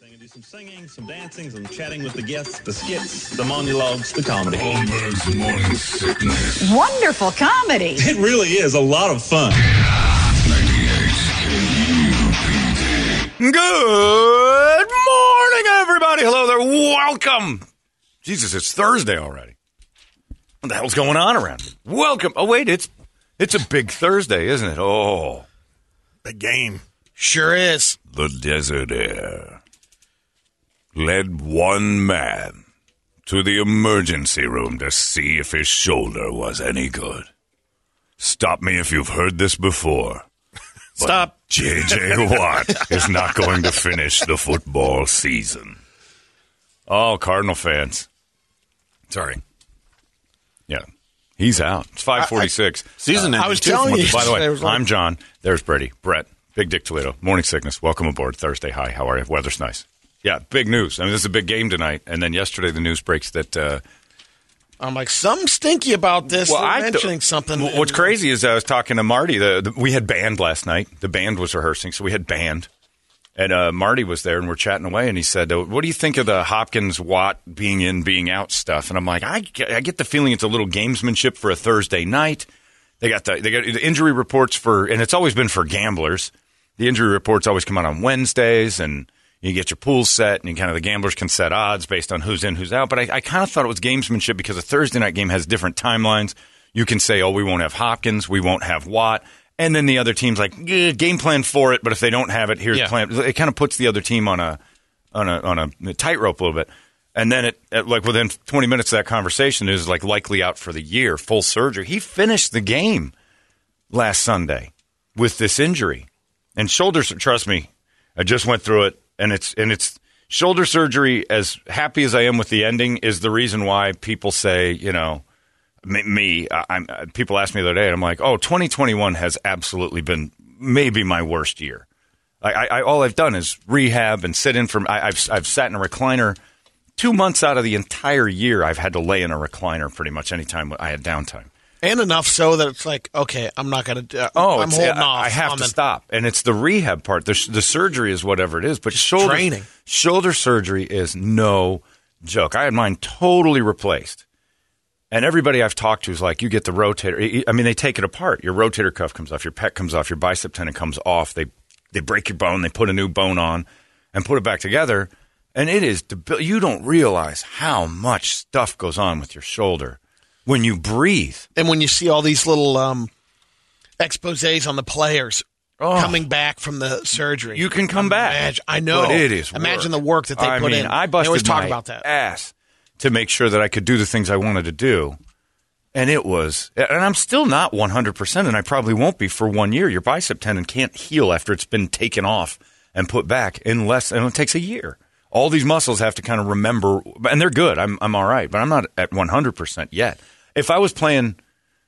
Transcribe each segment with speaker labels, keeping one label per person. Speaker 1: going to do some singing, some dancing, some chatting with the guests, the skits, the monologues, the comedy.
Speaker 2: Holmberg's Morning Sickness.
Speaker 3: Wonderful comedy.
Speaker 1: It really is a lot of fun.
Speaker 2: 98 KUPD.
Speaker 4: Good morning, everybody. Hello there. Welcome. Jesus, it's Thursday already. What the hell's going on around me? Welcome. Oh, wait, it's it's a big Thursday, isn't it? Oh,
Speaker 5: The game.
Speaker 4: sure is. The desert air led one man to the emergency room to see if his shoulder was any good. Stop me if you've heard this before. Stop. JJ Watt is not going to finish the football season. Oh, Cardinal fans. Sorry. Yeah. He's out. It's 546.
Speaker 5: Season ended,
Speaker 4: I was
Speaker 5: too,
Speaker 4: telling
Speaker 5: from
Speaker 4: you.
Speaker 5: what
Speaker 4: By the way,
Speaker 5: there was like-
Speaker 4: I'm John. There's Brady. Brett. Big Dick Toledo. Morning sickness. Welcome aboard Thursday. Hi. How are you? Weather's nice. Yeah. Big news. I mean, this is a big game tonight. And then yesterday the news breaks that uh,
Speaker 5: I'm like, something stinky about this. They're
Speaker 4: I th-
Speaker 5: mentioning something.
Speaker 4: Well, What's crazy is I was talking to Marty. The, the, we had band last night. The band was rehearsing, so we had band, and uh, Marty was there, and we're chatting away. And he said, uh, "What do you think of the Hopkins Watt being in, being out stuff?" And I'm like, "I, get- I get the feeling it's a little gamesmanship for a Thursday night. They got the they got the injury reports for, and it's always been for gamblers. The injury reports always come out on Wednesdays, and you get your pool set, and you kind of the gamblers can set odds based on who's in, who's out. But I, I kind of thought it was gamesmanship because a Thursday night game has different timelines. You can say, oh, we won't have Hopkins, we won't have Watt, and then the other team's like, yeah, game plan for it. But if they don't have it, here's
Speaker 5: Yeah.
Speaker 4: plan. It kind of puts the other team on a on a on a tightrope a little bit. And then it, at like within 20 minutes of that conversation, it was like likely out for the year, full surgery. He finished the game last Sunday with this injury. And shoulder sur- trust me, I just went through it and it's and it's shoulder surgery as happy as I am with the ending is the reason why people say, you know, me, me I, I'm uh, people ask me the other day and I'm like, "Oh, 2021 has absolutely been maybe my worst year." I, I, I all I've done is rehab and sit in from I, I've I've sat in a recliner two months out of the entire year. I've had to lay in a recliner pretty much any time I had downtime.
Speaker 5: And enough so that it's like, okay, I'm not going to. Uh,
Speaker 4: Oh,
Speaker 5: I'm
Speaker 4: it's-
Speaker 5: holding
Speaker 4: I,
Speaker 5: off.
Speaker 4: I have
Speaker 5: I'm
Speaker 4: to
Speaker 5: in-
Speaker 4: stop, and it's the rehab part. The, sh- the surgery is whatever it is, but shoulder
Speaker 5: training.
Speaker 4: shoulder surgery is no joke. I had mine totally replaced, and everybody I've talked to is like, you get the rotator. I- I mean, they take it apart. Your rotator cuff comes off, your pec comes off, your bicep tendon comes off. They they break your bone, they put a new bone on, and put it back together. And it is debil- you don't realize how much stuff goes on with your shoulder when you breathe.
Speaker 5: And when you see all these little um, exposes on the players
Speaker 4: Oh.
Speaker 5: coming back from the surgery,
Speaker 4: You can come back.
Speaker 5: Imagine- I know.
Speaker 4: But it is.
Speaker 5: Imagine the work that they
Speaker 4: I
Speaker 5: put
Speaker 4: mean,
Speaker 5: in.
Speaker 4: I
Speaker 5: They
Speaker 4: busted
Speaker 5: always talk
Speaker 4: my uh,
Speaker 5: about that.
Speaker 4: ass to make sure that I could do the things I wanted to do, and it was. And I'm still not 100, percent and I probably won't be for one year. Your bicep tendon can't heal after it's been taken off and put back in less, and it takes a year. All these muscles have to kind of remember, and they're good. I'm I'm all right, but I'm not at 100 percent yet. If I was playing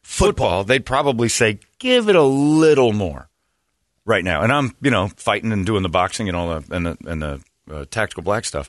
Speaker 4: football, they'd probably say give it a little more right now. And I'm, you know, fighting and doing the boxing and all the and the, and the uh, tactical black stuff.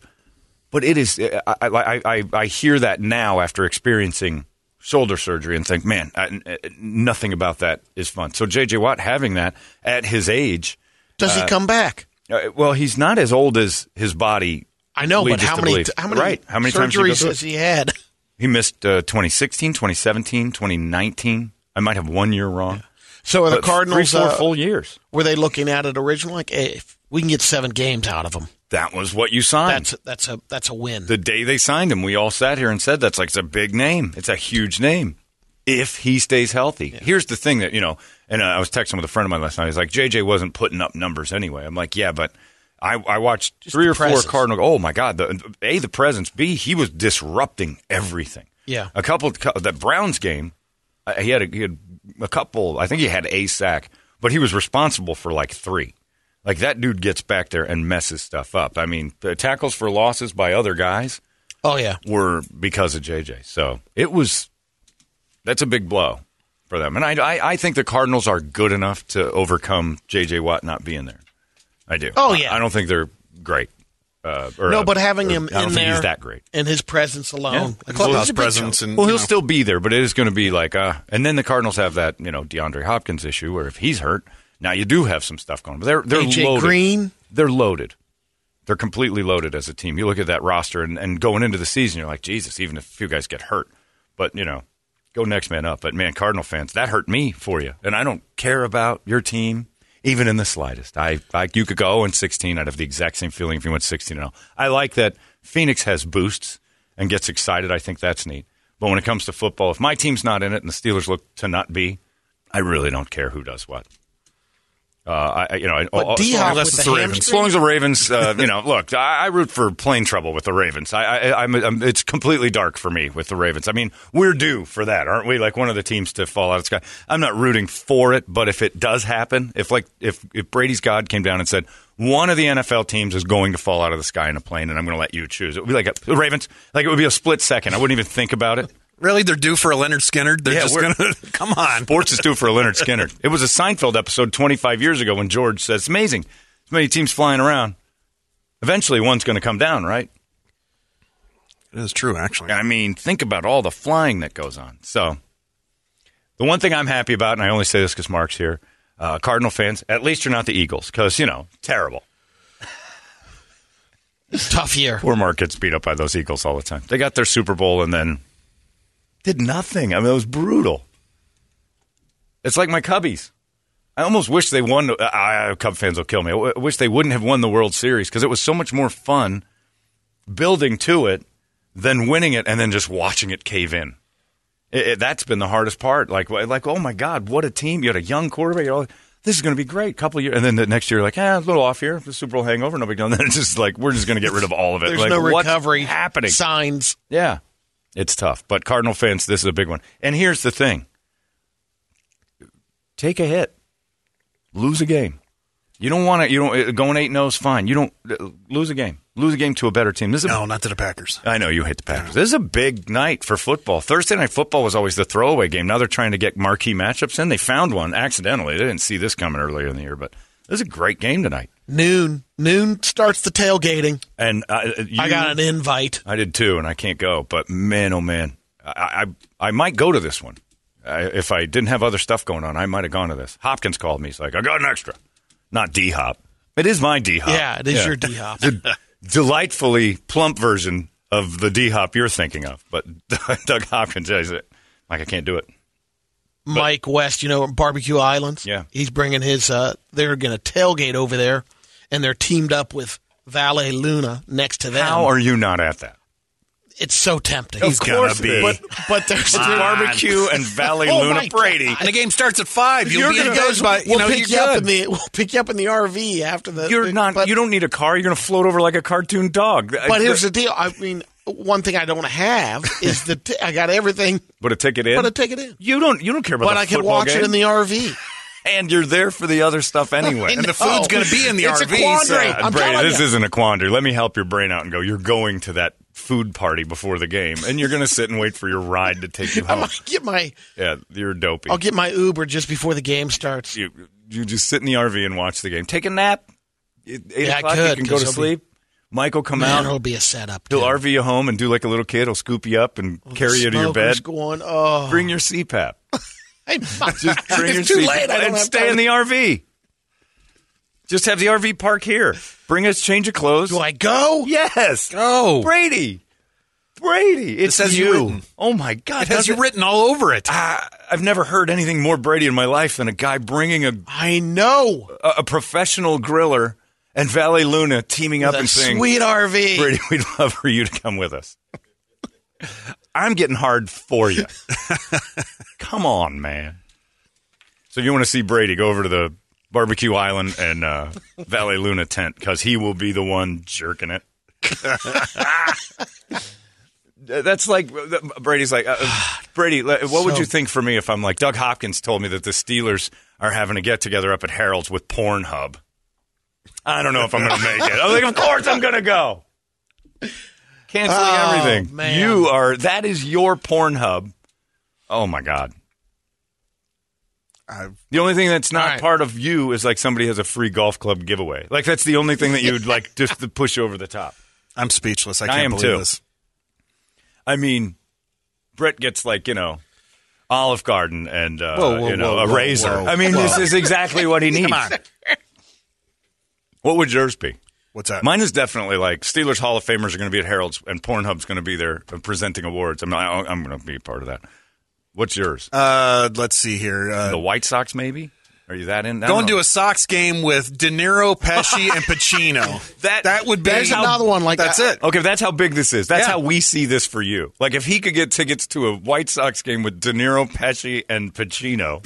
Speaker 4: But it is I, I, I, I hear that now after experiencing shoulder surgery and think, man, I, uh, nothing about that is fun. So JJ Watt having that at his age,
Speaker 5: Does he come back?
Speaker 4: uh, well, he's not as old as his body.
Speaker 5: I know, but
Speaker 4: leads us
Speaker 5: how
Speaker 4: to
Speaker 5: many,
Speaker 4: believe.
Speaker 5: t- how many,
Speaker 4: right? How many times did he go
Speaker 5: surgeries
Speaker 4: through it?
Speaker 5: has he had?
Speaker 4: He missed uh, 2016, 2017, 2019. I might have one year wrong.
Speaker 5: So are the
Speaker 4: But
Speaker 5: Cardinals
Speaker 4: three, four
Speaker 5: uh,
Speaker 4: full years.
Speaker 5: were they looking at it originally? Like, hey, if we can get seven games out of him,
Speaker 4: That was what you signed.
Speaker 5: that's that's a that's a win.
Speaker 4: the day they signed him, we all sat here and said that's like it's a big name. It's a huge name. If he stays healthy, here's the thing that you know. And I was texting with a friend of mine last night. He's like, JJ wasn't putting up numbers anyway. I'm like, yeah, but I, I watched three
Speaker 5: the
Speaker 4: or four
Speaker 5: presence.
Speaker 4: Cardinal. Oh my God, the a the presence. B he was disrupting everything.
Speaker 5: Yeah.
Speaker 4: a couple that Browns game, uh, he had a, he had a couple. I think he had a sack, but he was responsible for like three. Like that dude gets back there and messes stuff up. I mean, the tackles for losses by other guys
Speaker 5: oh yeah,
Speaker 4: were because of JJ. So it was that's a big blow for them. And I I, I think the Cardinals are good enough to overcome JJ Watt not being there. I do.
Speaker 5: Oh, yeah.
Speaker 4: I, I don't think they're great. Uh, or,
Speaker 5: no,
Speaker 4: uh,
Speaker 5: but having
Speaker 4: or-
Speaker 5: him
Speaker 4: I don't
Speaker 5: in
Speaker 4: think
Speaker 5: there,
Speaker 4: he's that great.
Speaker 5: in his presence
Speaker 4: Yeah.
Speaker 5: alone,
Speaker 4: The
Speaker 5: He's
Speaker 4: clubhouse
Speaker 5: a big
Speaker 6: presence
Speaker 5: show.
Speaker 6: and
Speaker 4: Well,
Speaker 6: you
Speaker 4: he'll
Speaker 6: know,
Speaker 4: still be there, but it is going to be like, uh, and then the Cardinals have that, you know, DeAndre Hopkins issue where if he's hurt, now you do have some stuff going. But they're they're
Speaker 5: AJ
Speaker 4: loaded.
Speaker 5: Green.
Speaker 4: They're loaded. They're completely loaded as a team. You look at that roster and, and going into the season, you're like, Jesus, even if a few guys get hurt. But, you know, go next man up. But, man, Cardinal fans, that hurt me for you. And I don't care about your team, even in the slightest. I, I You could go 0 16. I'd have the exact same feeling if you went 16 0. I like that Phoenix has boosts and gets excited. I think that's neat. But when it comes to football, if my team's not in it and the Steelers look to not be, I really don't care who does what. Uh, I, I- you know, I,
Speaker 5: But
Speaker 4: oh, as
Speaker 5: D-Hop
Speaker 4: long as
Speaker 5: with
Speaker 4: it's
Speaker 5: the
Speaker 4: the Ravens, as
Speaker 5: hamstring?
Speaker 4: long as the Ravens, uh, you know, look, I, I root for plane trouble with the Ravens. I, I, I'm, I'm, it's completely dark for me with the Ravens. I mean, we're due for that, aren't we? Like one of the teams to fall out of the sky. I'm not rooting for it, but if it does happen, if like if, if Brady's God came down and said one of the NFL teams is going to fall out of the sky in a plane, and I'm going to let you choose, it would be like a, the Ravens. Like it would be a split second. I wouldn't even think about it.
Speaker 3: Really, they're due for a Leonard Skinner. They're
Speaker 4: Yeah,
Speaker 3: just
Speaker 4: we're-
Speaker 3: gonna come on.
Speaker 4: Sports is due for a Leonard Skinner. It was a Seinfeld episode 25 years ago when George says, "It's amazing, so many teams flying around. Eventually, one's going to come down, right?"
Speaker 3: It is true, actually.
Speaker 4: I mean, think about all the flying that goes on. So, the one thing I'm happy about, and I only say this because Mark's here, uh, Cardinal fans, at least you're not the Eagles, because you know, terrible.
Speaker 5: Tough year.
Speaker 4: Poor Mark gets beat up by those Eagles all the time. They got their Super Bowl and then did nothing. I mean, it was brutal. It's like my Cubbies. I almost wish they won. Uh, Cub fans will kill me. I w- wish they wouldn't have won the World Series because it was so much more fun building to it than winning it and then just watching it cave in. It, it- that's been the hardest part. Like, wh- like, oh my God, what a team! You had a young quarterback. You're all, this is going to be great. Couple of years, and then the next year, like, ah, a little off here. The Super Bowl hangover, no big deal. And then it's just like we're just going to get rid of all of it.
Speaker 5: There's
Speaker 4: Like,
Speaker 5: no
Speaker 4: what's
Speaker 5: recovery.
Speaker 4: happening.
Speaker 5: Signs.
Speaker 4: Yeah, it's tough. But Cardinal fans, this is a big one. And here's the thing take a hit, lose a game. You don't want to, you don't, uh, going 8 0 is fine. You don't, uh, lose a game. Lose a game to a better team. This is a
Speaker 3: No, not to the Packers.
Speaker 4: I know you hate the Packers. This is a big night for football. Thursday night football was always the throwaway game. Now they're trying to get marquee matchups in. They found one accidentally. They didn't see this coming earlier in the year, but this is a great game tonight.
Speaker 5: Noon. Noon starts the tailgating.
Speaker 4: And uh, you,
Speaker 5: I got an invite.
Speaker 4: I did too, and I can't go. But man, oh man, I I, I might go to this one. I, if I didn't have other stuff going on, I might have gone to this. Hopkins called me. He's like, I got an extra. Not D Hop. It is my D Hop.
Speaker 5: Yeah, it is your D hop.
Speaker 4: the delightfully plump version of the D Hop you're thinking of. But Doug Hopkins, yeah, he's like, I can't do it.
Speaker 5: Mike West, you know, Barbecue Islands.
Speaker 4: Yeah.
Speaker 5: He's bringing his, uh, they're going to tailgate over there, and they're teamed up with Valet Luna next to them.
Speaker 4: How are you not at that?
Speaker 5: it's so tempting.
Speaker 3: He's gonna
Speaker 4: course it
Speaker 3: be.
Speaker 4: is.
Speaker 5: but there's
Speaker 4: It's barbecue and Valley
Speaker 5: Oh,
Speaker 4: Luna
Speaker 5: my
Speaker 4: Brady.
Speaker 3: And the game starts at five. You'll
Speaker 5: You're
Speaker 3: be
Speaker 5: gonna
Speaker 3: engaged by you
Speaker 5: we'll
Speaker 3: know
Speaker 5: pick you
Speaker 3: you're
Speaker 5: up
Speaker 3: good.
Speaker 5: in the we'll pick you up in the RV after the.
Speaker 4: You're
Speaker 5: the-
Speaker 4: not.
Speaker 5: But,
Speaker 4: you don't need a car. You're going to float over like a cartoon dog.
Speaker 5: but here's the deal. I mean, one thing I don't have is the t- I got everything,
Speaker 4: But a ticket in.
Speaker 5: but I take it in.
Speaker 4: You don't. You don't care about.
Speaker 5: But
Speaker 4: the
Speaker 5: I can
Speaker 4: football
Speaker 5: watch
Speaker 4: game,
Speaker 5: it in the RV.
Speaker 4: and you're there for the other stuff anyway.
Speaker 5: I
Speaker 3: the
Speaker 5: know.
Speaker 3: food's gonna be in the
Speaker 5: it's
Speaker 3: RV,
Speaker 5: A quandary.
Speaker 3: so-
Speaker 5: I'm
Speaker 4: Brady,
Speaker 5: telling
Speaker 4: this
Speaker 5: you.
Speaker 4: isn't a quandary. Let me help your brain out and go. You're going to that food party before the game, and you're going to sit and wait for your ride to take you
Speaker 5: I
Speaker 4: home.
Speaker 5: might get my
Speaker 4: yeah, you're dopey.
Speaker 5: I'll get my Uber just before the game starts.
Speaker 4: you, you just sit in the RV and watch the game. Take a nap. Eight
Speaker 5: Yeah, I
Speaker 4: o'clock, you
Speaker 5: could,
Speaker 4: can go
Speaker 5: 'cause
Speaker 4: to
Speaker 5: I'll be-
Speaker 4: sleep. Mike will come
Speaker 5: Man,
Speaker 4: out.
Speaker 5: it'll be a setup.
Speaker 4: He'll
Speaker 5: too.
Speaker 4: RV you home and do like a little kid. He'll scoop you up and carry you to your
Speaker 5: Smokers
Speaker 4: bed.
Speaker 5: Going, oh,
Speaker 4: Bring your CPAP.
Speaker 5: hey, fuck.
Speaker 4: Bring your
Speaker 5: it's too
Speaker 4: seat-
Speaker 5: late. I don't
Speaker 4: and
Speaker 5: have
Speaker 4: stay
Speaker 5: time.
Speaker 4: in the RV. Just have the RV park here. Bring us change of clothes.
Speaker 5: Do I go?
Speaker 4: yes.
Speaker 3: Go.
Speaker 4: Brady. Brady. It
Speaker 3: has you written.
Speaker 4: Oh my God.
Speaker 3: It has
Speaker 4: does
Speaker 3: you written all over it.
Speaker 4: Ah, I've never heard anything more Brady in my life than a guy bringing a
Speaker 5: I know.
Speaker 4: a, a professional griller and Valley Luna teaming up
Speaker 5: The
Speaker 4: and saying,
Speaker 5: sweet RV.
Speaker 4: Brady, we'd love for you to come with us. I'm getting hard for you. come on, man. So if you want to see Brady, go over to the Barbecue Island and uh, Valley Luna tent because he will be the one jerking it. Uh, That's like Brady's like uh, Brady. What would
Speaker 5: So-
Speaker 4: you think for me if I'm like Doug Hopkins told me that the Steelers are having a get together up at Harold's with Pornhub? I don't know if I'm going to make it. I'm like, of course I'm going to go. Canceling
Speaker 5: Oh,
Speaker 4: everything.
Speaker 5: man.
Speaker 4: You are that is your Pornhub. Oh my god. The only thing that's not
Speaker 5: All right.
Speaker 4: part of you is like somebody has a free golf club giveaway. Like that's the only thing that you would like just to push over the top.
Speaker 3: I'm speechless. I
Speaker 4: I
Speaker 3: can't
Speaker 4: am
Speaker 3: believe
Speaker 4: too.
Speaker 3: this.
Speaker 4: I mean, Brett gets like you know Olive Garden and uh,
Speaker 3: Whoa, whoa,
Speaker 4: you know
Speaker 3: whoa,
Speaker 4: a
Speaker 3: whoa,
Speaker 4: razor.
Speaker 3: whoa,
Speaker 4: I mean, this
Speaker 3: whoa.
Speaker 4: is exactly what he needs.
Speaker 3: Come on.
Speaker 4: What would yours be?
Speaker 3: What's that?
Speaker 4: Mine is definitely like Steelers Hall of Famers are going to be at Harold's and Pornhub's going to be there uh, presenting awards. I'm not, I'm going to be part of that. What's yours?
Speaker 3: Uh, let's see here. Uh,
Speaker 4: the White Sox, maybe. Are you that in? I
Speaker 3: Going
Speaker 4: don't know.
Speaker 3: to a Sox game with De Niro, Pesci, and Pacino.
Speaker 4: That-
Speaker 3: would be
Speaker 5: There's another one like
Speaker 3: that's
Speaker 5: that.
Speaker 3: it.
Speaker 4: Okay, that's how big this is. That's
Speaker 3: Yeah.
Speaker 4: how we see this for you. Like if he could get tickets to a White Sox game with De Niro, Pesci, and Pacino,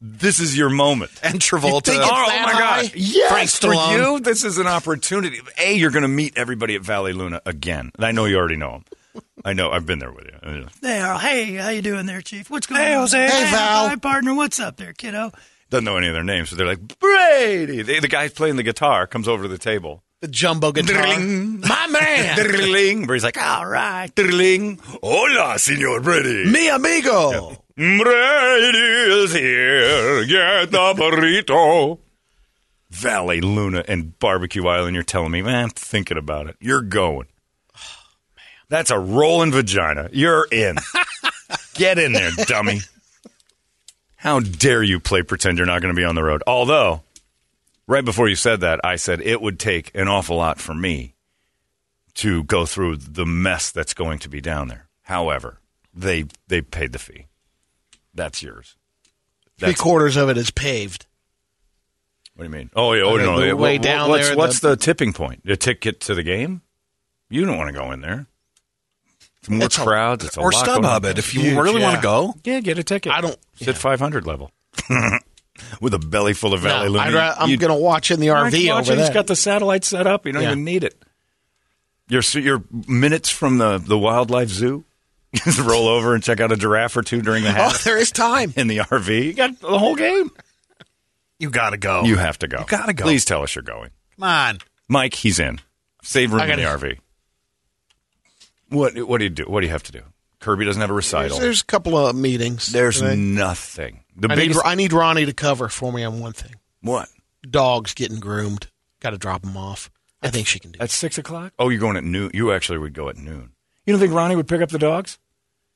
Speaker 4: this is your moment.
Speaker 3: And Travolta.
Speaker 5: You think it's-
Speaker 4: oh
Speaker 5: that
Speaker 4: my
Speaker 5: high?
Speaker 4: god! Yes,
Speaker 3: Frank
Speaker 4: for
Speaker 3: Stallone.
Speaker 4: you, this is an opportunity. A, you're going to meet everybody at Valley Luna again, and I know you already know them. I know I've been there with you.
Speaker 6: There. Hey, how you doing there, Chief? What's going on?
Speaker 3: Jose.
Speaker 5: Hey, Val.
Speaker 6: Hi, partner. What's up there, kiddo?
Speaker 4: Doesn't know any of their names, so they're like Brady. The, the guy playing the guitar comes over to the table.
Speaker 5: The jumbo guitar.
Speaker 4: My man. Drilling. Brady's like, all right. Drilling. Hola, Senor Brady.
Speaker 5: Mi amigo.
Speaker 4: Brady is here. Get the burrito. Valley, Luna, and Barbecue Island, you're telling me, man, I'm thinking about it. You're going. That's a rolling vagina. You're in. Get in there, dummy. How dare you play pretend you're not going to be on the road? Although, right before you said that, I said it would take an awful lot for me to go through the mess that's going to be down there. However, they they paid the fee. That's yours.
Speaker 5: Three
Speaker 4: That's, what
Speaker 5: quarters of it is paved.
Speaker 4: do you mean? Oh yeah, oh
Speaker 5: Okay,
Speaker 4: no.
Speaker 5: the
Speaker 4: yeah,
Speaker 5: way
Speaker 4: what-
Speaker 5: down
Speaker 4: what's,
Speaker 5: there,
Speaker 4: what's the, tipping point? The ticket to the game? You don't want to go in there. It's more
Speaker 5: It's a-
Speaker 4: crowds. it's a
Speaker 3: or
Speaker 4: lot going on.
Speaker 3: StubHub it if you
Speaker 5: Huge,
Speaker 3: really want
Speaker 5: yeah.
Speaker 3: to go.
Speaker 4: Yeah, get a ticket.
Speaker 5: I don't-
Speaker 4: sit 500 level with a belly full of Valley
Speaker 5: No,
Speaker 4: Luna.
Speaker 5: I'd ra- I'm
Speaker 4: You-
Speaker 5: going to watch in the
Speaker 4: Aren't you
Speaker 5: RV
Speaker 4: watching?
Speaker 5: over
Speaker 4: It's
Speaker 5: there.
Speaker 4: got the satellite set up. You don't
Speaker 5: Yeah.
Speaker 4: even need it. Your so your minutes from the the wildlife zoo. Just roll over and check out a giraffe or two during the
Speaker 5: oh,
Speaker 4: half
Speaker 5: there is time.
Speaker 4: in the RV. You got the whole game.
Speaker 3: You got to go.
Speaker 4: You have to go. You
Speaker 3: gotta go.
Speaker 4: Please tell us you're going.
Speaker 3: Come on.
Speaker 4: Mike, he's in. Save room
Speaker 5: I
Speaker 4: in the
Speaker 5: gotta-
Speaker 4: RV. What what do you do? What do you have to do? Kirby doesn't have a
Speaker 5: There's,
Speaker 4: recital.
Speaker 5: there's a couple of meetings.
Speaker 4: There's
Speaker 5: today.
Speaker 4: nothing. The
Speaker 5: I need,
Speaker 4: biggest
Speaker 5: I need Ronnie to cover for me on one thing.
Speaker 4: what?
Speaker 5: Dog's getting groomed. Got to drop him off. I think she can do. it.
Speaker 4: At six o'clock? Oh, you're going at noon. You actually would go at noon. You don't think Ronnie would pick up the dogs?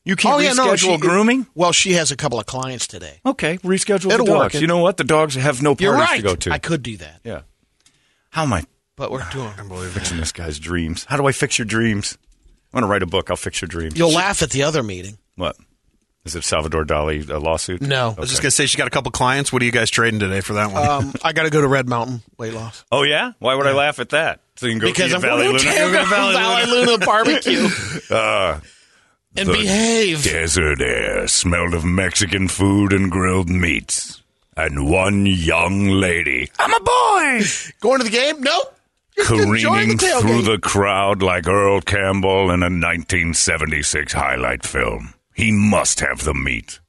Speaker 4: You
Speaker 5: Oh,
Speaker 4: can't reschedule grooming.
Speaker 5: Well, she has a couple of clients today.
Speaker 4: Okay, reschedule
Speaker 5: It'll
Speaker 4: the
Speaker 5: work.
Speaker 4: dogs. You know what? The dogs have no parties
Speaker 5: You're right.
Speaker 4: to go to.
Speaker 5: I could do that,
Speaker 4: yeah. How am I
Speaker 5: but we're doing.
Speaker 4: fixing this guy's dreams? How do I fix your dreams? I want to write a book. I'll fix your dreams.
Speaker 5: You'll laugh at the other meeting.
Speaker 4: what? Is it Salvador Dali a lawsuit?
Speaker 5: No.
Speaker 3: I was just going to say she got a couple clients. What are you guys trading today for that one?
Speaker 5: Um, I got to go to Red Mountain weight loss
Speaker 4: Oh yeah? Why would I laugh at that? So you can go
Speaker 5: because
Speaker 4: eat
Speaker 5: I'm
Speaker 4: Valley
Speaker 5: going to
Speaker 4: Luna.
Speaker 5: Valley, Valley Luna barbecue and
Speaker 4: the
Speaker 5: behave.
Speaker 4: Desert air smelled of Mexican food and grilled meats. And one young lady. I'm a boy.
Speaker 5: Going to the game? Nope. Just enjoying the
Speaker 4: careening
Speaker 5: tailgate.
Speaker 4: through the crowd like Earl Campbell in a 1976 highlight film. He must have the meat.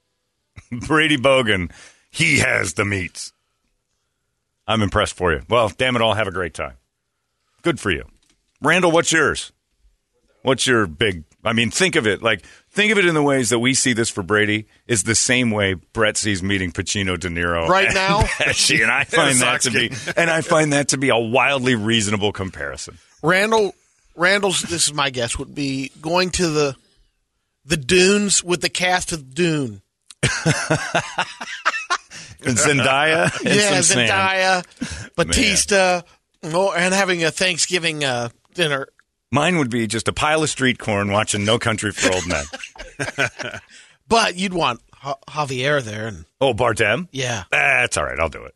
Speaker 4: Brady Bogan, he has the meats. I'm impressed for you. Well, damn it all, have a great time. Good for you. Randall, what's yours? What's your big I mean, think of it like think of it in the ways that we see this for Brady is the same way Brett sees meeting Pacino De Niro
Speaker 5: Right
Speaker 4: and
Speaker 5: now?
Speaker 4: Pesci, and I find that to be and I find that to be a wildly reasonable comparison.
Speaker 5: Randall, Randall's. This is my guess. Would be going to the the dunes with the cast of Dune.
Speaker 4: And Zendaya and
Speaker 5: yeah,
Speaker 4: some sand.
Speaker 5: Zendaya, Batista, oh, and having a Thanksgiving uh, dinner.
Speaker 4: Mine would be just a pile of street corn watching No Country for Old Men.
Speaker 5: But you'd want Ja- Javier there, and
Speaker 4: Oh, Bardem?
Speaker 5: yeah,
Speaker 4: That's all right. I'll do it.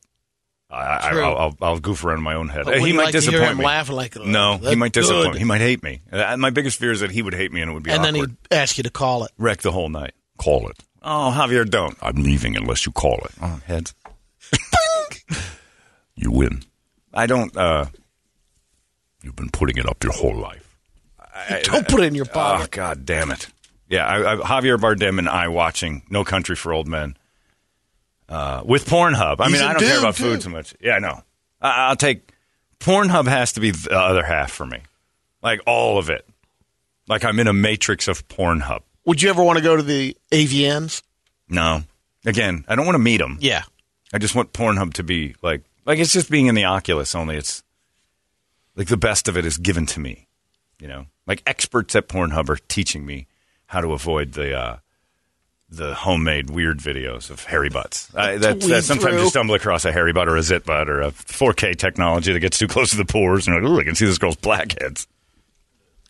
Speaker 4: I, I,
Speaker 5: True.
Speaker 4: I'll, I'll, I'll goof around in my own head.
Speaker 5: But
Speaker 4: he
Speaker 5: wouldn't you
Speaker 4: might
Speaker 5: like to hear
Speaker 4: disappoint
Speaker 5: him
Speaker 4: me.
Speaker 5: laughing like, "Oh,
Speaker 4: no, he
Speaker 5: that's
Speaker 4: might disappoint.
Speaker 5: good."
Speaker 4: He might hate me. Uh, My biggest fear is that he would hate me and it would be
Speaker 5: and
Speaker 4: awkward.
Speaker 5: then he'd ask you to call it.
Speaker 4: wreck the whole night. Call it. Oh, Javier, don't. I'm leaving unless you call it. Oh, heads. you win. I don't. uh You've been putting it up your whole life.
Speaker 5: Don't put it in your
Speaker 4: Oh,
Speaker 5: pocket.
Speaker 4: God damn it. Yeah, I, I, Javier Bardem and I watching No Country for Old Men uh, with Pornhub. I
Speaker 5: He's
Speaker 4: mean,
Speaker 5: a
Speaker 4: I don't care
Speaker 5: dude,
Speaker 4: about food
Speaker 5: too.
Speaker 4: so much. Yeah, I know. I, I'll take Pornhub has to be the other half for me, like all of it. Like I'm in a matrix of Pornhub.
Speaker 5: Would you ever want to go to the AVNs?
Speaker 4: No. Again, I don't want to meet him.
Speaker 5: Yeah,
Speaker 4: I just want Pornhub to be like like it's just being in the Oculus only it's like the best of it is given to me, you know. Like experts at Pornhub are teaching me how to avoid the uh the homemade weird videos of hairy butts. I, that,
Speaker 5: weed
Speaker 4: that sometimes
Speaker 5: through.
Speaker 4: you stumble across a hairy butt or a zit butt or a 4K technology that gets too close to the pores, and you're like, ooh, I can see this girl's blackheads.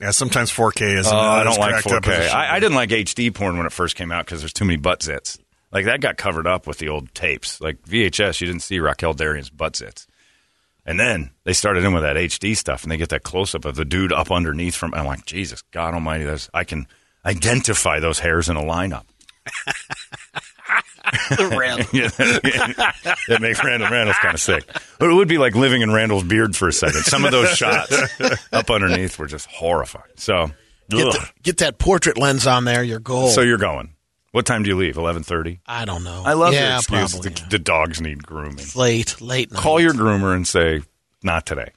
Speaker 3: Yeah, sometimes 4K is.
Speaker 4: Oh,
Speaker 3: not
Speaker 4: I
Speaker 3: as
Speaker 4: don't like
Speaker 3: cracked up as it
Speaker 4: 4K.
Speaker 3: should
Speaker 4: I, I
Speaker 3: be.
Speaker 4: didn't like HD porn when it first came out because there's too many butt zits. Like that got covered up with the old tapes. Like VHS, you didn't see Raquel Darian's butt zits. And then they started in with that HD stuff, and they get that close up of the dude up underneath from. I'm like, Jesus, God Almighty, that's, I can identify those hairs in a lineup.
Speaker 5: Randall.
Speaker 4: Yeah, that makes Randall Randall's kind of sick. But it would be like living in Randall's beard for a second. Some of those shots up underneath were just horrifying. So,
Speaker 5: Get,
Speaker 4: ugh.
Speaker 5: the- get that portrait lens on there. Your goal.
Speaker 4: so you're going. What time do you leave? Eleven thirty.
Speaker 5: I don't know.
Speaker 4: I love
Speaker 5: yeah,
Speaker 4: your excuse.
Speaker 5: Probably,
Speaker 4: the,
Speaker 5: yeah.
Speaker 4: the dogs need grooming.
Speaker 5: late, late. Night.
Speaker 4: Call your groomer and say, "Not today,"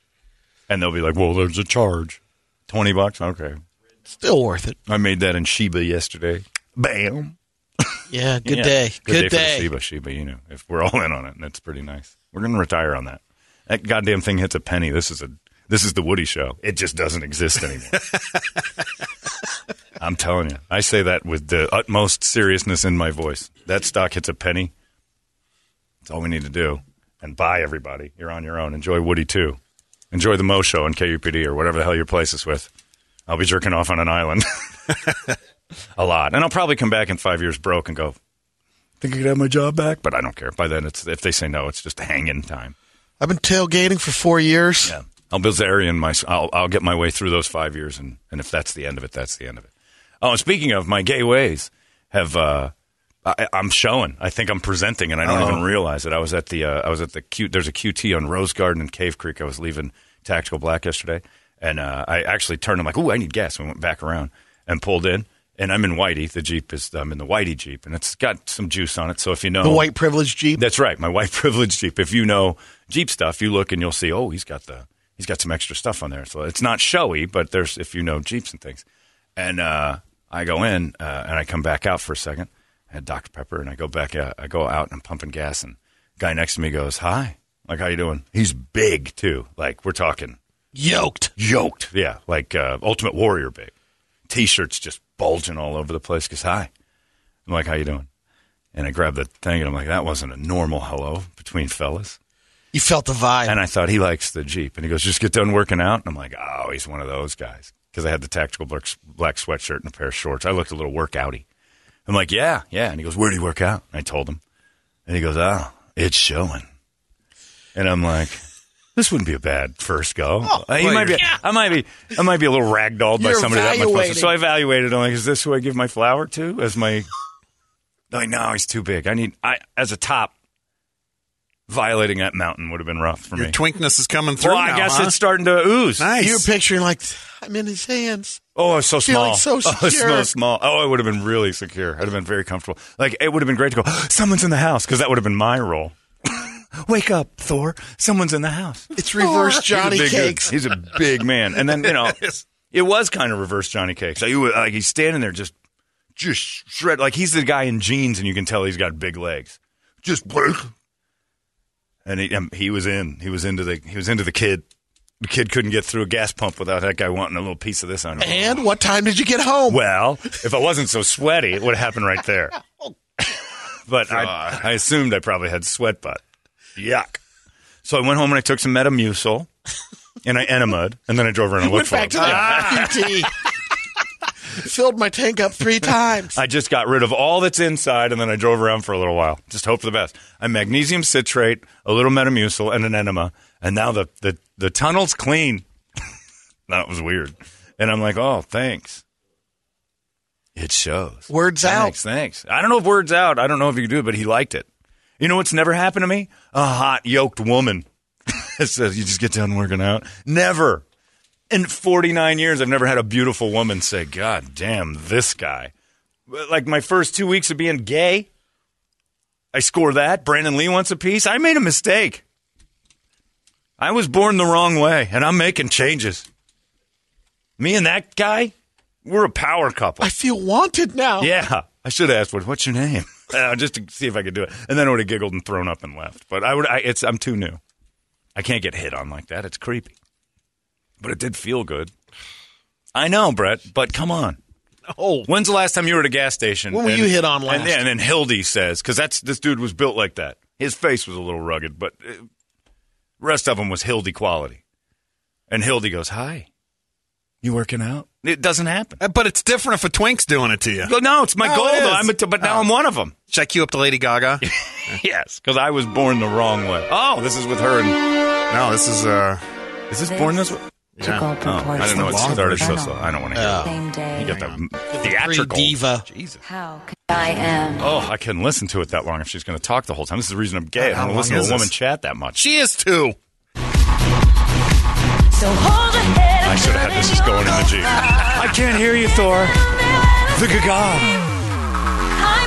Speaker 4: and they'll be like, "Well, there's a charge, twenty bucks." Okay,
Speaker 5: Still worth it.
Speaker 4: I made that in Sheba yesterday. Bam.
Speaker 5: Yeah. Good
Speaker 4: Yeah.
Speaker 5: day. Good,
Speaker 4: for the
Speaker 5: day.
Speaker 4: Sheba Sheba. You know, if we're all in on it, and that's pretty nice. We're gonna retire on that. That goddamn thing hits a penny. This is a this is the Woody Show. It just doesn't exist anymore. I'm telling you, I say that with the utmost seriousness in my voice. That stock hits a penny. That's all we need to do. And bye, everybody. You're on your own. Enjoy Woody too. Enjoy the Mo Show on KUPD or whatever the hell your place is with. I'll be jerking off on an island a lot, and I'll probably come back in five years broke and go. Think I could have my job back? But I don't care. By then, it's if they say no, it's just hanging time.
Speaker 5: I've been tailgating for four years.
Speaker 4: Yeah. I'll Bilzerian my. I'll, I'll get my way through those five years, and, and if that's the end of it, that's the end of it. Oh, and speaking of my gay ways, have uh, I, I'm showing. I think I'm presenting, and I don't even realize it. I was at the uh, I was at the Q. There's a QT on Rose Garden and Cave Creek. I was leaving Tactical Black yesterday, and uh, I actually turned. I'm like, ooh, I need gas. We went back around and pulled in. And I'm in Whitey. The Jeep is, I'm in the Whitey Jeep, and it's got some juice on it. So if you know.
Speaker 5: The white privilege jeep.
Speaker 4: That's right, my white privilege Jeep. If you know Jeep stuff, you look and you'll see, oh, he's got the he's got some extra stuff on there. So it's not showy, but there's if you know Jeeps and things. And uh, I go in uh, and I come back out for a second. I had Dr Pepper and I go back out. I go out and I'm pumping gas and guy next to me goes, "Hi, like how you doing?" He's big too. Like we're talking
Speaker 5: Yoked.
Speaker 4: yoked. Yeah, like uh, Ultimate Warrior big. T-shirts just bulging all over the place. Cause hi, I'm like, how you doing? And I grabbed the thing and I'm like, that wasn't a normal hello between fellas.
Speaker 5: You felt the vibe.
Speaker 4: And I thought he likes the Jeep. And he goes, just get done working out. And I'm like, oh, he's one of those guys. Because I had the tactical black, black sweatshirt and a pair of shorts. I looked a little workouty. I'm like, yeah, yeah. And he goes, where do you work out? And I told him. And he goes, oh, it's showing. And I'm like, this wouldn't be a bad first go. Uh, he
Speaker 3: well,
Speaker 4: might be, I might be, I might be a little ragdolled by
Speaker 5: Oh, You're
Speaker 4: somebody that much. closer.
Speaker 5: evaluating.
Speaker 4: So I evaluated. I'm like, is this who I give my flower to? As my, like, no, he's too big. I need, I as a top, violating that mountain would have been rough for
Speaker 3: Your
Speaker 4: me.
Speaker 3: twinkness is coming through.
Speaker 4: Well, I
Speaker 3: now,
Speaker 4: guess
Speaker 3: huh?
Speaker 4: it's starting to ooze.
Speaker 3: nice.
Speaker 5: You're picturing like I'm in his hands.
Speaker 4: Oh, it's so small.
Speaker 5: Feeling so
Speaker 4: Oh, it's so
Speaker 5: secure.
Speaker 4: small. Oh, I would have been really secure. I'd have been very comfortable. Like it would have been great to go. Someone's in the house because that would have been my role. Wake up, Thor! Someone's in the house.
Speaker 5: It's reverse Johnny
Speaker 4: He's a big dude.
Speaker 5: Cakes.
Speaker 4: He's a big man, and then you know it was kind of reverse Johnny Cakes. Like, he was- like he's standing there just just shred. Like he's the guy in jeans, and you can tell he's got big legs. Just work. And he um, he was in. He was into the he was into the kid. The kid couldn't get through a gas pump without that guy wanting a little piece of this on him.
Speaker 5: And what time did you get home?
Speaker 4: Well, if I wasn't so sweaty, it would have happened right there.
Speaker 5: Oh,
Speaker 4: but I, I assumed I probably had sweat butt. Yuck. So I went home and I took some Metamucil and I enemed, and then I drove around and
Speaker 5: Went
Speaker 4: looked for
Speaker 5: back
Speaker 4: it.
Speaker 5: to the PT. Filled my tank up three times.
Speaker 4: I just got rid of all that's inside, and then I drove around for a little while. Just hope for the best. I magnesium citrate, a little Metamucil, and an enema, and now the the, the tunnel's clean. that was weird. And I'm like, oh, thanks. It shows.
Speaker 5: Words
Speaker 4: Thanks, thanks. I don't know if words out. I don't know if you can do it, but he liked it. You know what's never happened to me? A hot yoked woman. it says you just get done working out. Never. In 49 years, I've never had a beautiful woman say, "God damn, this guy." But, Like my first two weeks of being gay, I score that. Brandon Lee wants a piece. I made a mistake. I was born the wrong way, and I'm making changes. Me and that guy, we're a power couple.
Speaker 5: I feel wanted now.
Speaker 4: Yeah. I should have asked, what, what's your name? Uh, just to see if I could do it. And then I would have giggled and thrown up and left. But I would, I, it's, I'm too new. I can't get hit on like that. It's creepy. But it did feel good. I know, Brett, but come on.
Speaker 5: Oh,
Speaker 4: When's the last time you were at a gas station?
Speaker 5: When were you hit on last?
Speaker 4: And, then- and then Hildy says, because that's this dude was built like that. His face was a little rugged, but uh, rest of him was Hildy quality. And Hildy goes, "Hi, you working out?" It doesn't happen.
Speaker 3: Uh, But it's different if a twink's doing it to you.
Speaker 4: Go, no, Oh. it's my
Speaker 3: No,
Speaker 4: goal.
Speaker 3: it
Speaker 4: though.
Speaker 3: is.
Speaker 4: I'm a t- but now I'm one of them.
Speaker 3: Should I queue up to Lady Gaga?
Speaker 4: yes, because I was born the wrong way. Oh, this is with her. And,
Speaker 3: no, this is uh.
Speaker 4: is this born this way?
Speaker 3: yeah.
Speaker 7: took all
Speaker 4: Oh,
Speaker 7: proportions.
Speaker 4: I don't know what
Speaker 7: and
Speaker 4: started
Speaker 7: went
Speaker 4: this. so
Speaker 7: on.
Speaker 4: I don't want to hear. it.
Speaker 7: Same day.
Speaker 4: You got that
Speaker 5: three
Speaker 4: theatrical
Speaker 5: diva.
Speaker 4: Jesus.
Speaker 7: How could I am.
Speaker 4: Oh, I couldn't listen to it that long if she's going to talk the whole time. This is the reason I'm gay. I
Speaker 3: How
Speaker 4: don't
Speaker 3: long
Speaker 4: listen to a
Speaker 3: is
Speaker 4: woman
Speaker 3: this?
Speaker 4: chat that much.
Speaker 3: She is too.
Speaker 7: So hold your head
Speaker 4: I
Speaker 7: up,
Speaker 4: should have had this just going in the Jeep. I can't hear you, Thor. The gaga.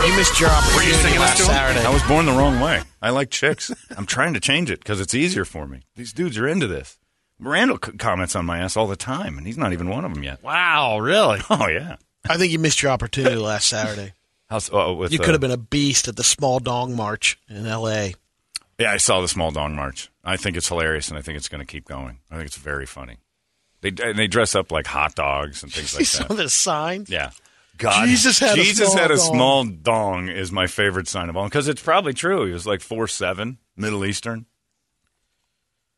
Speaker 5: you missed your opportunity
Speaker 3: singing
Speaker 5: last
Speaker 3: this to him?
Speaker 5: Saturday.
Speaker 4: I was born the wrong way. I like chicks. I'm trying to change it because it's easier for me. These dudes are into this. Randall c- comments on my ass all the time, and he's not even one of them yet.
Speaker 3: Wow, really?
Speaker 4: Oh yeah.
Speaker 5: I think you missed your opportunity last Saturday.
Speaker 4: How's, oh, with,
Speaker 5: You
Speaker 4: uh,
Speaker 5: could have been a beast at the Small Dong March in L.A.
Speaker 4: Yeah, I saw the Small Dong March. I think it's hilarious, and I think it's going to keep going. I think it's very funny. They and they dress up like hot dogs and things
Speaker 5: You
Speaker 4: like
Speaker 5: saw
Speaker 4: that.
Speaker 5: this sign?
Speaker 4: Yeah. God,
Speaker 5: Jesus had a
Speaker 4: Jesus
Speaker 5: small
Speaker 4: had a
Speaker 5: dong.
Speaker 4: small dong is my favorite sign of all because it's probably true. He was like four seven, Middle Eastern.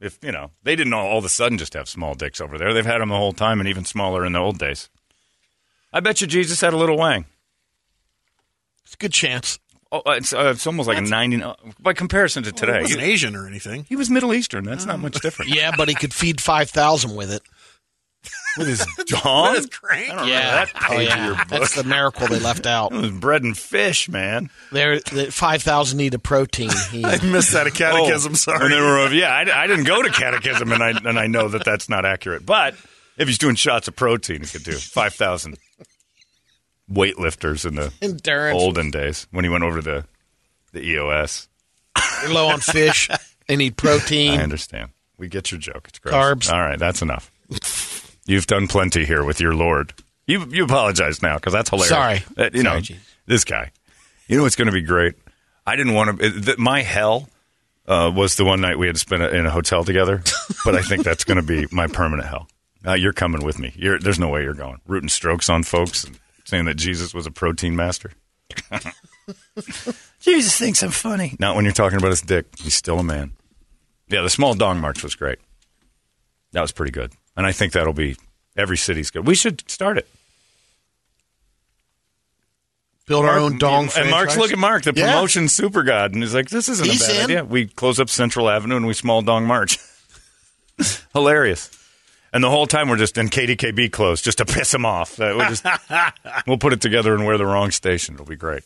Speaker 4: If you know, they didn't all, all of a sudden just have small dicks over there. They've had them the whole time, and even smaller in the old days. I bet you Jesus had a little wang.
Speaker 5: It's a good chance.
Speaker 4: Oh, uh, it's, uh, it's almost like a ninety uh, by comparison to
Speaker 3: He
Speaker 4: today.
Speaker 3: wasn't Asian or anything.
Speaker 4: he was Middle Eastern. That's not much different.
Speaker 5: Yeah, but he could feed 5,000 with it.
Speaker 4: with his dong.
Speaker 3: With his crank?
Speaker 4: I don't remember that
Speaker 5: Oh,
Speaker 4: page of your book.
Speaker 5: That's the miracle they left out.
Speaker 4: It was bread and fish, man.
Speaker 5: There, the 5,000 need a protein. He,
Speaker 3: I missed that catechism.
Speaker 4: Oh,
Speaker 3: sorry.
Speaker 4: And they were, yeah, I, I didn't go to catechism, and I and I know that that's not accurate. But if he's doing shots of protein, he could do five thousand weightlifters in the
Speaker 5: endurance.
Speaker 4: olden days when he went over to the the E EOS.
Speaker 5: They're low on fish. They need protein.
Speaker 4: I understand. We get your joke. It's gross.
Speaker 5: Carbs.
Speaker 4: All right, that's enough. You've done plenty here with your Lord. You you apologize now because that's hilarious.
Speaker 5: Sorry.
Speaker 4: That- you
Speaker 5: Sorry,
Speaker 4: know
Speaker 5: Gene.
Speaker 4: this guy. You know it's going to be great. I didn't want to. Th- my hell uh, was the one night we had to spend in a hotel together, but I think that's going to be my permanent hell. Uh, you're coming with me. You're, there's no way you're going. Rooting strokes on folks and saying that Jesus was a protein master.
Speaker 6: Jesus thinks I'm funny.
Speaker 4: Not when you're talking about his dick. He's still a man. Yeah, the small dong march was great. That was pretty good. And I think that'll be every city's good. We should start it.
Speaker 5: Build our own dong
Speaker 4: and Mark's
Speaker 5: franchise.
Speaker 4: look at Mark, the
Speaker 5: Yeah.
Speaker 4: promotion super god, and he's like, "This isn't
Speaker 5: He's
Speaker 4: a bad
Speaker 5: in.
Speaker 4: idea." We close up Central Avenue and we small dong march. Hilarious. And the whole time we're just in KDKB clothes just to piss him off. Uh, We'll, just, we'll put it together and wear the wrong station. It'll be great.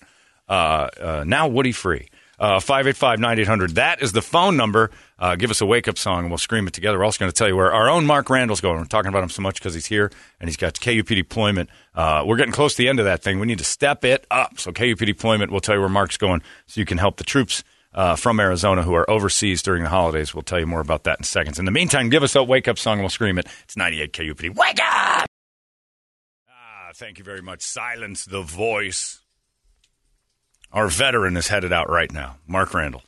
Speaker 4: Uh, uh, now Woody Free. Uh, 585 9800. That is the phone number. Uh, give us a wake up song and we'll scream it together. We're also going to tell you where our own Mark Randall's going. We're talking about him so much because he's here and he's got KUP deployment. Uh, we're getting close to the end of that thing. We need to step it up. So, KUP deployment, we'll tell you where Mark's going so you can help the troops uh, from Arizona who are overseas during the holidays. We'll tell you more about that in seconds. In the meantime, give us that wake up song and we'll scream it. It's 98 KUPD. Wake up! Ah, thank you very much. Silence the voice. Our veteran is headed out right now, Mark Randall.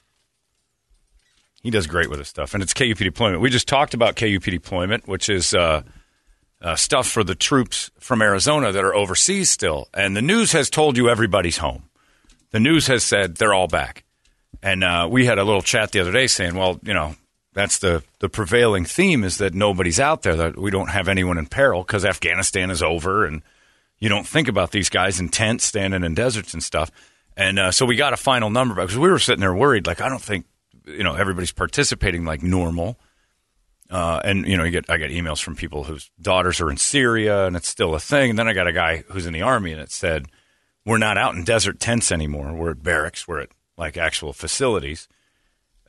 Speaker 4: He does great with his stuff, and it's KUP deployment. We just talked about KUP deployment, which is uh, uh, stuff for the troops from Arizona that are overseas still. And the news has told you everybody's home. The news has said they're all back. And uh, we had a little chat the other day saying, well, you know, that's the, the prevailing theme is that nobody's out there, that we don't have anyone in peril because Afghanistan is over and you don't think about these guys in tents standing in deserts and stuff. And uh, so we got a final number because we were sitting there worried, like, I don't think, you know, everybody's participating like normal. Uh, and you know, you get I get emails from people whose daughters are in Syria, and it's still a thing. And then I got a guy who's in the army, and it said, "We're not out in desert tents anymore. We're at barracks. We're at like actual facilities."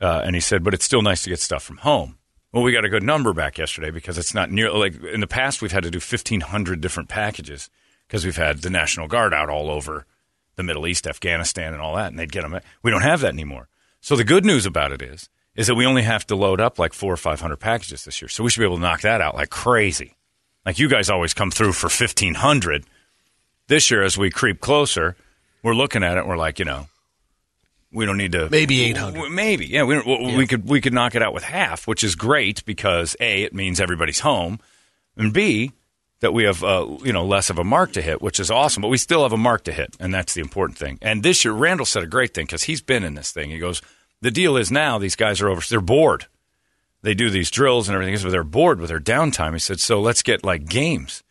Speaker 4: Uh, and he said, "But it's still nice to get stuff from home." Well, we got a good number back yesterday because it's not near like in the past we've had to do fifteen hundred different packages because we've had the National Guard out all over the Middle East, Afghanistan, and all that, and they'd get them. We don't have that anymore. So the good news about it is is that we only have to load up like four or five hundred packages this year, so we should be able to knock that out like crazy. Like you guys always come through for fifteen hundred. This year, as we creep closer, we're looking at it. and We're like, you know, we don't need to
Speaker 5: Maybe 800.
Speaker 4: W- Maybe yeah, we, don't- w we could we could knock it out with half, which is great because a it means everybody's home, and b that we have uh, you know less of a mark to hit, which is awesome. But we still have a mark to hit, and that's the important thing. And this year, Randall said a great thing because he's been in this thing. He goes, "The deal is now these guys are over. They're bored. They do these drills and everything, but they're bored with their downtime." He said, "So let's get like games,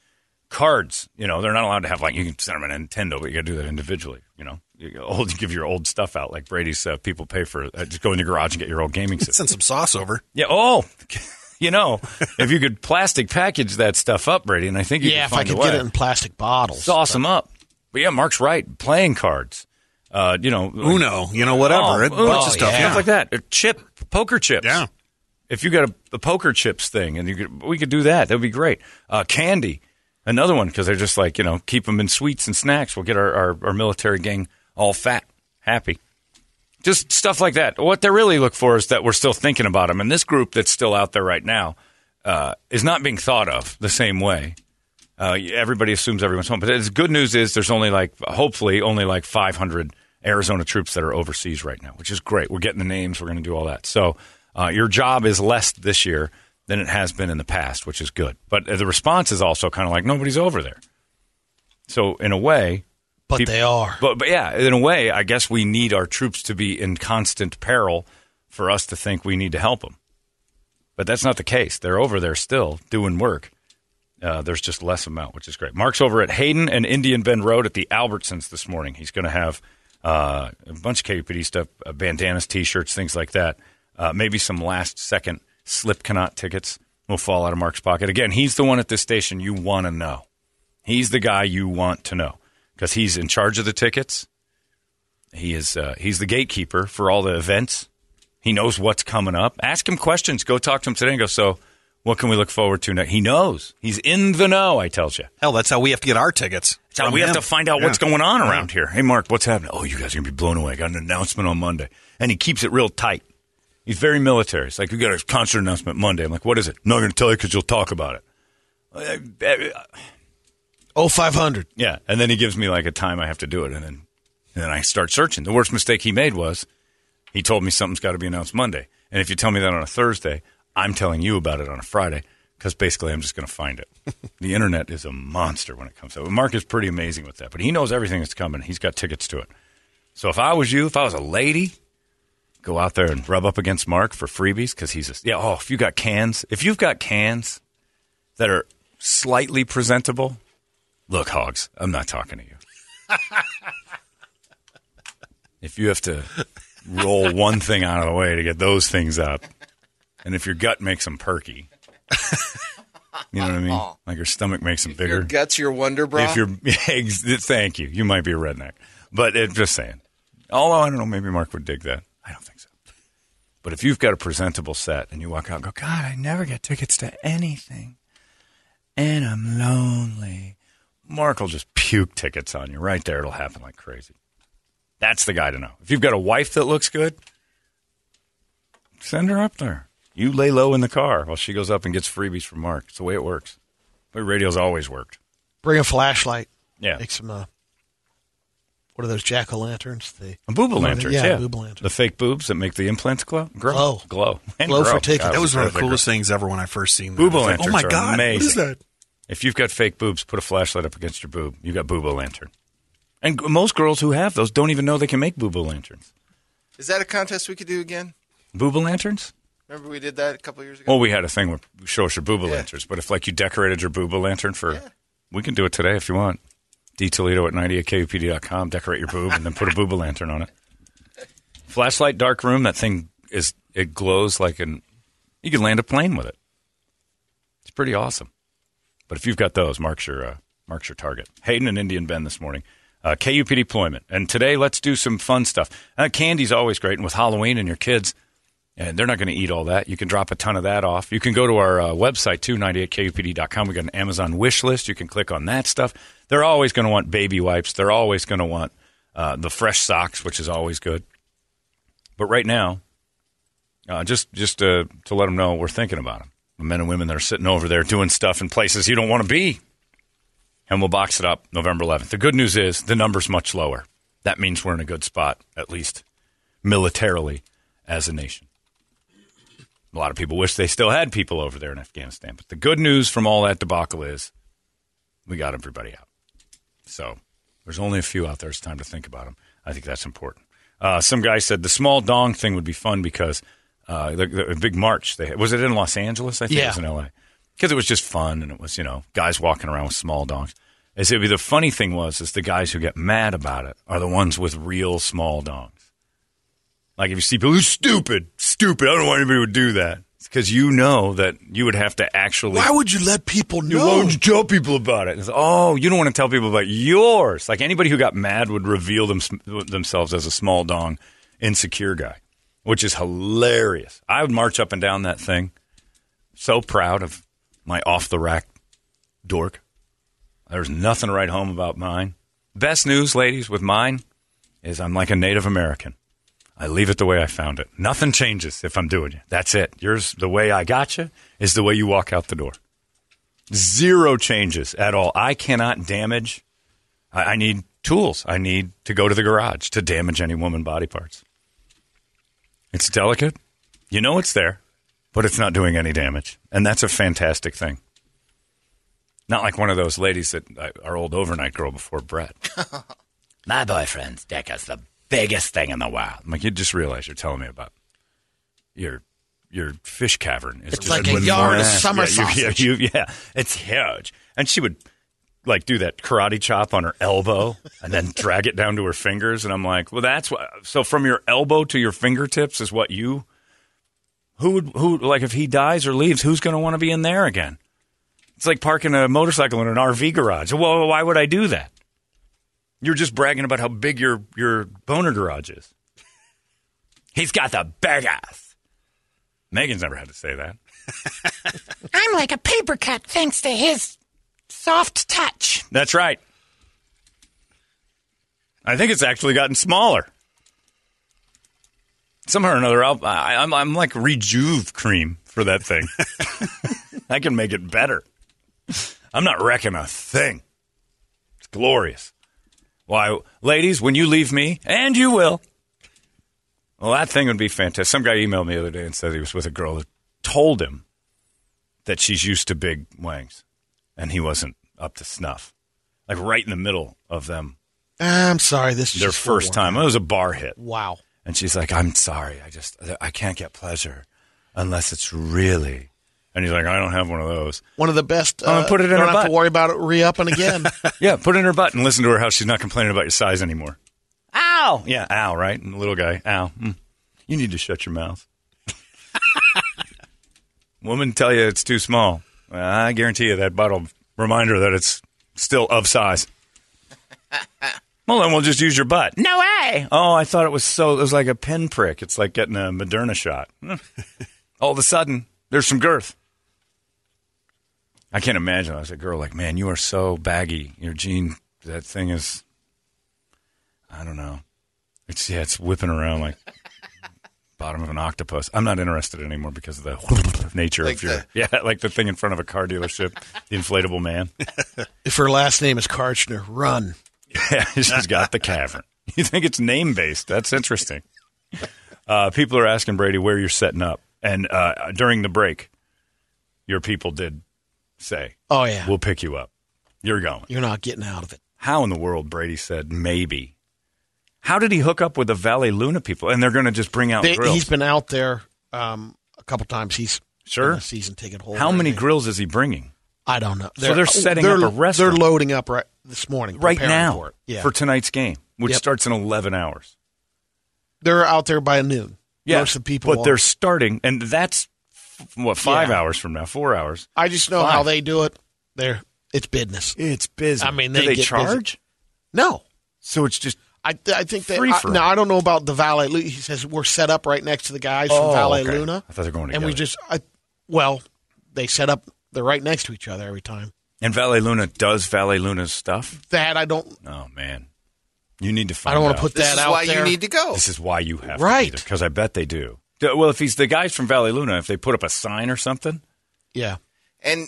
Speaker 4: cards. You know, they're not allowed to have like you can send them a Nintendo, but you got to do that individually. You know." You go old, you give your old stuff out like Brady's. Uh, people pay for uh, just go in the garage and get your old gaming system.
Speaker 3: Send some sauce over.
Speaker 4: Yeah. Oh, you know, if you could plastic package that stuff up, Brady, and I think you
Speaker 5: yeah, if
Speaker 4: find
Speaker 5: I could
Speaker 4: a way.
Speaker 5: get it in plastic bottles.
Speaker 4: sauce them up. But yeah, Mark's right. Playing cards. Uh, you know, like-
Speaker 3: Uno, you know, whatever.
Speaker 4: Oh,
Speaker 3: a bunch
Speaker 4: Uno,
Speaker 3: of stuff.
Speaker 5: yeah.
Speaker 4: stuff like that. A chip, poker chips.
Speaker 3: Yeah.
Speaker 4: If you got a, the poker chips thing, and you could, we could do that, that would be great. Uh, candy, another one because they're just like you know keep them in sweets and snacks. We'll get our, our, our military gang all fat, happy. Just stuff like that. What they really look for is that we're still thinking about them, and this group that's still out there right now uh, is not being thought of the same way. Uh, everybody assumes everyone's home, but the good news is there's only like hopefully only like 500 Arizona troops that are overseas right now, which is great. We're getting the names. We're going to do all that. So uh, your job is less this year than it has been in the past, which is good. But uh, the response is also kind of like nobody's over there. So in a way,
Speaker 5: but
Speaker 4: people-
Speaker 5: they are.
Speaker 4: but, but yeah, in a way, I guess we need our troops to be in constant peril for us to think we need to help them. But that's not the case. They're over there still doing work. Uh, there's just less amount, which is great. Mark's over at Hayden and Indian Bend Road at the Albertsons this morning. He's going to have uh, a bunch of KPD stuff, uh, bandanas, T-shirts, things like that. Uh, maybe some last-second slip cannot tickets will fall out of Mark's pocket. Again, he's the one at this station you want to know. He's the guy you want to know because he's in charge of the tickets. He is uh, he's the gatekeeper for all the events. He knows what's coming up. Ask him questions. Go talk to him today and go. So, what can we look forward to next? He knows. He's in the know. I tells you.
Speaker 3: Hell, that's how we have to get our tickets.
Speaker 4: So
Speaker 3: From
Speaker 4: we
Speaker 3: him.
Speaker 4: have to find out
Speaker 3: Yeah.
Speaker 4: what's going on around here. Hey, Mark, what's happening? Oh, you guys are gonna be blown away. I got an announcement on Monday, and he keeps it real tight. He's very military. It's like we got a concert announcement Monday. I'm like, what is it? Not gonna tell you because you'll talk about it. Uh, uh,
Speaker 5: Oh, 500.
Speaker 4: yeah, and then he gives me like a time I have to do it, and then and then I start searching. The worst mistake he made was he told me something's got to be announced Monday, and if you tell me that on a Thursday, I'm telling you about it on a Friday because basically I'm just going to find it. the internet is a monster when it comes to it. Mark is pretty amazing with that, but he knows everything that's coming. He's got tickets to it. So if I was you, if I was a lady, go out there and rub up against Mark for freebies because he's a yeah. Oh, if you got cans, if you've got cans that are slightly presentable, look, Hogs, I'm not talking to you. if you have to roll one thing out of the way to get those things up, and if your gut makes them perky, you know what I mean? Like your stomach makes them bigger.
Speaker 8: Your guts, your wonder bra.
Speaker 4: If you're, ex- thank you. You might be a redneck, but it, just saying. Although I don't know, maybe Mark would dig that. I don't think so. But if you've got a presentable set and you walk out and go, God, I never get tickets to anything, and I'm lonely, Mark will just puke tickets on you right there. It'll happen like crazy. That's the guy to know. If you've got a wife that looks good, send her up there. You lay low in the car while she goes up and gets freebies from Mark. It's the way it works. But radio's always worked.
Speaker 5: Bring a flashlight.
Speaker 4: Yeah.
Speaker 5: Make some, uh, what are those jack o' lanterns? The
Speaker 4: And boob lanterns, yeah,
Speaker 5: yeah, boob lanterns.
Speaker 4: The fake boobs that make the implants glow, grow,
Speaker 5: Glow.
Speaker 4: glow, and
Speaker 5: Glow for
Speaker 4: grow.
Speaker 5: tickets.
Speaker 4: God,
Speaker 3: That was one of
Speaker 4: those
Speaker 3: the
Speaker 4: are
Speaker 3: coolest things ever when I first seen that.
Speaker 4: Boobo
Speaker 3: I was like,
Speaker 4: lanterns
Speaker 3: Oh my
Speaker 4: are
Speaker 3: god, what is
Speaker 4: amazing.
Speaker 3: that?
Speaker 4: great. If you've got fake boobs, put a flashlight up against your boob. You got boobo lantern. And g- most girls who have those don't even know they can make boobo lanterns.
Speaker 8: Is that a contest we could do again?
Speaker 4: Boobo lanterns?
Speaker 8: Remember we did that a couple years ago.
Speaker 4: Well, we had a thing where you show us your boobo lanterns, but if like you decorated your boobo lantern for, we can do it today if you want. D Toledo at 90 at KUPD.com. Decorate your boob and then put a boobo lantern on it. Flashlight, dark room. That thing is it glows like an. You can land a plane with it. It's pretty awesome. But if you've got those, marks your uh, marks your target. Hayden and Indian Ben this morning. Uh, KUP deployment, and today let's do some fun stuff. Uh, candy's always great, and with Halloween and your kids, and they're not going to eat all that. You can drop a ton of that off. You can go to our uh, website, 298kupd.com. We've got an Amazon wish list. You can click on that stuff. They're always going to want baby wipes. They're always going to want uh, the fresh socks, which is always good. But right now, uh, just just uh, to let them know we're thinking about them. The men and women that are sitting over there doing stuff in places you don't want to be. And we'll box it up November 11th. The good news is the number's much lower. That means we're in a good spot, at least militarily, as a nation. A lot of people wish they still had people over there in Afghanistan. But the good news from all that debacle is We got everybody out. So there's only a few out there. It's time to think about them. I think that's important. Uh, some guy said the small dong thing would be fun because uh, the, the big march they had. was it in Los Angeles? I think it was in
Speaker 5: Yeah.
Speaker 4: L.A. because it was just fun and it was you know guys walking around with small dongs. As it the funny thing was is the guys who get mad about it are the ones with real small dongs. Like if you see people, "You're stupid, stupid. I don't know why anybody would do that because you know that you would have to actually.
Speaker 5: Why would you let people
Speaker 4: You- Why
Speaker 5: know?
Speaker 4: would you tell people about it? It's, oh, you don't want to tell people about yours. Like anybody who got mad would reveal them, themselves as a small dong, insecure guy, which is hilarious. I would march up and down that thing, so proud of my off the rack dork. There's nothing to write home about mine. Best news, ladies, with mine is I'm like a Native American. I leave it the way I found it. Nothing changes if I'm doing it. That's it. Yours, the way I got you, is the way you walk out the door. Zero changes at all. I cannot damage. I, I need tools. I need to go to the garage to damage any woman body parts. It's delicate. You know it's there, but it's not doing any damage. And that's a fantastic thing. Not like one of those ladies that uh, our old overnight girl before Brett. My boyfriend's dick is the biggest thing in the world. I'm like, you just realize you're telling me about your your fish cavern. Is
Speaker 5: It's
Speaker 4: just
Speaker 5: like a
Speaker 4: enormous.
Speaker 5: yard of summer
Speaker 4: yeah, you-
Speaker 5: sausage.
Speaker 4: Yeah, you- yeah, it's huge. And she would like do that karate chop on her elbow and then drag it down to her fingers. And I'm like, well, that's what. So from your elbow to your fingertips is what you. Who would who like if he dies or leaves? Who's going to want to be in there again? It's like parking a motorcycle in an RV garage. Well, why would I do that? You're just bragging about how big your your boner garage is. He's got the big ass. Megan's never had to say that.
Speaker 9: I'm like a paper cut thanks to his soft touch.
Speaker 4: That's right. I think it's actually gotten smaller. Somehow or another, I'll, I, I'm, I'm like rejuve cream for that thing. I can make it better. I'm not wrecking a thing. It's glorious. Why, ladies, when you leave me, and you will, well, that thing would be fantastic. Some guy emailed me the other day and said he was with a girl that told him that she's used to big wangs and he wasn't up to snuff. Like right in the middle of them,
Speaker 5: Ah, I'm sorry. This is
Speaker 4: their
Speaker 5: just
Speaker 4: first
Speaker 5: for one.
Speaker 4: time. It was a bar hit.
Speaker 5: Wow.
Speaker 4: And she's like, I'm sorry. I just, I can't get pleasure unless it's really. And he's like, I don't have one of those.
Speaker 5: One of the best.
Speaker 4: I'm
Speaker 5: Uh,
Speaker 4: gonna put it in
Speaker 5: don't
Speaker 4: her
Speaker 5: have
Speaker 4: butt.
Speaker 5: to worry about it re-upping again.
Speaker 4: yeah, put it in her butt and listen to her how she's not complaining about your size anymore. Ow. Yeah, ow, right? And the little guy, ow. Mm. You need to shut your mouth. Woman tell you it's too small. Well, I guarantee you that bottle reminder that it's still of size. well, then we'll just use your butt. No way. Oh, I thought it was so, it was like a pinprick. It's like getting a Moderna shot. Mm. All of a sudden, there's some girth. I can't imagine. I was a girl like, man, you are so baggy. Your jean, that thing is, I don't know. It's yeah, it's whipping around like bottom of an octopus. I'm not interested anymore because of the nature
Speaker 8: Like
Speaker 4: of your
Speaker 8: the-
Speaker 4: yeah, like the thing in front of a car dealership, the inflatable man.
Speaker 5: if her last name is Karchner, run.
Speaker 4: Yeah, she's got the cavern. You think it's name based? That's interesting. Uh, people are asking Brady where you're setting up, and uh, during the break, your people did say,
Speaker 5: Oh yeah.
Speaker 4: "We'll pick you up. You're going."
Speaker 5: You're not getting out of it.
Speaker 4: How in the world, Brady said, maybe. How did he hook up with the Valley Luna people? And they're going to just bring out
Speaker 5: They,
Speaker 4: grills.
Speaker 5: he's been out there um, a couple times. He's
Speaker 4: Sure.
Speaker 5: been a season ticket holder.
Speaker 4: How many
Speaker 5: I think.
Speaker 4: grills is he bringing
Speaker 5: I don't know.
Speaker 4: So they're setting up a restaurant.
Speaker 5: They're loading up right this morning,
Speaker 4: right
Speaker 5: preparing
Speaker 4: now
Speaker 5: For, it. yeah,
Speaker 4: tonight's game, which
Speaker 5: Yep.
Speaker 4: starts in 11 hours?
Speaker 5: they're out there by noon.
Speaker 4: Yeah,
Speaker 5: Most of the people.
Speaker 4: But
Speaker 5: are.
Speaker 4: they're starting, and that's f- what five
Speaker 5: Yeah.
Speaker 4: hours from now, four hours.
Speaker 5: I just know
Speaker 4: Fine.
Speaker 5: how they do it. They're it's business.
Speaker 4: It's business.
Speaker 5: I mean,
Speaker 4: Do
Speaker 5: they
Speaker 4: they
Speaker 5: get busy.
Speaker 4: charge?
Speaker 5: No,
Speaker 4: So it's just
Speaker 5: I th- I think they.
Speaker 4: Free
Speaker 5: I,
Speaker 4: for
Speaker 5: now
Speaker 4: all.
Speaker 5: I don't know about the Valet. Lu- He says we're set up right next to the guys
Speaker 4: Oh,
Speaker 5: from Valet
Speaker 4: okay.
Speaker 5: Luna.
Speaker 4: I thought they were going
Speaker 5: And we
Speaker 4: together.
Speaker 5: just, I, well, they set up. They're right next to each other every time.
Speaker 4: and Valet Luna does Valet Luna's stuff.
Speaker 5: That I don't.
Speaker 4: Oh man, you need to find.
Speaker 5: I don't want
Speaker 4: out.
Speaker 5: to put
Speaker 8: This
Speaker 5: that
Speaker 8: is
Speaker 5: out
Speaker 8: why
Speaker 5: there.
Speaker 8: you need to go.
Speaker 4: This is why you have
Speaker 5: Right.
Speaker 4: because I bet they do. D- Well, if he's the guys from Valley Luna, if they put up a sign or something,
Speaker 5: yeah.
Speaker 8: And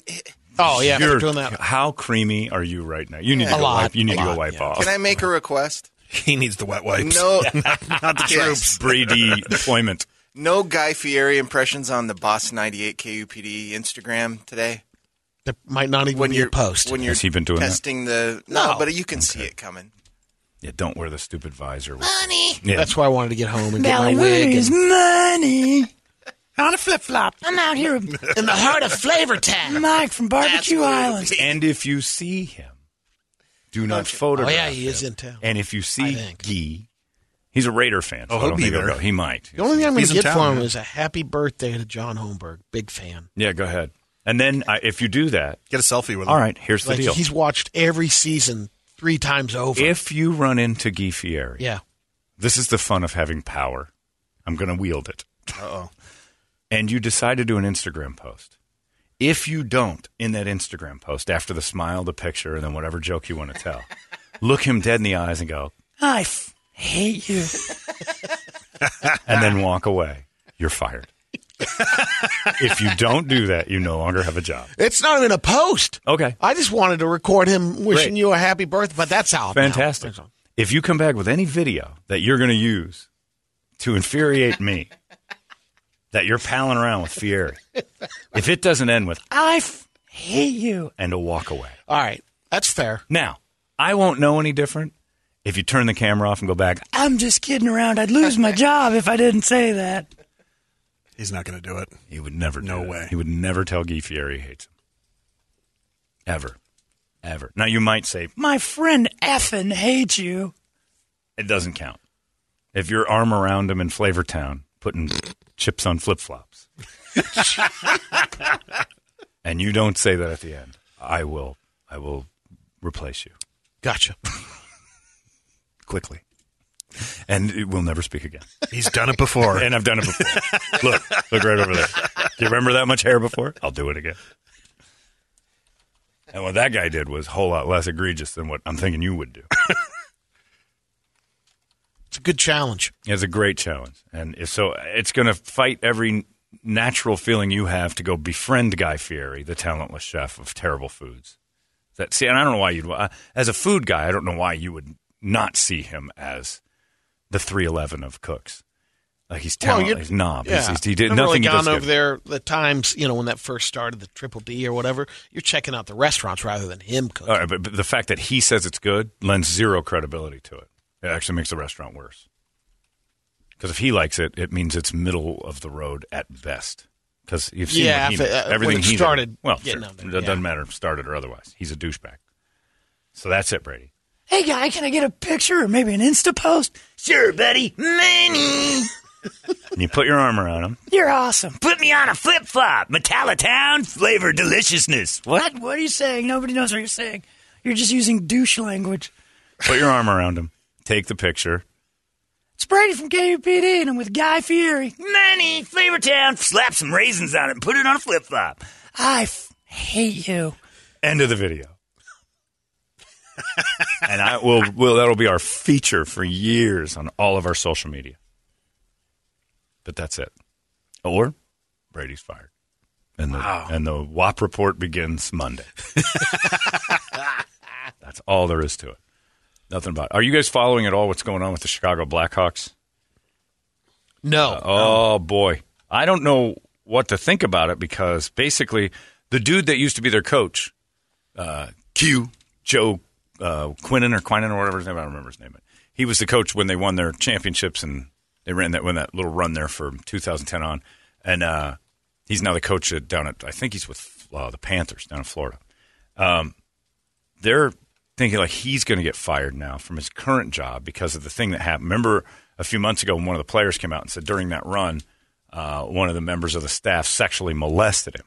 Speaker 5: Oh yeah. if
Speaker 4: you're-
Speaker 5: They're doing that.
Speaker 4: How creamy are you right now? You need to
Speaker 5: A
Speaker 4: go
Speaker 5: lot.
Speaker 4: wipe. You need
Speaker 5: A
Speaker 4: to go
Speaker 5: lot,
Speaker 4: wipe
Speaker 5: yeah.
Speaker 4: off.
Speaker 8: can I make a request?
Speaker 3: He needs the wet wipes.
Speaker 8: No,
Speaker 3: Not the troops.
Speaker 4: Brady deployment.
Speaker 8: no Guy Fieri impressions on the Boss 98 KUPD Instagram today.
Speaker 5: There might not even
Speaker 8: when
Speaker 5: be a
Speaker 8: you're
Speaker 5: post.
Speaker 8: when you're
Speaker 4: Has he been doing that?
Speaker 8: testing the no,
Speaker 5: No.
Speaker 8: but you can see it coming.
Speaker 4: Yeah, don't wear the stupid visor.
Speaker 9: Money.
Speaker 4: Yeah.
Speaker 5: That's why I wanted to get home and get my wig.
Speaker 6: Balloons,
Speaker 5: And,
Speaker 6: money. On a flip flop.
Speaker 9: I'm out here with
Speaker 5: in the heart of Flavor Town.
Speaker 6: Mike from Barbecue Island.
Speaker 4: and if you see him, do not
Speaker 5: Oh,
Speaker 4: photograph.
Speaker 5: yeah, he is
Speaker 4: him.
Speaker 5: in town.
Speaker 4: And if you
Speaker 5: I
Speaker 4: see
Speaker 5: think.
Speaker 4: Gee, he's a Raider fan. So
Speaker 3: Oh,
Speaker 4: I
Speaker 3: he'll
Speaker 4: don't
Speaker 3: be
Speaker 4: think he'll
Speaker 3: there.
Speaker 4: go. He might.
Speaker 5: The only thing I'm going
Speaker 3: He's
Speaker 5: to
Speaker 3: in
Speaker 5: get
Speaker 3: town,
Speaker 5: for him
Speaker 3: man.
Speaker 5: is a happy birthday to John Holmberg. Big fan.
Speaker 4: yeah, go ahead. And then I, if you do that,
Speaker 3: Get a selfie with him.
Speaker 4: all right, here's the
Speaker 5: Like
Speaker 4: deal.
Speaker 5: he's watched every season three times over.
Speaker 4: If you run into Guy Fieri,
Speaker 5: yeah,
Speaker 4: this is the fun of having power. I'm going to wield it. Uh oh. and you decide to do an Instagram post. If you don't, in that Instagram post, after the smile, the picture, and then whatever joke you want to tell, look him dead in the eyes and go,
Speaker 6: I f- hate you.
Speaker 4: and then walk away, you're fired. if you don't do that, you no longer have a job.
Speaker 5: it's not even a post.
Speaker 4: Okay.
Speaker 5: I just wanted to record him wishing
Speaker 4: Oh. Great.
Speaker 5: you a happy birthday, but that's how. I'm out.
Speaker 4: Fantastic. If you come back with any video that you're going to use to infuriate me, that you're palling around with Fieri, if it doesn't end with
Speaker 6: I f- hate you.
Speaker 4: and a walk away.
Speaker 5: All right, that's fair.
Speaker 4: Now, I won't know any different if you turn the camera off and go back.
Speaker 6: I'm just kidding around. I'd lose my job if I didn't say that.
Speaker 3: He's not going to do it.
Speaker 4: He would never. do
Speaker 3: No
Speaker 4: it.
Speaker 3: way.
Speaker 4: He would never tell Guy Fieri he hates him. Ever, ever. Now you might say
Speaker 6: My friend effing hates you.
Speaker 4: it doesn't count if your arm around him in Flavor Town putting chips on flip flops, and you don't say that at the end. I will. I will replace you
Speaker 5: Gotcha.
Speaker 4: quickly, and it- we'll never speak again.
Speaker 3: He's done it before.
Speaker 4: and I've done it before. look, look right over there. Do you remember that much hair before? I'll do it again. And what that guy did was a whole lot less egregious than what I'm thinking you would do.
Speaker 5: It's a good challenge.
Speaker 4: It's a great challenge, and if so it's going to fight every natural feeling you have to go befriend Guy Fieri, the talentless chef of terrible foods. That see, and I don't know why you'd uh, as a food guy, I don't know why you would not see him as the three eleven of cooks. Like he's
Speaker 5: Well,
Speaker 4: talentless,
Speaker 5: you'd-
Speaker 4: he's knob.
Speaker 5: Yeah.
Speaker 4: He's, he's, he did
Speaker 5: I've really
Speaker 4: nothing. he does
Speaker 5: gone over
Speaker 4: good.
Speaker 5: there the times you know when that first started, the Triple D or whatever. You're checking out the restaurants rather than him cooking.
Speaker 4: All right, but, but the fact that he says it's good lends zero credibility to it. It actually makes the restaurant worse. Because if he likes it, it means it's middle of the road at best. Because you've seen
Speaker 5: Yeah,
Speaker 4: what he
Speaker 5: if it-
Speaker 4: knows.
Speaker 5: uh, when
Speaker 4: everything
Speaker 5: it
Speaker 4: he
Speaker 5: started
Speaker 4: Did. Well,
Speaker 5: getting
Speaker 4: sure.
Speaker 5: out there,
Speaker 4: it
Speaker 5: yeah.
Speaker 4: doesn't matter if started or otherwise. He's a douchebag. So that's it, Brady.
Speaker 6: Hey, guy, can I get a picture or maybe an Insta post? Sure, buddy. Money.
Speaker 4: And you put your arm around him.
Speaker 6: You're awesome.
Speaker 4: Put me on a flip flop, Metallitown flavor deliciousness.
Speaker 6: What? What are you saying? Nobody knows what you're saying. You're just using douche language.
Speaker 4: Put your arm around him. Take the picture.
Speaker 6: It's Brady from KUPD, and I'm with Guy Fieri.
Speaker 4: Manny, Flavor Town. Slap some raisins on it and put it on a flip flop.
Speaker 6: I f- hate you.
Speaker 4: End of the video. and I will will that'll be our feature for years on all of our social media. But that's it. Or Brady's fired. And the and the WAP report begins Monday. that's all there is to it. Nothing about it. Are you guys following at all what's going on with the Chicago Blackhawks?
Speaker 5: No,
Speaker 4: Oh boy, I don't know what to think about it because basically the dude that used to be their coach, uh, Q Joe uh, Quinnen or Quinnen or whatever his name I don't remember his name. But he was the coach when they won their championships and they ran that when that little run there from 2010 on, and uh, he's now the coach at, down at I think he's with uh, the Panthers down in Florida. Um, they're thinking like he's going to get fired now from his current job because of the thing that happened. Remember a few months ago when one of the players came out and said during that run, uh, one of the members of the staff sexually molested him.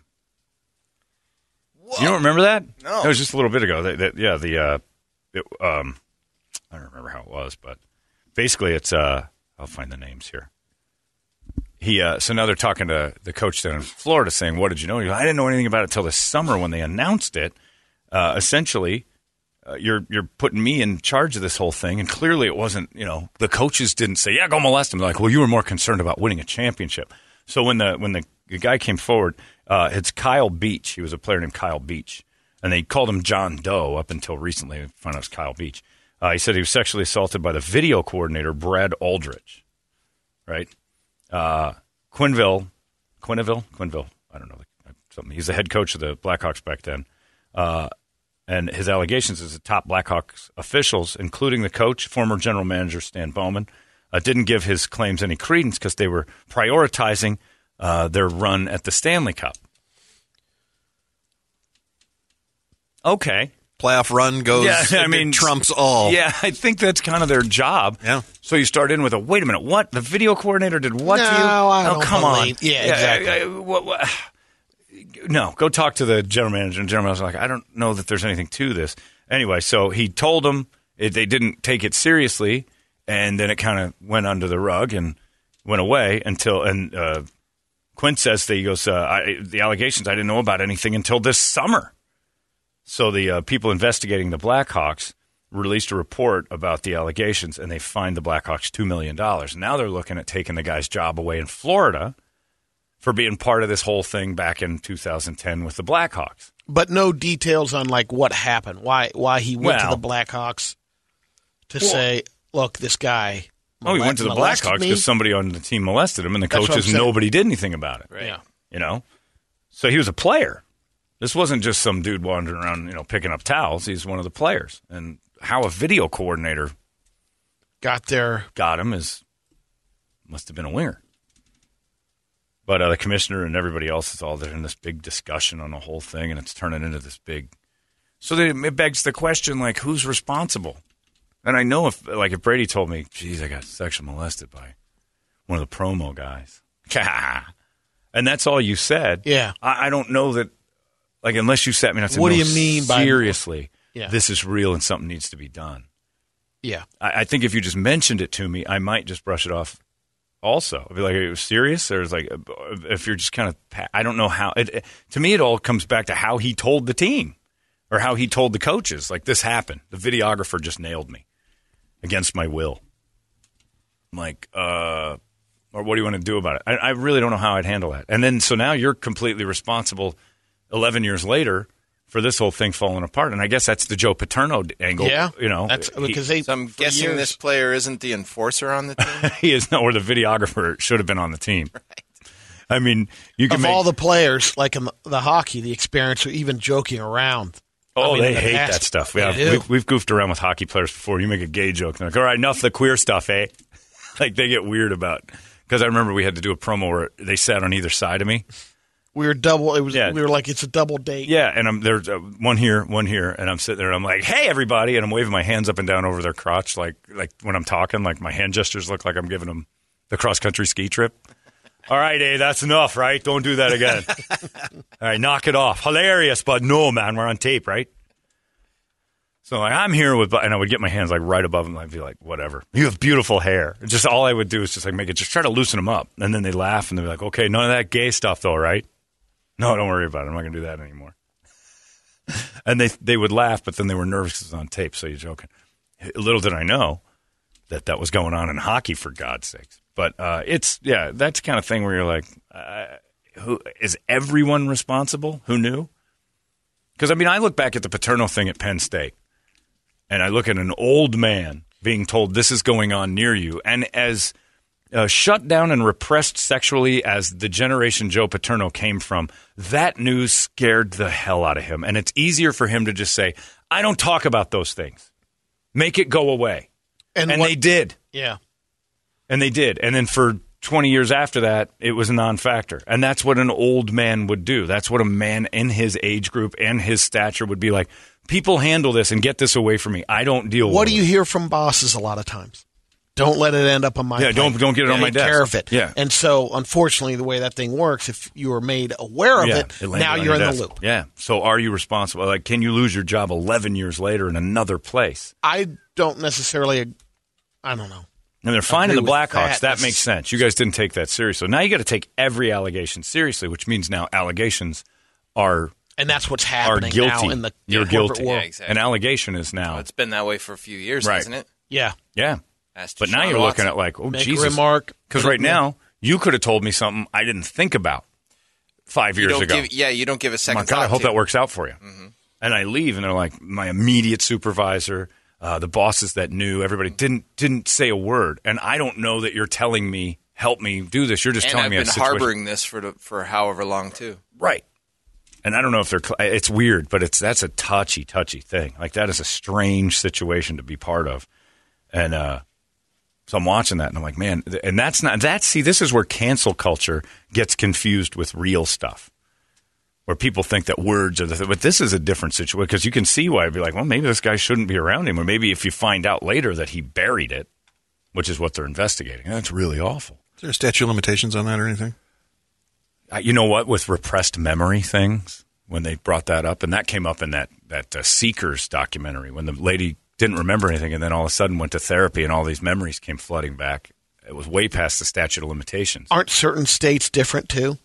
Speaker 4: You don't remember that?
Speaker 8: No.
Speaker 4: it was just a little bit ago. That, that- yeah, the uh, it, um, I don't remember how it was, but basically it's uh, I'll find the names here. He uh, so now they're talking to the coach down in Florida, saying, "What did you know?" He goes, I didn't know anything about it till this summer when they announced it. Uh, essentially, uh, you're you're putting me in charge of this whole thing, and clearly it wasn't. You know, the coaches didn't say, "Yeah, go molest him." They're like, well, you were more concerned about winning a championship. So when the when the, the guy came forward, uh, it's Kyle Beach. He was a player named Kyle Beach, and they called him John Doe up until recently. We found out it was Kyle Beach. Uh, he said he was sexually assaulted by the video coordinator Brad Aldrich. Right, uh, Quinville, Quinville, Quinville. I don't know. I something. He's the head coach of the Blackhawks back then. Uh, and his allegations is the top Blackhawks officials, including the coach, former general manager Stan Bowman, uh, didn't give his claims any credence because they were prioritizing uh, their run at the Stanley Cup. Okay.
Speaker 10: Playoff run goes. it trumps all.
Speaker 4: Yeah, I think that's kind of their job.
Speaker 10: Yeah.
Speaker 4: So you start in with a wait a minute, what the video coordinator did what to you?
Speaker 5: No, I
Speaker 4: oh,
Speaker 5: don't
Speaker 4: come
Speaker 5: believe-
Speaker 4: on.
Speaker 5: yeah, exactly.
Speaker 4: I- I- what- what- No, go talk to the general manager. And general manager's like, I don't know that there's anything to this. Anyway, so he told them it, they didn't take it seriously, and then it kind of went under the rug and went away until and uh, Quinn says that he goes, uh, I, the allegations, I didn't know about anything until this summer. So the uh, people investigating the Blackhawks released a report about the allegations, and they fined the Blackhawks two million dollars. Now they're looking at taking the guy's job away in Florida for being part of this whole thing back in 2010 with the Blackhawks.
Speaker 5: But no details on like what happened, why why he went
Speaker 4: Well-
Speaker 5: to the Blackhawks to say, look, this guy.
Speaker 4: Oh, he
Speaker 5: mole-
Speaker 4: went to the
Speaker 5: molested
Speaker 4: Blackhawks
Speaker 5: me."
Speaker 4: because somebody on the team molested him, and the
Speaker 5: That's what
Speaker 4: coaches
Speaker 5: I'm saying.
Speaker 4: nobody did anything about it.
Speaker 5: Yeah.
Speaker 4: You know, so he was a player. This wasn't just some dude wandering around, you know, picking up towels. He's one of the players, and how a video coordinator
Speaker 5: Got there.
Speaker 4: got him is must have been a winger. But uh, the commissioner and everybody else is all there in this big discussion on the whole thing, and it's turning into this big. So then it begs the question, like, who's responsible? And I know if, like, if Brady told me, "Geez, I got sexually molested by one of the promo guys," and that's all you said,
Speaker 5: Yeah.
Speaker 4: I, I don't know that. Like, unless you sat me down, and said,
Speaker 5: What do
Speaker 4: "No,
Speaker 5: you mean by-
Speaker 4: seriously?
Speaker 5: Yeah.
Speaker 4: This is real, and something needs to be done."
Speaker 5: Yeah.
Speaker 4: I, I think if you just mentioned it to me, I might just brush it off. Also, I'd be like, "Are you serious?" Or it's like, uh, if you're just kind of, pa- I don't know how. It, it- to me, it all comes back to how he told the team, or how he told the coaches, like this happened. The videographer just nailed me against my will. I'm like, uh, or what do you want to do about it? I, I really don't know how I'd handle that. And then, so now you're completely responsible. Eleven years later. For this whole thing falling apart, and I guess that's the Joe Paterno d- angle.
Speaker 5: Yeah.
Speaker 4: you know,
Speaker 5: That's
Speaker 4: He-
Speaker 5: because they
Speaker 8: So I'm
Speaker 5: for
Speaker 8: guessing
Speaker 5: years-
Speaker 8: this player isn't the enforcer on the team.
Speaker 4: he is not where the videographer should have been on the team. I mean, you can
Speaker 5: of
Speaker 4: make,
Speaker 5: all the players, like in the, the hockey, the experience of even joking around.
Speaker 4: oh,
Speaker 5: I mean,
Speaker 4: they
Speaker 5: in the
Speaker 4: hate
Speaker 5: past,
Speaker 4: that stuff.
Speaker 5: they
Speaker 4: Yeah,
Speaker 5: do.
Speaker 4: we've, we've goofed around with hockey players before. You make a gay joke, and they're like, "All right, enough the queer stuff, eh?" like they get weird about. Because I remember we had to do a promo where they sat on either side of me.
Speaker 5: we were double. It was
Speaker 4: Yeah.
Speaker 5: we were like it's a double date.
Speaker 4: Yeah, and I'm there's uh, one here, one here, and I'm sitting there and I'm like, "Hey, everybody!" and I'm waving my hands up and down over their crotch, like like when I'm talking, like my hand gestures look like I'm giving them the cross country ski trip. All right, eh, that's enough, right? Don't do that again. All right, knock it off. Hilarious, but no, man, we're on tape, right? So like I'm here with, and I would get my hands like right above them. I'd be like, whatever. You have beautiful hair. Just all I would do is just like make it, just try to loosen them up, and then they laugh and they'd be like, okay, none of that gay stuff though, right? No, don't worry about it. I'm not going to do that anymore. and they they would laugh, but then they were nervous 'cause it was on tape. So you're joking. Little did I know that that was going on in hockey. For God's sakes. But uh, it's yeah, that's the kind of thing where you're like, uh, who is everyone responsible? Who knew? Because I mean, I look back at the paternal thing at Penn State, and I look at an old man being told this is going on near you, and as uh, shut down and repressed sexually as the generation Joe Paterno came from, that news scared the hell out of him. And it's easier for him to just say, I don't talk about those things. Make it go away. And,
Speaker 5: what-
Speaker 4: they did.
Speaker 5: yeah,
Speaker 4: And they did. And then for 20 years after that, it was a non factor. And that's what an old man would do. That's what a man in his age group and his stature would be like. People handle this and get this away from me. I don't deal with
Speaker 5: what do
Speaker 4: it."
Speaker 5: you hear from bosses a lot of times? Don't let it end up on my
Speaker 4: Yeah,
Speaker 5: plate.
Speaker 4: don't- don't get it on my
Speaker 5: Take
Speaker 4: desk.
Speaker 5: care of it.
Speaker 4: Yeah.
Speaker 5: and so unfortunately, the way that thing works, if you are made aware of it,
Speaker 4: landed
Speaker 5: now
Speaker 4: on
Speaker 5: you're in
Speaker 4: your
Speaker 5: the
Speaker 4: desk.
Speaker 5: loop.
Speaker 4: Yeah. So are you responsible? Like, can you lose your job 11 years later in another place?
Speaker 5: I don't necessarily. ag- I don't know.
Speaker 4: And they're finding the
Speaker 5: Agree with
Speaker 4: Blackhawks. That,
Speaker 5: that.
Speaker 4: makes sense. You guys didn't take that seriously. Now you got to take every allegation seriously, which means now allegations are
Speaker 5: And that's what's
Speaker 4: are
Speaker 5: happening
Speaker 4: guilty.
Speaker 5: now in the
Speaker 4: You're
Speaker 5: corporate
Speaker 4: guilty.
Speaker 5: world.
Speaker 8: Yeah, exactly.
Speaker 4: An allegation is now.
Speaker 8: it's been that way for a few years,
Speaker 4: Right.
Speaker 8: hasn't it?
Speaker 5: Yeah,
Speaker 4: yeah.
Speaker 8: Asked
Speaker 4: But now
Speaker 8: Deshaun
Speaker 4: you're looking
Speaker 8: Watson.
Speaker 4: at like, oh
Speaker 5: Make a
Speaker 4: Jesus,
Speaker 5: remark.
Speaker 4: because right now you could have told me something I didn't think about five
Speaker 8: you
Speaker 4: years
Speaker 8: don't
Speaker 4: ago. Oh
Speaker 8: Give, yeah, you don't give a second.
Speaker 4: my God, I
Speaker 8: thought Mm-hmm.
Speaker 4: hope
Speaker 8: to.
Speaker 4: that works out for you. And I leave, and they're like, my immediate supervisor, uh, the bosses that knew everybody didn't didn't say a word, and I don't know that you're telling me help me do this. You're just
Speaker 8: And
Speaker 4: telling
Speaker 8: I've
Speaker 4: me
Speaker 8: been
Speaker 4: a situation.
Speaker 8: harboring this for the, for however long too.
Speaker 4: right. And I don't know if they're. cl- It's weird, but it's that's a touchy, touchy thing. Like that is a strange situation to be part of. And uh, so I'm watching that, and I'm like, man. th- And that's not that. See, this is where cancel culture gets confused with real stuff, where people think that words are the. Th- but this is a different situation because you can see why I'd be like, well, maybe this guy shouldn't be around him, or maybe if you find out later that he buried it, which is what they're investigating. That's really awful.
Speaker 10: Is there a statute of limitations on that or anything?
Speaker 4: Uh, you know what? With repressed memory things, when they brought that up, and that came up in that that uh, Seekers documentary, when the lady didn't remember anything, and then all of a sudden went to therapy, and all these memories came flooding back. It was way past the statute of limitations.
Speaker 5: Aren't certain states different too?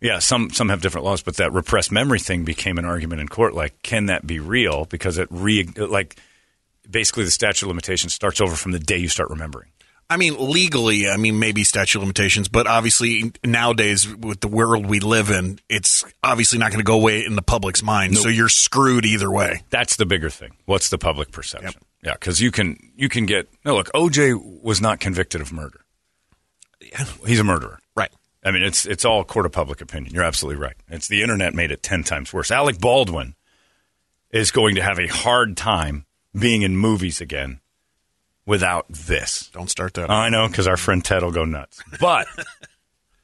Speaker 4: Yeah, some some have different laws, but that repressed memory thing became an argument in court. Like, can that be real? Because it re like basically the statute of limitations starts over from the day you start remembering.
Speaker 10: I mean, legally, I mean, maybe statute of limitations, but obviously nowadays with the world we live in, it's obviously not going to go away in the public's mind. So you're screwed either way.
Speaker 4: That's the bigger thing. What's the public perception? Yeah, because you can you can get no look. OJ was not convicted of murder. He's a murderer.
Speaker 10: Right.
Speaker 4: I mean, it's it's all court of public opinion. You're absolutely right. It's the internet made it ten times worse. Alec Baldwin is going to have a hard time being in movies again without this.
Speaker 10: Don't start that.
Speaker 4: I know because our friend Ted will go nuts, but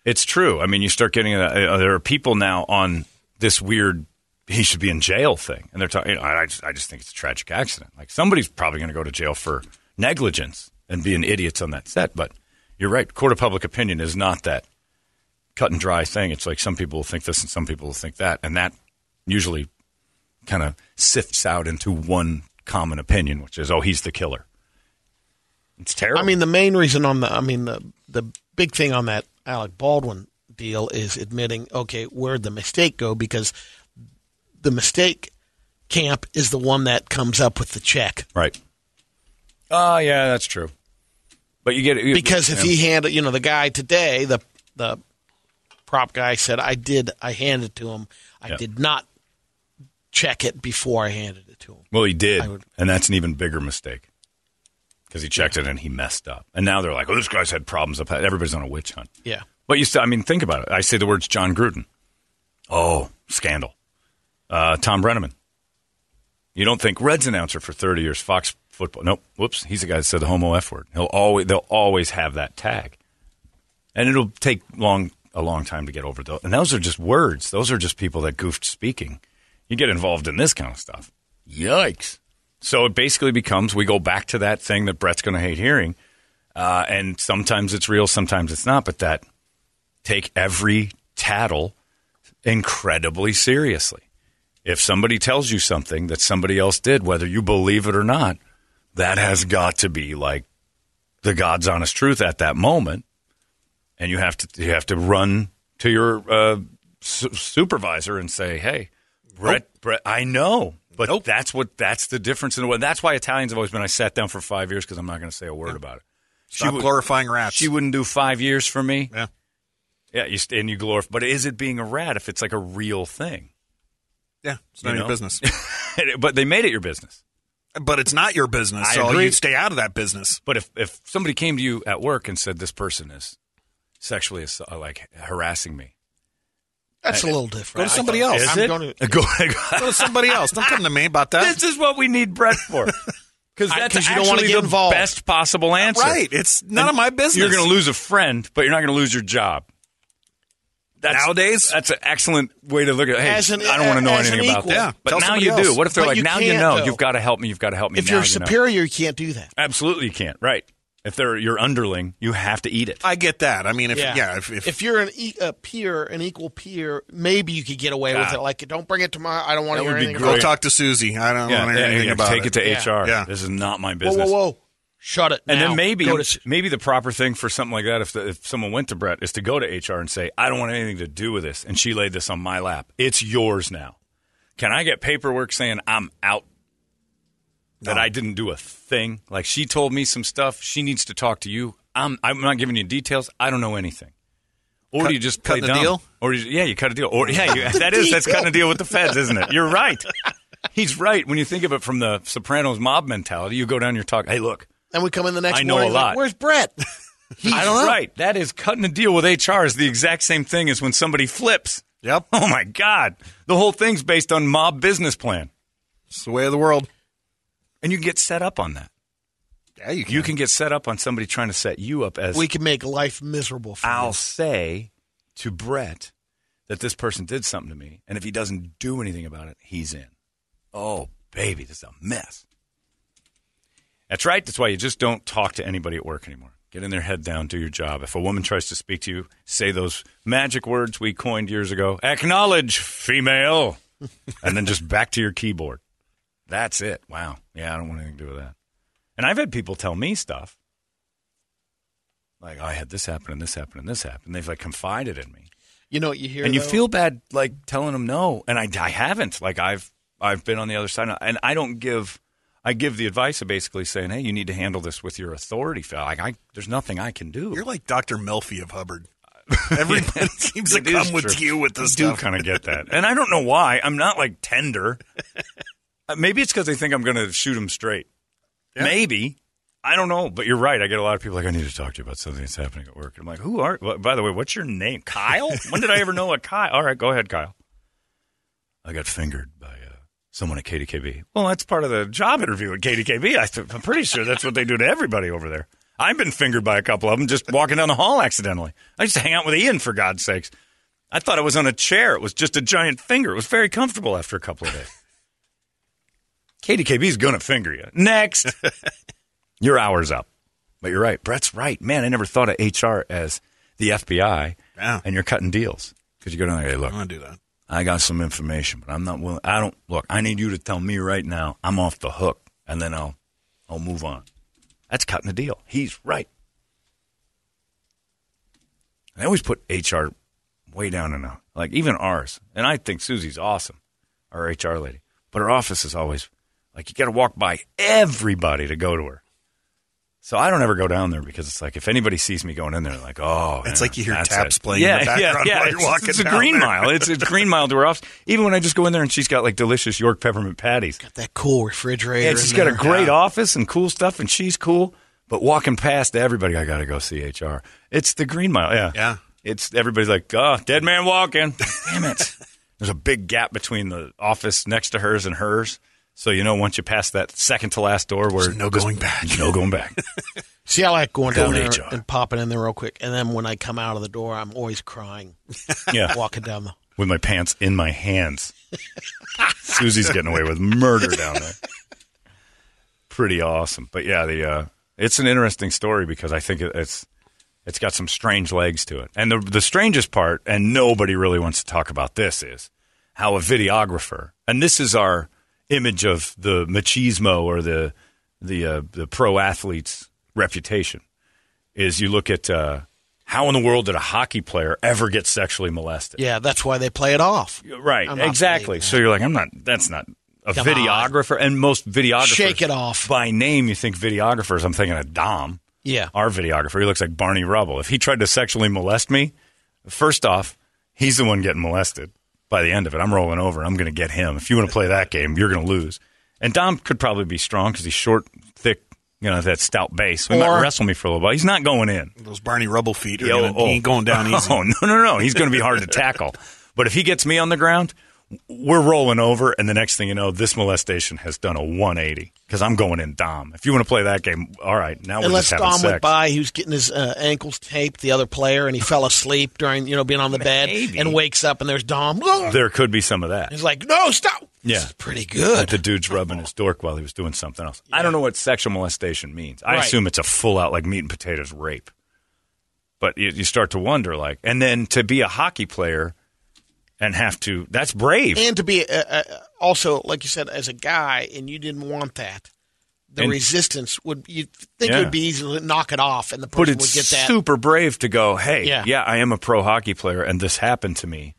Speaker 4: it's true. I mean, you start getting uh, there are people now on this weird he should be in jail thing, and they're talking. You know, I, I just, I just think it's a tragic accident. Like somebody's probably going to go to jail for negligence and being idiots on that set. But you're right. Court of public opinion is not that cut and dry thing. It's like some people will think this and some people will think that, and that usually kind of sifts out into one common opinion, which is, oh, he's the killer. It's terrible.
Speaker 5: I mean, the main reason on the, I mean, the the big thing on that Alec Baldwin deal is admitting, okay, where'd the mistake go? Because the mistake camp is the one that comes up with the check.
Speaker 4: Right. Oh, yeah, that's true. But you get it
Speaker 5: Because if he handed, you know, the guy today, the the prop guy said, I did, I handed it to him. I
Speaker 4: Yeah.
Speaker 5: did not check it before I handed it to him.
Speaker 4: well, he did,
Speaker 5: I would-
Speaker 4: and that's an even bigger mistake because he checked it and he messed up, and now they're like, "Oh, this guy's had problems up." Everybody's on a witch hunt.
Speaker 5: Yeah.
Speaker 4: But you still, I mean, think about it. I say the words John Gruden. Oh, scandal. Uh, Tom Brenneman. You don't think Reds announcer for 30 years, Fox football. Nope. Whoops. He's the guy that said the homo F word. He'll always, they'll always have that tag. And it'll take long, a long time to get over those. And those are just words. Those are just people that goofed speaking. You get involved in this kind of stuff. Yikes. So it basically becomes we go back to that thing that Brett's going to hate hearing. Uh, and sometimes it's real, sometimes it's not. But that take every tattle incredibly seriously. If somebody tells you something that somebody else did, whether you believe it or not, that has got to be like the God's honest truth at that moment, and you have to you have to run to your uh, su- supervisor and say, "Hey, Brett, Brett, I know." But that's what that's the difference in the way. That's why Italians have always been. I sat down for five years because I'm not going to say a word about it.
Speaker 10: Stop
Speaker 4: would-
Speaker 10: glorifying rats.
Speaker 4: She wouldn't do five years for me.
Speaker 10: yeah.
Speaker 4: Yeah, you st- and you glorify. But is it being a rat if it's like a real thing?
Speaker 10: Yeah. It's none
Speaker 4: You know?
Speaker 10: of your business.
Speaker 4: but they made it your business.
Speaker 10: but it's not your business.
Speaker 4: I
Speaker 10: so
Speaker 4: agree.
Speaker 10: you stay out of that business.
Speaker 4: But if, if somebody came to you at work and said this person is sexually ass- uh, like harassing me,
Speaker 5: That's a little different.
Speaker 10: Go to somebody
Speaker 5: I thought-
Speaker 10: else.
Speaker 5: I'm
Speaker 4: Is it?
Speaker 5: gonna-
Speaker 4: Go-
Speaker 10: Go to somebody else. Don't come to me about that.
Speaker 4: this is what we need Brett for because that's
Speaker 5: 'cause you don't
Speaker 4: actually
Speaker 5: wanna get
Speaker 4: the
Speaker 5: involved.
Speaker 4: best possible answer.
Speaker 10: right. It's none of my business.
Speaker 4: You're going to lose a friend, but you're not going to lose your job. That's,
Speaker 10: Nowadays?
Speaker 4: that's an excellent way to look at. it. Hey,
Speaker 5: As an-
Speaker 4: I don't want to know
Speaker 5: as an
Speaker 4: anything about
Speaker 5: equal.
Speaker 4: that.
Speaker 5: Yeah,
Speaker 4: but
Speaker 10: tell
Speaker 4: now
Speaker 10: somebody
Speaker 4: you do.
Speaker 10: else.
Speaker 4: What if they're
Speaker 5: But
Speaker 4: like,
Speaker 5: you
Speaker 4: now you
Speaker 5: can't,
Speaker 4: know,
Speaker 5: though.
Speaker 4: you've got to help me, you've got to help me.
Speaker 5: If
Speaker 4: now
Speaker 5: you're
Speaker 4: you know.
Speaker 5: superior, you can't do that.
Speaker 4: Absolutely, you can't. Right. If they're your underling, you have to eat it.
Speaker 10: I get that. I mean, if yeah, if, if,
Speaker 5: you're an e- a peer, an equal peer, maybe you could get away with
Speaker 4: Yeah.
Speaker 5: it. Like, don't bring it to my. I don't want
Speaker 4: That
Speaker 5: to hear
Speaker 4: would be
Speaker 5: anything.
Speaker 10: go
Speaker 4: great.
Speaker 5: About
Speaker 10: talk to Susie. I don't want to hear
Speaker 4: Oh, yeah,
Speaker 10: anything
Speaker 4: yeah,
Speaker 10: about
Speaker 4: take it, to HR.
Speaker 10: Yeah.
Speaker 4: This is not my
Speaker 5: it. Whoa,
Speaker 4: business.
Speaker 5: whoa, whoa! Shut it.
Speaker 4: And
Speaker 5: now.
Speaker 4: then maybe
Speaker 5: Go to-
Speaker 4: maybe the proper thing for something like that, if the, if someone went to Brett, is to go to HR and say, "I don't want anything to do with this," and she laid this on my lap. It's yours now. Can I get paperwork saying I'm out? That I didn't do a thing. Like she told me some stuff. She needs to talk to you. I'm I'm not giving you details. I don't know anything. Or do you just play
Speaker 10: cutting a
Speaker 4: dumb?
Speaker 10: deal?
Speaker 4: Or you, yeah, you cut a deal. Or yeah, you, that is that's cutting a deal with the feds, isn't it? You're right. He's right. When you think of it from the Sopranos mob mentality, you go down your talk. Hey, look,
Speaker 5: and we come in the next.
Speaker 4: I know
Speaker 5: morning,
Speaker 4: a
Speaker 5: like,
Speaker 4: lot.
Speaker 5: Where's Brett?
Speaker 4: I don't know. Right. That is cutting a deal with HR is the exact same thing as when somebody flips.
Speaker 10: Yep.
Speaker 4: Oh my God. The whole thing's based on mob business plan.
Speaker 10: It's the way of the world.
Speaker 4: And you can get set up on that.
Speaker 10: Yeah, you
Speaker 4: You can get set up on somebody trying to set you up as
Speaker 5: We can make life miserable for
Speaker 4: I'll
Speaker 5: you.
Speaker 4: say to Brett that this person did something to me, and if he doesn't do anything about it, he's in. Oh, baby, this is a mess. That's right. That's why you just don't talk to anybody at work anymore. Get in their head down, do your job. If a woman tries to speak to you, say those magic words we coined years ago acknowledge, female, and then just back to your keyboard. That's it. Wow. Yeah, I don't want anything to do with that. And I've had people tell me stuff like I had this happen and this happen and this happen. They've like confided in me,
Speaker 5: You know what you hear?
Speaker 4: and you
Speaker 5: though?
Speaker 4: feel bad like telling them no. And I, I haven't. Like I've I've been on the other side, and I don't give. I give the advice of basically saying, "Hey, you need to handle this with your authority." Fel. Like I, there's nothing I can do.
Speaker 10: You're like Dr. Melfi of Hubbard. Everybody seems to
Speaker 4: It is
Speaker 10: come with
Speaker 4: true.
Speaker 10: you with
Speaker 4: I
Speaker 10: this
Speaker 4: do
Speaker 10: stuff.
Speaker 4: kind of get that, and I don't know why. I'm not like tender. Uh, Maybe it's because they think I'm going to shoot them straight. Maybe I don't know, but you're right. I get a lot of people like, "I need to talk to you about something that's happening at work." And I'm like, "Who are? Well, by the way, what's your name? Kyle? when did I ever know a Kyle? All right, go ahead, Kyle. I got fingered by uh, someone at KDKB. Well, that's part of the job interview at KDKB. I th- I'm pretty sure that's what they do to everybody over there. I've been fingered by a couple of them just walking down the hall accidentally. I used to hang out with Ian for God's sakes. I thought I was on a chair. It was just a giant finger. It was very comfortable after a couple of days. KDKB's going to finger you. Next. Your hour's up. But you're right. Brett's right. Man, I never thought of HR as the FBI
Speaker 10: Yeah.
Speaker 4: and you're cutting deals because you go down there, hey, look,
Speaker 10: I'm going to do that.
Speaker 4: I got some information, but I'm not willing. I don't look. I need you to tell me right now. I'm off the hook, and then I'll I'll move on. That's cutting the deal. He's right. And I always put HR way down and out, like even ours. And I think Susie's awesome, our HR lady. But her office is always like you got to walk by everybody to go to her. So I don't ever go down there because it's like if anybody sees me going in there, like oh,
Speaker 10: It's
Speaker 4: yeah,
Speaker 10: like you hear
Speaker 4: that's
Speaker 10: taps
Speaker 4: it.
Speaker 10: playing in the background while you're
Speaker 4: It's-
Speaker 10: walking
Speaker 4: It's a
Speaker 10: down
Speaker 4: green
Speaker 10: there.
Speaker 4: mile. It's a green mile to her office. Even when I just go in there and she's got like delicious York peppermint patties.
Speaker 5: that cool refrigerator.
Speaker 4: Yeah,
Speaker 5: in
Speaker 4: she's got a
Speaker 5: there.
Speaker 4: great office and cool stuff, and she's cool. But walking past everybody, I got to go see HR. It's the green mile. Yeah,
Speaker 10: Yeah.
Speaker 4: It's everybody's like, oh, dead man walking. Damn it. There's a big gap between the office next to hers and hers. So you know, once you pass that second to last door, where
Speaker 10: There's no going back.
Speaker 4: no going back.
Speaker 5: See, I like going down
Speaker 4: Go to
Speaker 5: there
Speaker 4: HR.
Speaker 5: and popping in there real quick, and then when I come out of the door, I'm always crying
Speaker 4: yeah,
Speaker 5: walking down the.
Speaker 4: with my pants in my hands. Susie's getting away with murder down there. Pretty awesome, but yeah, the uh, it's an interesting story because I think it, it's it's got some strange legs to it. And the the strangest part, and nobody really wants to talk about this, is how a videographer, and this is our image of the machismo or the the uh, the pro athlete's reputation, is you look at uh, how in the world did a hockey player ever get sexually molested?
Speaker 5: Yeah, that's why they play it off.
Speaker 4: Right,
Speaker 5: I'm not
Speaker 4: exactly.
Speaker 5: believing
Speaker 4: So you're like, I'm not. That's not a
Speaker 5: Come
Speaker 4: videographer. And most videographers,
Speaker 5: Shake it off.
Speaker 4: by name. You think videographers? I'm thinking of Dom,
Speaker 5: Yeah,
Speaker 4: our videographer. He looks like Barney Rubble. If he tried to sexually molest me, first off, he's the one getting molested. By the end of it, I'm rolling over. I'm going to get him. If you want to play that game, you're going to lose. And Dom could probably be strong because he's short, thick, you know, that stout base. He might
Speaker 5: Or-
Speaker 4: wrestle me for a little while. He's not going in.
Speaker 10: Those Barney Rubble feet are
Speaker 4: Yeah,
Speaker 10: gonna,
Speaker 4: oh,
Speaker 10: he ain't going down
Speaker 4: oh.
Speaker 10: easy.
Speaker 4: Oh, no, no, no. He's going to be hard to tackle. But if he gets me on the ground, we're rolling over, and the next thing you know, this molestation has done a 180 because I'm going in Dom. If you want to play that game, all right. Now Oh, we're
Speaker 5: unless
Speaker 4: just having
Speaker 5: Dom went
Speaker 4: sex.
Speaker 5: by, he was getting his uh, ankles taped, the other player, and he fell asleep during you know being on the bed,
Speaker 4: Maybe.
Speaker 5: and wakes up and there's Dom.
Speaker 4: There could be some of that.
Speaker 5: He's like, no, stop.
Speaker 4: Yeah.
Speaker 5: This is pretty
Speaker 4: But
Speaker 5: good.
Speaker 4: the dude's rubbing his dork while he was doing something else. I don't know what sexual molestation means. I
Speaker 5: Right.
Speaker 4: assume it's a full out like meat and potatoes rape. But you, you start to wonder, like, and then to be a hockey player and have to, that's brave.
Speaker 5: And to be uh, uh, also, like you said, as a guy, and you didn't want that. The
Speaker 4: And-
Speaker 5: resistance would you think
Speaker 4: Yeah.
Speaker 5: it would be easy to knock it off, and the
Speaker 4: But
Speaker 5: person would
Speaker 4: it's
Speaker 5: get that.
Speaker 4: super brave to go, hey, yeah.
Speaker 5: Yeah.
Speaker 4: I am a pro hockey player, and this happened to me,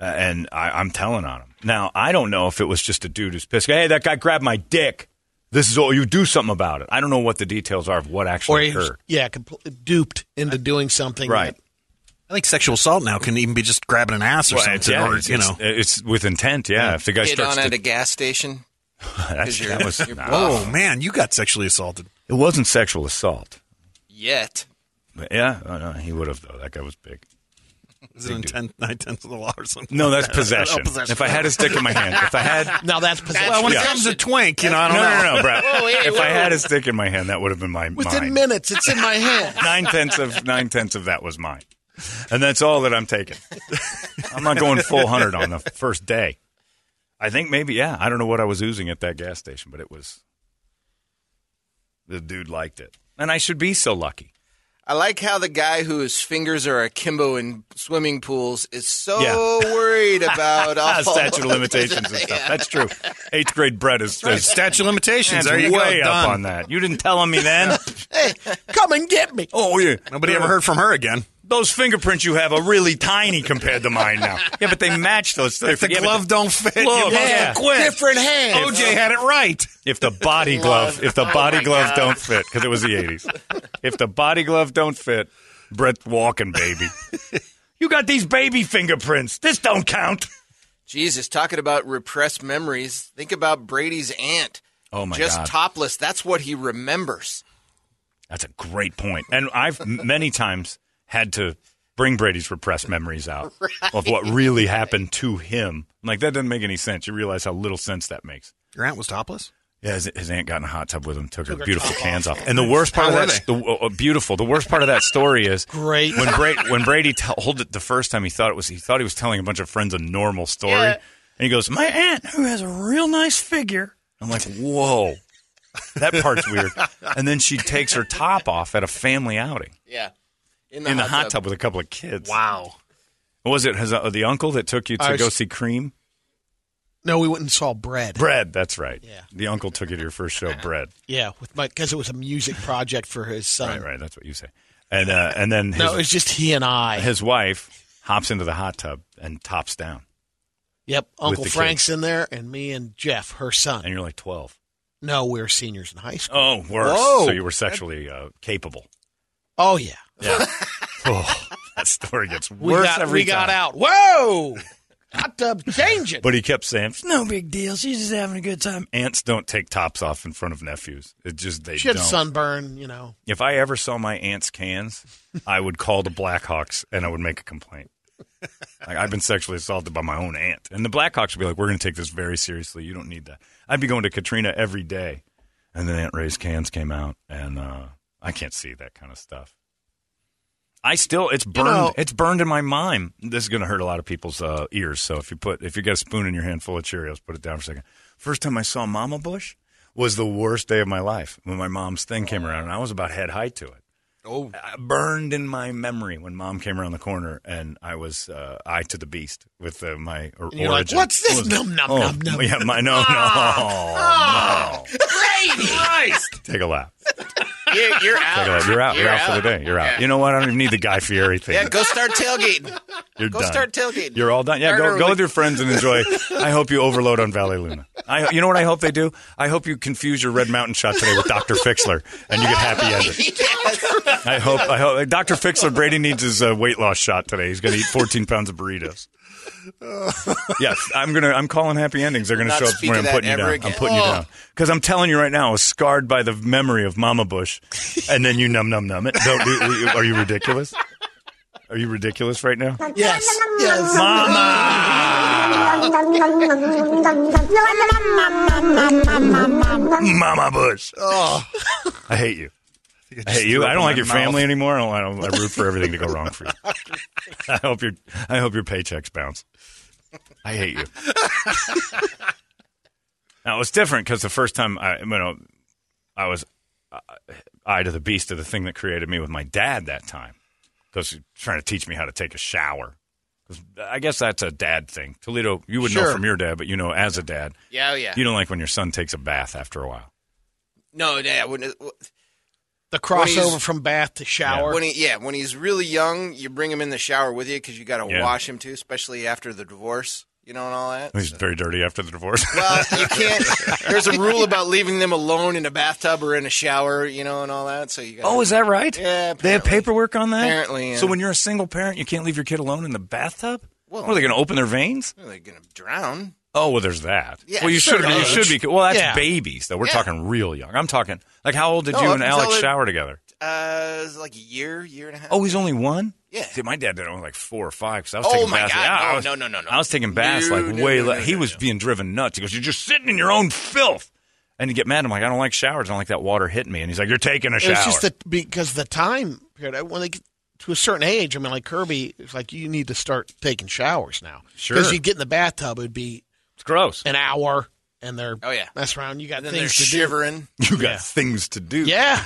Speaker 4: uh, and I, I'm telling on him. Now, I don't know if it was just a dude who's pissed. Hey, that guy grabbed my dick. This is all you do something about it. I don't know what the details are of what
Speaker 5: or
Speaker 4: actually
Speaker 5: he was,
Speaker 4: occurred.
Speaker 5: yeah, completely duped into doing something.
Speaker 4: Right.
Speaker 5: that-
Speaker 10: I think sexual assault now can even be just grabbing an ass or
Speaker 4: Well, it's-
Speaker 10: something.
Speaker 4: yeah,
Speaker 10: or,
Speaker 4: it's,
Speaker 10: you know,
Speaker 4: it's, it's with intent. Yeah, if the guy
Speaker 8: Hit
Speaker 4: starts
Speaker 8: on at
Speaker 4: to,
Speaker 8: a gas station.
Speaker 4: that's,
Speaker 8: you're-
Speaker 4: that was,
Speaker 8: you're
Speaker 4: nah.
Speaker 10: oh man, you got sexually assaulted.
Speaker 4: it wasn't sexual assault.
Speaker 8: Yet.
Speaker 4: But yeah, oh, no, he would have though. That guy was big.
Speaker 10: Is it in ten, nine tenths of the law or something?
Speaker 4: No, that's
Speaker 10: like that?
Speaker 4: possession.
Speaker 10: Oh, possession.
Speaker 4: If I had his dick in my hand, if I had.
Speaker 5: Now that's possession.
Speaker 10: well, when
Speaker 4: Yeah.
Speaker 10: it comes to twink, you know, I
Speaker 4: No,
Speaker 10: don't
Speaker 4: no,
Speaker 10: know.
Speaker 4: no, no, Brad.
Speaker 8: Whoa, hey,
Speaker 4: if I
Speaker 8: whoa.
Speaker 4: had his dick in my hand, that would have been my
Speaker 5: Within
Speaker 4: mine.
Speaker 5: minutes, it's in my hand.
Speaker 4: Nine tenths of nine tenths of that was mine, and that's all that I'm taking. I'm not going full hundred on the first day. I think maybe yeah. I don't know what I was oozing at that gas station, but it was. The dude liked it, and I should be so lucky.
Speaker 8: I like how the guy whose fingers are akimbo in swimming pools is so
Speaker 4: Yeah.
Speaker 8: worried about
Speaker 10: Oh,
Speaker 4: Ah,
Speaker 8: all
Speaker 4: statute of limitations and stuff. That's true. Eighth grade Brett is, is
Speaker 10: Statue of limitations.
Speaker 4: That's
Speaker 10: There you go.
Speaker 4: way up
Speaker 10: Done.
Speaker 4: on that. You didn't tell me then.
Speaker 5: Hey, come and get me.
Speaker 4: oh yeah.
Speaker 10: Nobody ever heard from her again.
Speaker 4: those fingerprints you have are really tiny compared to mine now. yeah, but they match those. If
Speaker 10: The glove don't fit. you
Speaker 4: Look,
Speaker 10: must have
Speaker 4: yeah.
Speaker 10: quit. Oh.
Speaker 5: Different hand.
Speaker 10: OJ had it right.
Speaker 4: if the body glove, if the body glove don't fit, because it was the eighties. if the body glove don't fit, Brett walking baby. you got these baby fingerprints. This don't count.
Speaker 8: Jesus, talking about repressed memories. Think about Brady's aunt.
Speaker 4: Oh, my
Speaker 8: Just
Speaker 4: God.
Speaker 8: topless. That's what he remembers.
Speaker 4: That's a great point. And I've m- many times had to bring Brady's repressed memories out of what really happened to him. I'm like, that doesn't make any sense. You realize how little sense that makes.
Speaker 10: Your aunt was topless.
Speaker 4: Yeah, his, his aunt got in a hot tub with him, took, her, beautiful cans off. And the worst part
Speaker 10: How
Speaker 4: of
Speaker 10: were
Speaker 4: that, the, uh, beautiful. The worst part of that story is
Speaker 5: Great.
Speaker 4: when Brady when Brady told it the first time, he thought it was he thought he was telling a bunch of friends a normal story, and he goes, "My aunt who has a real nice figure." I'm like, "Whoa, that part's weird." And then she takes her top off at a family outing
Speaker 8: Yeah. In
Speaker 4: in the hot tub with a couple of kids.
Speaker 10: Wow.
Speaker 4: Was it his, uh, the uncle that took you to
Speaker 5: I
Speaker 4: go
Speaker 5: was-
Speaker 4: see Cream?
Speaker 5: No, we went and saw Bread.
Speaker 4: Bread, that's right.
Speaker 5: Yeah.
Speaker 4: The uncle took you to your first show, Bread.
Speaker 5: Yeah, with my because it was a music project for his son.
Speaker 4: Right, right. That's what you say. And uh, and then his,
Speaker 5: No, it's just he and I.
Speaker 4: his wife hops into the hot tub and tops down,
Speaker 5: yep, Uncle
Speaker 4: the kids.
Speaker 5: Frank's in there, and me and Jeff, her son.
Speaker 4: and you're like twelve.
Speaker 5: no, we were seniors in high school.
Speaker 4: Oh, worse.
Speaker 5: Whoa.
Speaker 4: So you were sexually uh, capable.
Speaker 5: Oh yeah,
Speaker 4: Yeah. oh, that story gets
Speaker 5: we
Speaker 4: worse
Speaker 5: got
Speaker 4: every
Speaker 5: we got
Speaker 4: time.
Speaker 5: out. Whoa, hot tub changing.
Speaker 4: But he kept saying, "No,
Speaker 6: No big deal. She's just having a good time.
Speaker 4: "Aunts don't take tops off in front of nephews. It just they
Speaker 5: she
Speaker 4: don't."
Speaker 5: had a sunburn, you know.
Speaker 4: If I ever saw my aunt's cans, I would call the Blackhawks and I would make a complaint. Like, I've been sexually assaulted by my own aunt, and the Blackhawks would be like, "We're going to take this very seriously. You don't need that." I'd be going to Katrina every day, and then Aunt Ray's cans came out, and uh, I can't see that kind of stuff. I still, it's burned.
Speaker 5: know-
Speaker 4: it's burned in my mind. This is going to hurt a lot of people's uh, ears. So if you put, if you got a spoon in your hand full of Cheerios, put it down for a second. First time I saw Mama Bush was the worst day of my life when my mom's thing came around, and I was about head high to it. Oh, burned in my memory when mom came around the corner, and I was uh, eye to the beast with uh, my or-
Speaker 5: you're like,
Speaker 4: origin.
Speaker 5: "What's this?
Speaker 4: What was-
Speaker 5: Nom, nom,
Speaker 4: oh,
Speaker 5: nom, nom."
Speaker 4: Yeah, my no, no,
Speaker 8: Ah,
Speaker 4: no. Take a lap.
Speaker 8: You're, you're
Speaker 4: Take a lap.
Speaker 8: out.
Speaker 4: You're out. You're, out, for the day. You're out. You know what? I don't even need the Guy Fieri thing.
Speaker 8: Yeah, go start tailgating.
Speaker 4: You're
Speaker 8: Go
Speaker 4: done.
Speaker 8: start tailgating.
Speaker 4: You're all done. Yeah,
Speaker 8: Start
Speaker 4: go,
Speaker 8: early.
Speaker 4: go with your friends and enjoy. I hope you overload on Valley Luna. I, you know what I hope they do? I hope you confuse your Red Mountain shot today with Dr. Fixler and you get happy ended. I hope. I hope Dr. Fixler Brady needs his uh, weight loss shot today. He's going to eat 14 pounds of burritos. yes, I'm gonna. I'm calling happy endings. They're gonna
Speaker 8: Not
Speaker 4: show up
Speaker 8: speak
Speaker 4: when I'm
Speaker 8: of that
Speaker 4: putting you
Speaker 8: ever
Speaker 4: down.
Speaker 8: again. Oh.
Speaker 4: I'm putting you down because I'm telling you right now, I was scarred by the memory of Mama Bush, and then you num num num it. Don't do, are you ridiculous? Are you ridiculous right now?
Speaker 5: Yes, yes.
Speaker 4: Mama Bush. Oh, I hate you. I hate you. I don't like your family anymore. I, don't, I, don't, I root for everything to go wrong for you. I hope your I hope your paychecks bounce. I hate you. now it was different because the first time I you know I was uh, eye to the beast of the thing that created me with my dad that time because he's trying to teach me how to take a shower. 'Cause I guess that's a dad thing. Toledo, you would know
Speaker 5: Sure.
Speaker 4: from your dad, but you know as a dad,
Speaker 8: Yeah, oh, yeah.
Speaker 4: you don't like when your son takes a bath after a while.
Speaker 8: no, yeah. When,
Speaker 5: The
Speaker 8: When
Speaker 5: crossover
Speaker 8: he's-
Speaker 5: from bath to shower.
Speaker 8: when he, yeah, when he's really young, you bring him in the shower with you because you got to
Speaker 4: Yeah.
Speaker 8: wash him too, especially after the divorce, you know, and all that.
Speaker 4: He's very dirty after the divorce.
Speaker 8: Well, you can't. There's a rule about leaving them alone in a bathtub or in a shower, you know, and all that. So you. Gotta,
Speaker 4: Oh, is that right?
Speaker 8: Yeah,
Speaker 4: They have
Speaker 8: apparently.
Speaker 4: paperwork on that?
Speaker 8: Apparently, uh, yeah.
Speaker 4: So when you're a single parent, you can't leave your kid alone in the bathtub?
Speaker 8: Well-
Speaker 4: what, are they going to open their veins?
Speaker 8: they're gonna drown.
Speaker 4: Oh well, there's that.
Speaker 8: Yeah,
Speaker 4: well, you
Speaker 8: sure
Speaker 4: should
Speaker 8: it
Speaker 4: you
Speaker 8: is.
Speaker 4: should be. Well, that's
Speaker 5: Yeah.
Speaker 4: babies though. We're
Speaker 8: Yeah.
Speaker 4: talking real young. I'm talking like how old did
Speaker 8: No,
Speaker 4: you
Speaker 8: up
Speaker 4: and
Speaker 8: until
Speaker 4: Alex
Speaker 8: it-
Speaker 4: shower together?
Speaker 8: Uh, it was like a year, year and a half.
Speaker 4: Oh, he's only one.
Speaker 8: Yeah.
Speaker 4: See, my dad did it when he was like four or five. Cause I was
Speaker 8: Oh,
Speaker 4: taking
Speaker 8: my
Speaker 4: baths.
Speaker 8: God.
Speaker 4: Yeah, I
Speaker 8: No,
Speaker 4: was,
Speaker 8: no, no, no, no.
Speaker 4: I was taking baths
Speaker 8: No,
Speaker 4: like
Speaker 8: no,
Speaker 4: way.
Speaker 8: no,
Speaker 4: le-
Speaker 8: no,
Speaker 4: he
Speaker 8: no,
Speaker 4: was
Speaker 8: no.
Speaker 4: being driven nuts. He goes, "You're just sitting in your own filth," and you get mad. I'm like, "I don't like showers. I don't like that water hitting me." And he's like, "You're taking a
Speaker 5: It
Speaker 4: shower."
Speaker 5: was just that because the time period I- when they get to a certain age. I mean, like Kirby, it's like you need to start taking showers now.
Speaker 4: Sure.
Speaker 5: because you get in the bathtub, it'd be
Speaker 4: it's gross.
Speaker 5: an hour, and they're
Speaker 8: Oh, yeah.
Speaker 5: mess around. You got
Speaker 8: And then they're
Speaker 5: things to
Speaker 8: shivering.
Speaker 4: You got
Speaker 5: Yeah.
Speaker 4: things to do.
Speaker 5: do. Yeah,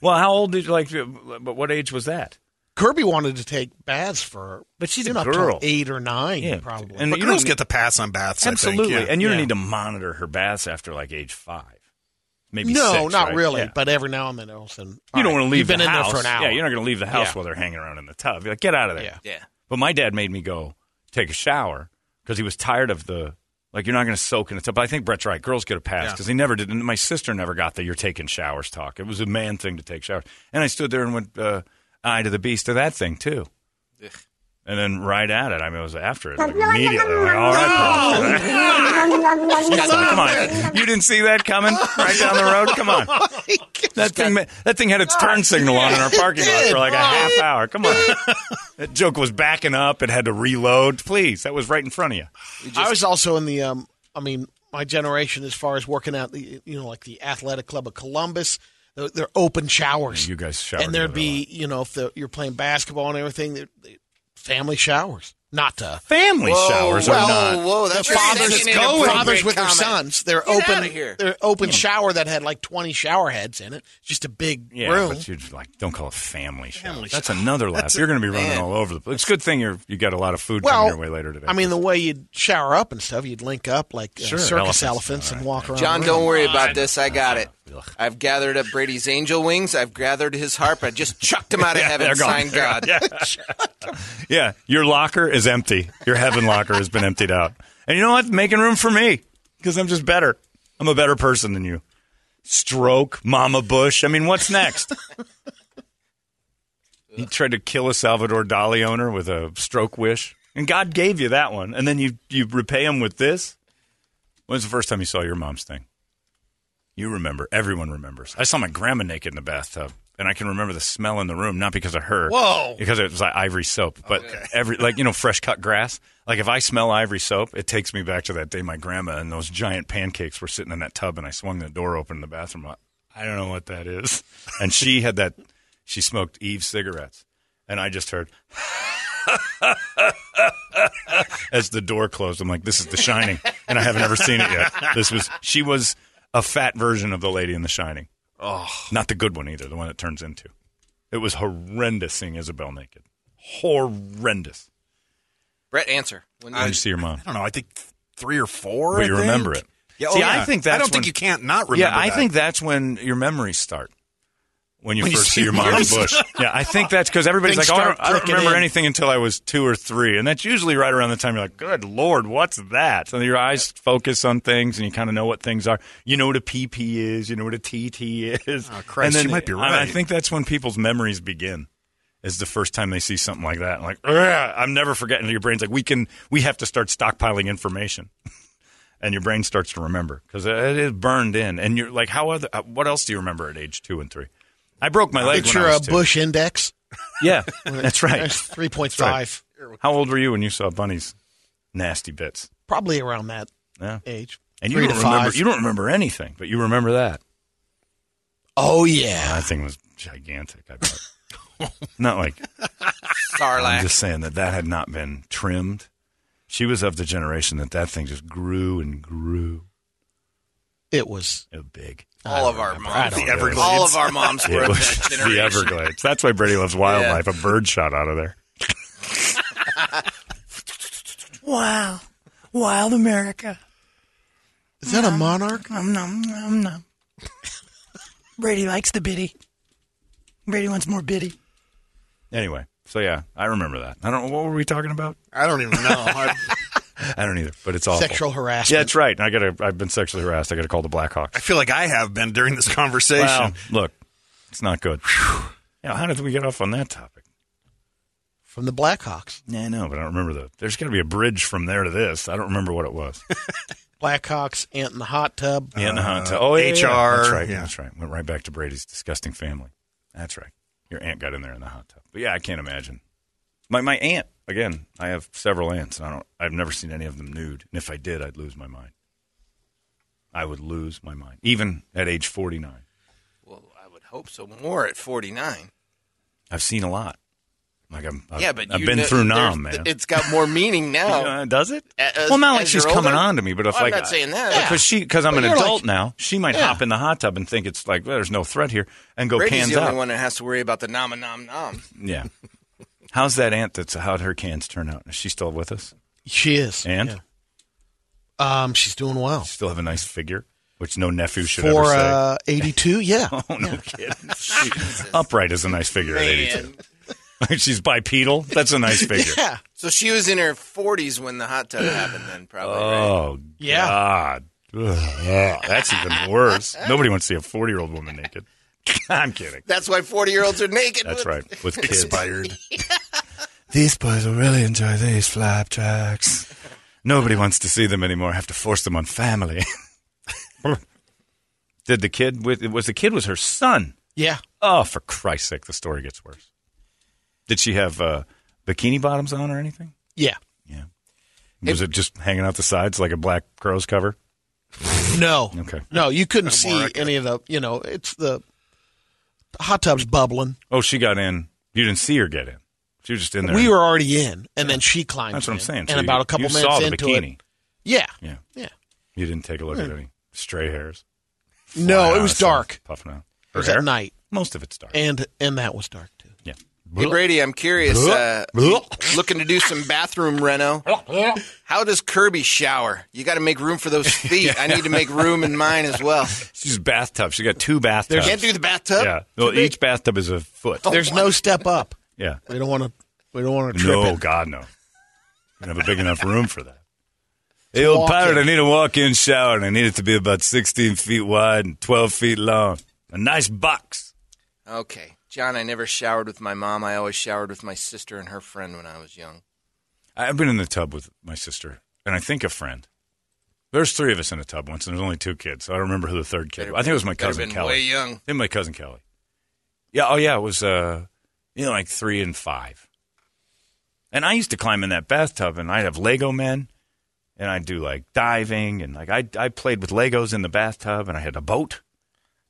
Speaker 4: Well, how old did you like? But what age was that?
Speaker 5: Kirby wanted to take baths for,
Speaker 4: But she's
Speaker 5: you
Speaker 4: a
Speaker 5: know, up till
Speaker 4: girl.
Speaker 5: eight or nine,
Speaker 4: Yeah,
Speaker 5: probably.
Speaker 4: and-
Speaker 10: But
Speaker 4: you
Speaker 10: girls
Speaker 4: don't-
Speaker 10: get the pass on baths. I think,
Speaker 4: Absolutely.
Speaker 10: yeah.
Speaker 4: And you don't
Speaker 5: Yeah.
Speaker 4: need to monitor her baths after like age five. Maybe
Speaker 5: no,
Speaker 4: six,
Speaker 5: not
Speaker 4: right?
Speaker 5: really.
Speaker 4: Yeah.
Speaker 5: But every now and then, Olsen,
Speaker 4: you don't want to leave
Speaker 5: You've been
Speaker 4: the
Speaker 5: in
Speaker 4: house.
Speaker 5: there for an hour.
Speaker 4: Yeah, you're not going to leave the house
Speaker 5: Yeah.
Speaker 4: while they're hanging around in the tub. You're like, get out of there.
Speaker 5: Yeah.
Speaker 8: Yeah.
Speaker 4: But my dad made me go take a shower because he was tired of the like you're not going to soak in the tub. But I think Brett's right. Girls get a pass
Speaker 10: Yeah.
Speaker 4: because he never did. And my sister never got the you're taking showers talk. It was a man thing to take showers. And I stood there and went uh, eye to the beast to that thing too. And then right at it. I mean, it was after it like, immediately. I'm like, All right, Paul." She's like, come on, you didn't see that coming right down the road. Come on, that thing. ma- That thing had its turn signal on in our parking lot for like a half hour. Come on. That joke was backing up. It had to reload. Please, that was right in front of you.
Speaker 5: I was also in the. Um, I mean, my generation as far as working out, the you know, like the athletic club of Columbus, they're, they're open showers.
Speaker 4: You guys showered
Speaker 5: and there'd
Speaker 4: together a
Speaker 5: be you know if the, you're playing basketball and everything, they're, they family showers. Not to
Speaker 4: Family showers
Speaker 8: whoa,
Speaker 4: are not.
Speaker 8: Oh, whoa, that's
Speaker 5: the fathers,
Speaker 8: taking it in a pretty
Speaker 5: fathers
Speaker 8: great
Speaker 5: with their
Speaker 8: comment.
Speaker 5: sons. They're
Speaker 8: Get
Speaker 5: open.
Speaker 8: outta here.
Speaker 5: They're
Speaker 4: Hmm.
Speaker 5: open shower that had like twenty shower heads in it. Just a big
Speaker 4: Yeah,
Speaker 5: room.
Speaker 4: but you just, like don't call it family showers. That's another lap. You're going to be running
Speaker 8: man.
Speaker 4: all over the place. It's a good thing you're you got a lot of food
Speaker 5: well,
Speaker 4: coming your way later today.
Speaker 5: I mean, the way you'd shower up and stuff, you'd link up like uh,
Speaker 4: Sure, elephants.
Speaker 5: circus elephants, and
Speaker 4: All right,
Speaker 5: walk around.
Speaker 8: John,
Speaker 5: the
Speaker 8: don't
Speaker 5: room.
Speaker 8: worry about this. I got it.
Speaker 4: Ugh.
Speaker 8: I've gathered up Brady's angel wings. I've gathered his harp. I just chucked him out of heaven.
Speaker 4: they're gone.
Speaker 8: Sign God.
Speaker 4: Yeah. yeah, your locker is empty. Your heaven locker has been emptied out. And you know what? Making room for me because I'm just better. I'm a better person than you. Stroke, Mama Bush. I mean, what's next? he tried to kill a Salvador Dali owner with a stroke wish, and God gave you that one. And then you you repay him with this. When's the first time you saw your mom's thing? You remember. Everyone remembers. I saw my grandma naked in the bathtub, and I can remember the smell in the room, not because of her.
Speaker 10: Whoa.
Speaker 4: Because it was like ivory soap, but every like you know fresh cut grass. Like if I smell ivory soap, it takes me back to that day my grandma and those giant pancakes were sitting in that tub, and I swung the door open in the bathroom. I, I don't know what that is, and she had that. She smoked Eve cigarettes, and I just heard. as the door closed. I'm like, this is The Shining, and I haven't ever seen it yet. This was she was a fat version of the lady in The Shining. Oh, not the good one either. The one it turns into. It was horrendous seeing Isabel naked. Horrendous.
Speaker 8: Brett, answer. When
Speaker 4: When you see your mom,
Speaker 10: I don't know. I think th- three or four.
Speaker 4: Well,
Speaker 10: I
Speaker 4: you
Speaker 10: think.
Speaker 4: remember it.
Speaker 10: Yeah, oh,
Speaker 4: See,
Speaker 10: yeah.
Speaker 4: I think that's
Speaker 10: I don't
Speaker 4: when-
Speaker 10: think you can't not remember.
Speaker 4: yeah, I
Speaker 10: that.
Speaker 4: think that's when your memories start. When you
Speaker 10: When you
Speaker 4: first
Speaker 10: see
Speaker 4: see your
Speaker 10: your
Speaker 4: mom's
Speaker 10: mom's-
Speaker 4: bush. Yeah, I think that's because everybody's
Speaker 5: Things
Speaker 4: like, oh, I don't,
Speaker 5: start
Speaker 4: I don't
Speaker 5: clicking
Speaker 4: remember
Speaker 5: in.
Speaker 4: anything until I was two or three. And that's usually right around the time you're like, good Lord, what's that? So your eyes focus on things and you kind of know what things are. You know what a PP is. You know what a TT is.
Speaker 10: Oh, Christ,
Speaker 4: and then
Speaker 10: you might be
Speaker 4: I- I
Speaker 10: right.
Speaker 4: think that's when people's memories begin. Is the first time they see something like that, like "Ugh, I'm never forgetting. And your brain's like, we can, we have to start stockpiling information and your brain starts to remember because it is burned in. And you're like, how other? uh, What else do you remember at age two and three? I broke my leg.
Speaker 5: Picture
Speaker 4: when I
Speaker 5: a
Speaker 4: was two.
Speaker 5: bush index.
Speaker 4: Yeah, that's right.
Speaker 5: Three point five,
Speaker 4: How old were you when you saw bunnies? Nasty bits.
Speaker 5: probably around that
Speaker 4: Yeah,
Speaker 5: age.
Speaker 4: and you
Speaker 5: Three
Speaker 4: don't
Speaker 5: to
Speaker 4: remember.
Speaker 5: five.
Speaker 4: You don't remember anything, but you remember that.
Speaker 5: oh yeah,
Speaker 4: That thing was gigantic. I bet. Not like I'm
Speaker 8: Sarlacc.
Speaker 4: just saying that that had not been trimmed. She was of the generation that that thing just grew and grew.
Speaker 5: it was.
Speaker 4: It was big.
Speaker 8: all of our moms.
Speaker 4: The Everglades.
Speaker 8: All of our moms were
Speaker 4: It
Speaker 8: of
Speaker 4: was
Speaker 8: that
Speaker 4: the
Speaker 8: generation.
Speaker 4: Everglades. That's why Brady loves wildlife. A bird shot out of there.
Speaker 6: Wow. Wild America.
Speaker 5: Is that a monarch?
Speaker 6: Nom nom nom nom. Brady likes the biddy. Brady wants more biddy.
Speaker 4: Anyway, so yeah, I remember that. I don't. What were we talking about?
Speaker 10: I don't even know. I-
Speaker 4: I don't either. But it's awful.
Speaker 5: Sexual harassment.
Speaker 4: Yeah, that's right. And I got. to I've been sexually harassed. I got to call the
Speaker 10: I
Speaker 4: Blackhawks.
Speaker 10: feel like I have been during this conversation.
Speaker 4: Wow. Look, it's not good. Yeah, how did we get off on that topic?
Speaker 5: from the Blackhawks.
Speaker 4: Yeah, I know, but I don't remember the. There's got to be a bridge from there to this. I don't remember what it was.
Speaker 5: Blackhawks, Ant in the hot tub.
Speaker 4: Yeah, and the hot tub.
Speaker 10: Uh,
Speaker 4: Oh, yeah, yeah,
Speaker 10: HR.
Speaker 4: Yeah. That's right.
Speaker 10: Yeah.
Speaker 4: That's right. Went right back to Brady's disgusting family. That's right. Your aunt got in there in the hot tub. But yeah, I can't imagine. My my aunt again. I have several aunts, and I don't. I've never seen any of them nude. And if I did, I'd lose my mind. I would lose my mind, even at age forty nine.
Speaker 8: Well, I would hope so. More at 49.
Speaker 4: I've seen a lot. Like I'm. I've,
Speaker 8: yeah, but
Speaker 4: I've
Speaker 8: you
Speaker 4: been
Speaker 8: know-
Speaker 4: through
Speaker 8: there's-
Speaker 4: Nam, man.
Speaker 8: It's got more meaning now.
Speaker 4: Uh, does it?
Speaker 8: As-
Speaker 4: well, not like
Speaker 8: as
Speaker 4: she's
Speaker 8: you're
Speaker 4: coming
Speaker 8: older?
Speaker 4: on to me, but if
Speaker 8: Well, I'm
Speaker 4: like
Speaker 8: not saying that.
Speaker 4: because she because I'm
Speaker 8: But
Speaker 4: an
Speaker 8: you're
Speaker 4: adult
Speaker 8: like-
Speaker 4: now, she might hop in the hot tub and think it's like well, there's no threat here and go
Speaker 8: Brady's
Speaker 4: cans
Speaker 8: the only
Speaker 4: out.
Speaker 8: one that has to worry about the nom and nom nom.
Speaker 4: Yeah. How's that aunt? That's how'd her cans turn out? Is she still with us?
Speaker 5: She is.
Speaker 4: And
Speaker 5: Yeah. Um, she's doing well.
Speaker 4: still have a nice figure, which no nephew should
Speaker 5: For
Speaker 4: ever say.
Speaker 5: uh, 82, yeah.
Speaker 4: oh no kidding! She- upright is a nice figure at
Speaker 8: Man.
Speaker 4: eighty-two. She's bipedal. That's a nice figure.
Speaker 5: yeah.
Speaker 8: So she was in her 40s when the hot tub happened, then probably. right?
Speaker 4: Oh
Speaker 5: Yeah.
Speaker 4: God. Ugh, yeah, that's even worse. Nobody wants to see a forty-year-old woman naked. I'm kidding.
Speaker 8: That's why 40 year olds are naked.
Speaker 4: That's right. With kids.
Speaker 10: Expired.
Speaker 4: These boys will really enjoy these flapjacks. Nobody wants to see them anymore. I have to force them on family. Did the kid with was the kid was her son?
Speaker 5: Yeah.
Speaker 4: Oh, for Christ's sake, the story gets worse. Did she have uh, bikini bottoms on or anything?
Speaker 5: Yeah.
Speaker 4: Yeah. Was it just hanging out the sides like a black crow's cover?
Speaker 5: No.
Speaker 4: Okay.
Speaker 5: No, you couldn't see any of the, you know, it's the hot tub's bubbling.
Speaker 4: Oh, she got in. You didn't see her get in. She was just in there.
Speaker 5: We were already in, and then she climbed
Speaker 4: That's what I'm
Speaker 5: in,
Speaker 4: saying.
Speaker 5: And
Speaker 4: So you-
Speaker 5: about a
Speaker 4: you
Speaker 5: couple minutes
Speaker 4: saw the
Speaker 5: into
Speaker 4: bikini.
Speaker 5: it. Hmm. Yeah.
Speaker 4: Yeah.
Speaker 5: Yeah.
Speaker 4: You didn't take a look at any stray hairs.
Speaker 5: No,
Speaker 4: Flying
Speaker 5: it
Speaker 4: out,
Speaker 5: was
Speaker 4: it's all
Speaker 5: dark.
Speaker 4: Puffing out.
Speaker 5: It was
Speaker 4: Her
Speaker 5: at
Speaker 4: hair?
Speaker 5: night.
Speaker 4: Most of it's dark.
Speaker 5: And and that was dark too.
Speaker 4: yeah.
Speaker 8: Hey, Brady, I'm curious. Uh, looking to do some bathroom reno. How does Kirby shower? You got to make room for those feet. I need to make room in mine as well.
Speaker 4: She's bathtub. She got two
Speaker 8: You
Speaker 4: bathtubs.
Speaker 8: can't do the bathtub.
Speaker 4: yeah. Well, each bathtub is a foot.
Speaker 5: There's no Oh, step up.
Speaker 4: Yeah.
Speaker 5: We don't want to. We don't want to trip
Speaker 4: No,
Speaker 5: it.
Speaker 4: God, no. You don't have a big enough room for that. Hey, old
Speaker 5: walk
Speaker 4: pirate,
Speaker 5: in.
Speaker 4: I need a walk-in shower, and I need it to be about 16 feet wide and 12 feet long. A nice box.
Speaker 8: Okay, John. I never showered with my mom. I always showered with my sister and her friend when I was young.
Speaker 4: I've been in the tub with my sister, and I think a friend. There's three of us in a tub once, and there's only two kids. So I don't remember who the third kid.
Speaker 8: Better
Speaker 4: was. I think it was my
Speaker 8: better
Speaker 4: cousin
Speaker 8: been
Speaker 4: Kelly.
Speaker 8: way young.
Speaker 4: I think my cousin Kelly. Yeah. Oh yeah, it was uh, you know, like three and five. And I used to climb in that bathtub, and I'd have Lego men, and I'd do like diving, and like I I played with Legos in the bathtub, and I had a boat.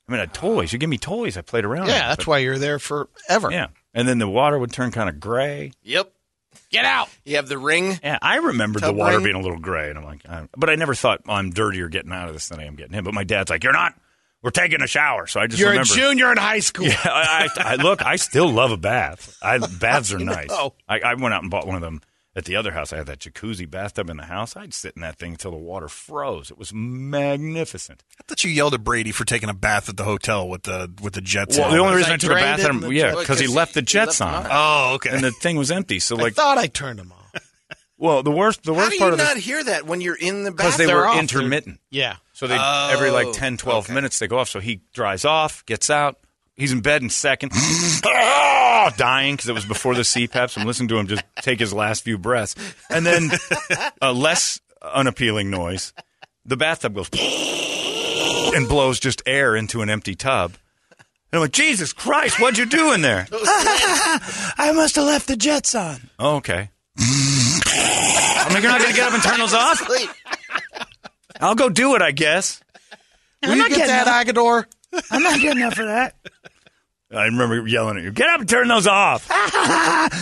Speaker 4: I mean, I had toys. You give me toys, I played around.
Speaker 5: Yeah, that's why you're there forever.
Speaker 4: Yeah, and then the water would turn kind of gray.
Speaker 8: Yep.
Speaker 5: Get out.
Speaker 8: You have the ring.
Speaker 4: Yeah, I remembered the
Speaker 8: Tub
Speaker 4: water
Speaker 8: ring?
Speaker 4: being a little gray, and I'm like, I, but I never thought "Oh, I'm dirtier getting out of this than I am getting in. But my dad's like, "You're not. We're taking a shower." So I just
Speaker 5: You're
Speaker 4: remember,
Speaker 5: a junior in high school.
Speaker 4: Yeah, I, I, I look. I still love a bath. I, baths are
Speaker 5: I
Speaker 4: nice.
Speaker 5: know.
Speaker 4: I, I went out and bought one of them at the other house. I had that jacuzzi bathtub in the house. I'd sit in that thing until the water froze. It was magnificent.
Speaker 10: I thought you yelled at Brady for taking a bath at the hotel with the with the jets.
Speaker 4: Well,
Speaker 10: on.
Speaker 4: the only
Speaker 5: was
Speaker 4: reason
Speaker 5: I
Speaker 4: I took a
Speaker 5: drained it
Speaker 4: bathroom,
Speaker 5: in the
Speaker 4: yeah,
Speaker 8: jacuzzi?
Speaker 4: because he left the
Speaker 8: He
Speaker 4: jets
Speaker 8: left them
Speaker 4: on,
Speaker 8: on.
Speaker 10: oh, okay.
Speaker 4: and the thing was empty. So
Speaker 5: I
Speaker 4: like
Speaker 5: thought I turned them off.
Speaker 4: the well, the worst, the
Speaker 8: How
Speaker 4: worst
Speaker 8: do
Speaker 4: part
Speaker 8: you
Speaker 4: of
Speaker 8: not
Speaker 4: this
Speaker 8: hear that when you're in the
Speaker 4: because they
Speaker 8: bathroom?
Speaker 5: They're
Speaker 4: were
Speaker 5: off, dude.
Speaker 4: intermittent.
Speaker 5: Yeah.
Speaker 4: So they every like
Speaker 8: Oh,
Speaker 4: 10, 12
Speaker 8: okay.
Speaker 4: minutes they go off. So he dries off, gets out. He's in bed in second, Ah, dying because it was before the CPAP. So I'm listening to him just take his last few breaths, and then a less unappealing noise. The bathtub goes and blows just air into an empty tub. And I'm like, Jesus Christ, what'd you do in there?
Speaker 6: I must have left the jets on.
Speaker 4: Oh, okay. I'm like, you're not going to get up and turn those off? I'll go do it, I guess.
Speaker 5: Will you
Speaker 6: not
Speaker 5: get
Speaker 6: getting
Speaker 5: that, Agador?
Speaker 6: I'm not good enough for that.
Speaker 4: I remember yelling at you, get up and turn those off.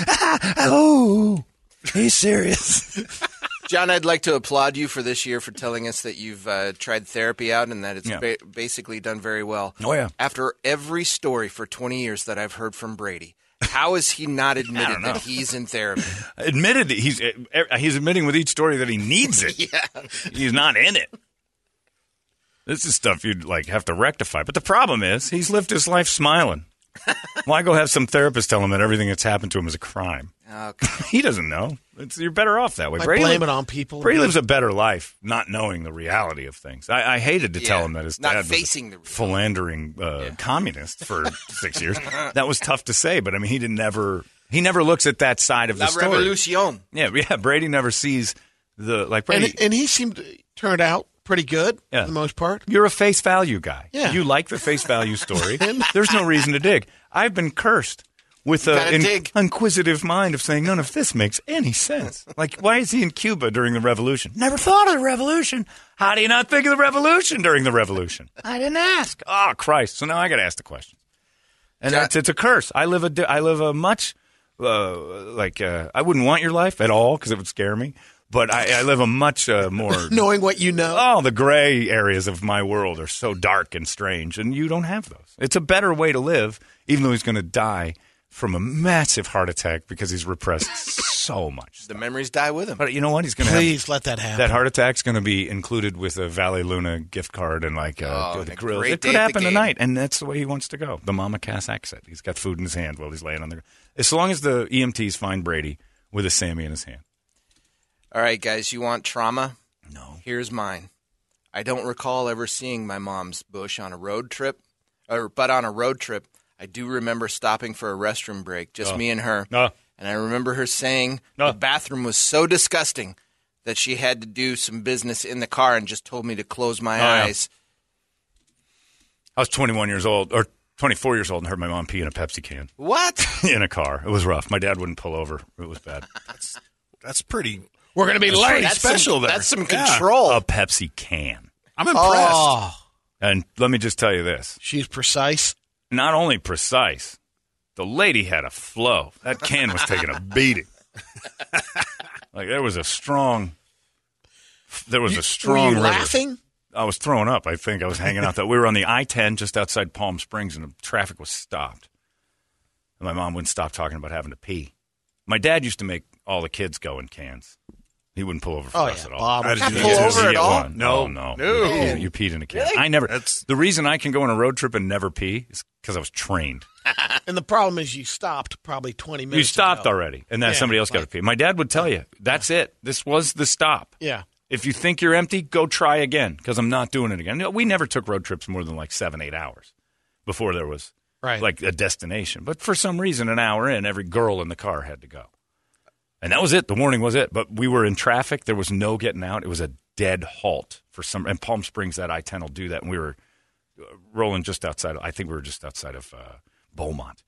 Speaker 6: Oh, he's serious.
Speaker 8: John, I'd like to applaud you for this year for telling us that you've uh, tried therapy out and that it's
Speaker 4: Yeah.
Speaker 8: ba- basically done very well.
Speaker 4: Oh, yeah.
Speaker 8: After every story for 20 years that I've heard from Brady, how is he not admitted that he's in therapy?
Speaker 4: admitted that he's eh, he's admitting with each story that he needs it. yeah, he's not in it. This is stuff you'd like have to rectify. But the problem is, he's lived his life smiling. Why go have some therapist tell him that everything that's happened to him is a crime?
Speaker 8: Okay.
Speaker 4: He doesn't know. It's, you're better off that way.
Speaker 5: I
Speaker 4: Brady
Speaker 5: blame
Speaker 4: li-
Speaker 5: it on people.
Speaker 4: Brady lives a better life not knowing the reality of things. I, I hated to tell
Speaker 8: Yeah,
Speaker 4: him that his
Speaker 8: not
Speaker 4: dad
Speaker 8: facing
Speaker 4: was a
Speaker 8: the reality.
Speaker 4: philandering uh, communist for six years. That was tough to say, but I mean, he didn't ever He never looks at that side of
Speaker 8: La
Speaker 4: the story.
Speaker 8: Revolution.
Speaker 4: Yeah, yeah. Brady never sees the like. Brady,
Speaker 5: And, and he seemed turned out pretty good
Speaker 4: Yeah.
Speaker 5: for the most part.
Speaker 4: You're a face value guy.
Speaker 5: Yeah.
Speaker 4: You like the face value story. There's no reason to dig. I've been cursed with
Speaker 8: gotta
Speaker 4: an
Speaker 8: dig.
Speaker 4: inquisitive mind of saying none of this makes any sense. Like, why is he in Cuba during the revolution?
Speaker 6: Never thought of the revolution.
Speaker 4: How do you not think of the revolution during the revolution?
Speaker 6: I didn't ask.
Speaker 4: Oh, Christ. So now I got to ask the question. And
Speaker 8: Yeah.
Speaker 4: that's, it's a curse. I live a, di- I live a much, uh, like, uh, I wouldn't want your life at all because it would scare me, but I, I live a much uh, more
Speaker 5: Knowing what you know.
Speaker 4: oh, the gray areas of my world are so dark and strange, and you don't have those. It's a better way to live, even though he's going to die from a massive heart attack because he's repressed so much.
Speaker 8: The memories die with him.
Speaker 4: But you know what? He's going to have.
Speaker 5: Please let that happen.
Speaker 4: That heart attack's going to be included with a Valley Luna gift card and like uh,
Speaker 8: Oh,
Speaker 4: the
Speaker 8: a
Speaker 4: grill.
Speaker 8: great
Speaker 4: It
Speaker 8: day at
Speaker 4: could
Speaker 8: the
Speaker 4: happen
Speaker 8: game.
Speaker 4: tonight, and that's the way he wants to go. The Mama Cass exit. He's got food in his hand while he's laying on the. As long as the E EMTs find Brady with a Sammy in his hand.
Speaker 8: All right, guys, you want trauma?
Speaker 4: No.
Speaker 8: Here's mine. I don't recall ever seeing my mom's bush on a road trip, or but on a road trip, I do remember stopping for a restroom break, just me and her.
Speaker 4: Oh.
Speaker 8: And I remember her saying
Speaker 4: Oh.
Speaker 8: the bathroom was so disgusting that she had to do some business in the car and just told me to close my
Speaker 4: Oh, yeah.
Speaker 8: eyes.
Speaker 4: I was 21 years old or 24 years old and heard my mom pee in a Pepsi can.
Speaker 8: What?
Speaker 4: in a car. It was rough. My dad wouldn't pull over. It was bad.
Speaker 10: That's pretty.
Speaker 5: We're going to be
Speaker 10: That's
Speaker 5: late.
Speaker 10: pretty special
Speaker 8: some,
Speaker 10: there.
Speaker 8: That's some
Speaker 10: Yeah.
Speaker 8: control.
Speaker 4: A Pepsi can.
Speaker 10: I'm impressed.
Speaker 5: Oh,
Speaker 4: And let me just tell you this:
Speaker 5: she's precise.
Speaker 4: not only precise, the lady had a flow. That can was taking a beating. like there was a strong. There was a strong
Speaker 5: Were you
Speaker 4: river.
Speaker 5: laughing?
Speaker 4: I was throwing up. I think I was hanging out that we were on the I-10 just outside Palm Springs, and the traffic was stopped. And my mom wouldn't stop talking about having to pee. My dad used to make all the kids go in cans. He wouldn't pull over for
Speaker 5: Oh,
Speaker 4: us at
Speaker 5: yeah,
Speaker 4: all.
Speaker 5: Bob.
Speaker 10: I had to do
Speaker 8: Pull
Speaker 10: that too.
Speaker 8: over at
Speaker 4: Yeah,
Speaker 8: all?
Speaker 4: one.
Speaker 10: No.
Speaker 4: Oh, no,
Speaker 10: No.
Speaker 4: You peed, you peed in a can. I never.
Speaker 10: That's-
Speaker 4: the reason I can go on a road trip and never pee is because I was trained.
Speaker 5: And the problem is you stopped probably 20 minutes
Speaker 4: You stopped
Speaker 5: ago.
Speaker 4: already, and then
Speaker 5: Yeah,
Speaker 4: somebody else got to pee. My dad would tell you, "That's it. This was the stop."
Speaker 5: Yeah.
Speaker 4: If you think you're empty, go try again because I'm not doing it again. No, We never took road trips more than like seven, eight hours before there was
Speaker 5: Right.
Speaker 4: like a destination. But for some reason, an hour in, every girl in the car had to go. And that was it. The warning was it. But we were in traffic. There was no getting out. It was a dead halt for some. And Palm Springs, that I 10 will do that. And we were uh, rolling just outside. I think we were just outside of uh, Beaumont.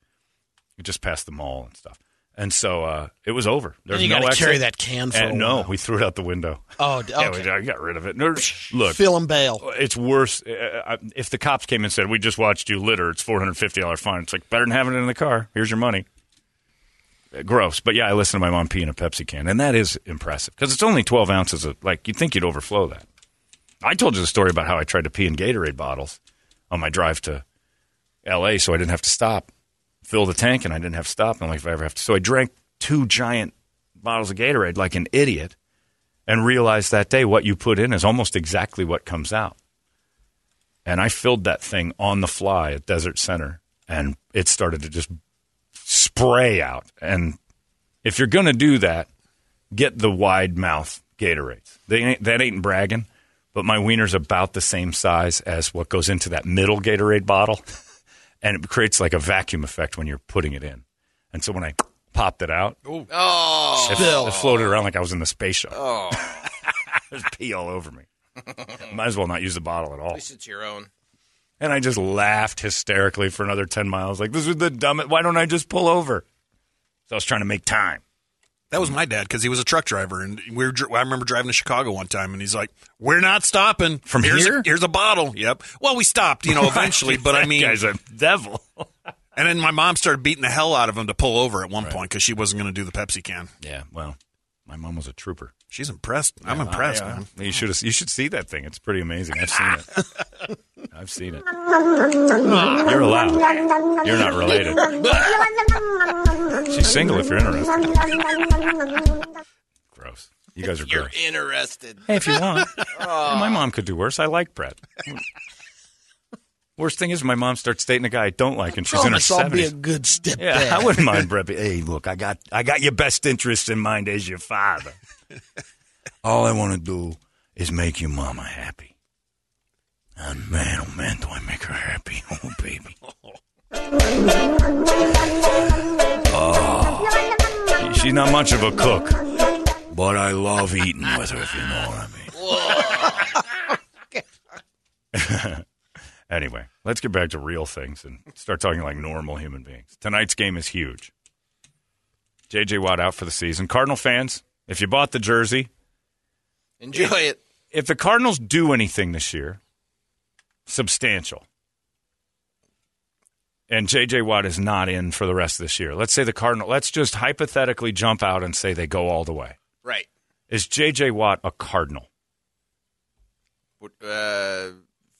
Speaker 4: We just passed the mall and stuff. And so uh, it was over. There's
Speaker 5: you
Speaker 4: no
Speaker 5: gotta
Speaker 4: exit.
Speaker 5: carry that can for
Speaker 4: And
Speaker 5: a
Speaker 4: no,
Speaker 5: while.
Speaker 4: we threw it out the window.
Speaker 5: Oh, d-
Speaker 4: Yeah,
Speaker 5: okay.
Speaker 4: we- I got rid of it. No, Look,
Speaker 5: Fill and bail.
Speaker 4: it's worse. uh, If the cops came and said, "We just watched you litter," it's four hundred fifty dollars fine. It's like better than having it in the car. Here's your money. Uh, Gross, but yeah, I listened to my mom pee in a Pepsi can, and that is impressive because it's only twelve ounces of. Like you'd think you'd overflow that. I told you the story about how I tried to pee in Gatorade bottles on my drive to L.A. so I didn't have to stop, fill the tank, and I didn't have to stop. And I'm like, if I ever have to, so I drank two giant bottles of Gatorade like an idiot, and realized that day what you put in is almost exactly what comes out and I filled that thing on the fly at Desert Center, and it started to just spray out. And if you're going to do that, get the wide mouth Gatorades. They ain't, that ain't bragging, but my wiener's about the same size as what goes into that middle Gatorade bottle, and it creates like a vacuum effect when you're putting it in. And so when I popped it out,
Speaker 8: oh,
Speaker 4: it, it floated around like I was in the space shuttle. There's pee all over me. Might as well not use the bottle at all.
Speaker 8: at least it's your own.
Speaker 4: And I just laughed hysterically for another 10 miles. Like, this is the dumbest. Why don't I just pull over? So I was trying to make time.
Speaker 10: That was my dad because he was a truck driver, and we were. dr- I remember driving to Chicago one time, and he's like, "We're not stopping
Speaker 4: From
Speaker 10: here's
Speaker 4: here?"
Speaker 10: A, here's a bottle. Yep. Well, we stopped, you know, eventually. but I
Speaker 4: That
Speaker 10: mean,
Speaker 4: guy's a devil.
Speaker 10: and then my mom started beating the hell out of him to pull over at one point because she wasn't going to do the Pepsi can.
Speaker 4: Yeah, well, my mom was a trooper.
Speaker 10: She's impressed. I'm
Speaker 5: Ah,
Speaker 10: impressed. man.
Speaker 4: You should you should see that thing. It's pretty amazing. I've seen it. I've seen it. You're allowed. You're not related. She's single if you're interested. Gross. You guys are
Speaker 8: You're
Speaker 4: gross.
Speaker 8: interested.
Speaker 4: Hey, if you want. My mom could do worse. I like Brett. worst thing is my mom starts dating a guy I don't like, and she's in her
Speaker 5: Promise I'll be a
Speaker 4: seventies.
Speaker 5: good step
Speaker 4: Yeah,
Speaker 5: dad.
Speaker 4: I wouldn't mind Brett. be- Hey, look, I got I got your best interests in mind as your father. All I want to do is make your mama happy. And man, oh man, do I make her happy, oh baby. She's not much of a cook, but I love eating with her, if you know what I mean. anyway, let's get back to real things and start talking like normal human beings. Tonight's game is huge. JJ Watt out for the season. Cardinal fans, if you bought the jersey,
Speaker 8: Enjoy it.
Speaker 4: if the Cardinals do anything this year, substantial, and JJ Watt is not in for the rest of this year. Let's say the Cardinal, let's just hypothetically jump out and say they go all the way.
Speaker 8: Right.
Speaker 4: Is JJ Watt a Cardinal?
Speaker 8: What- Uh,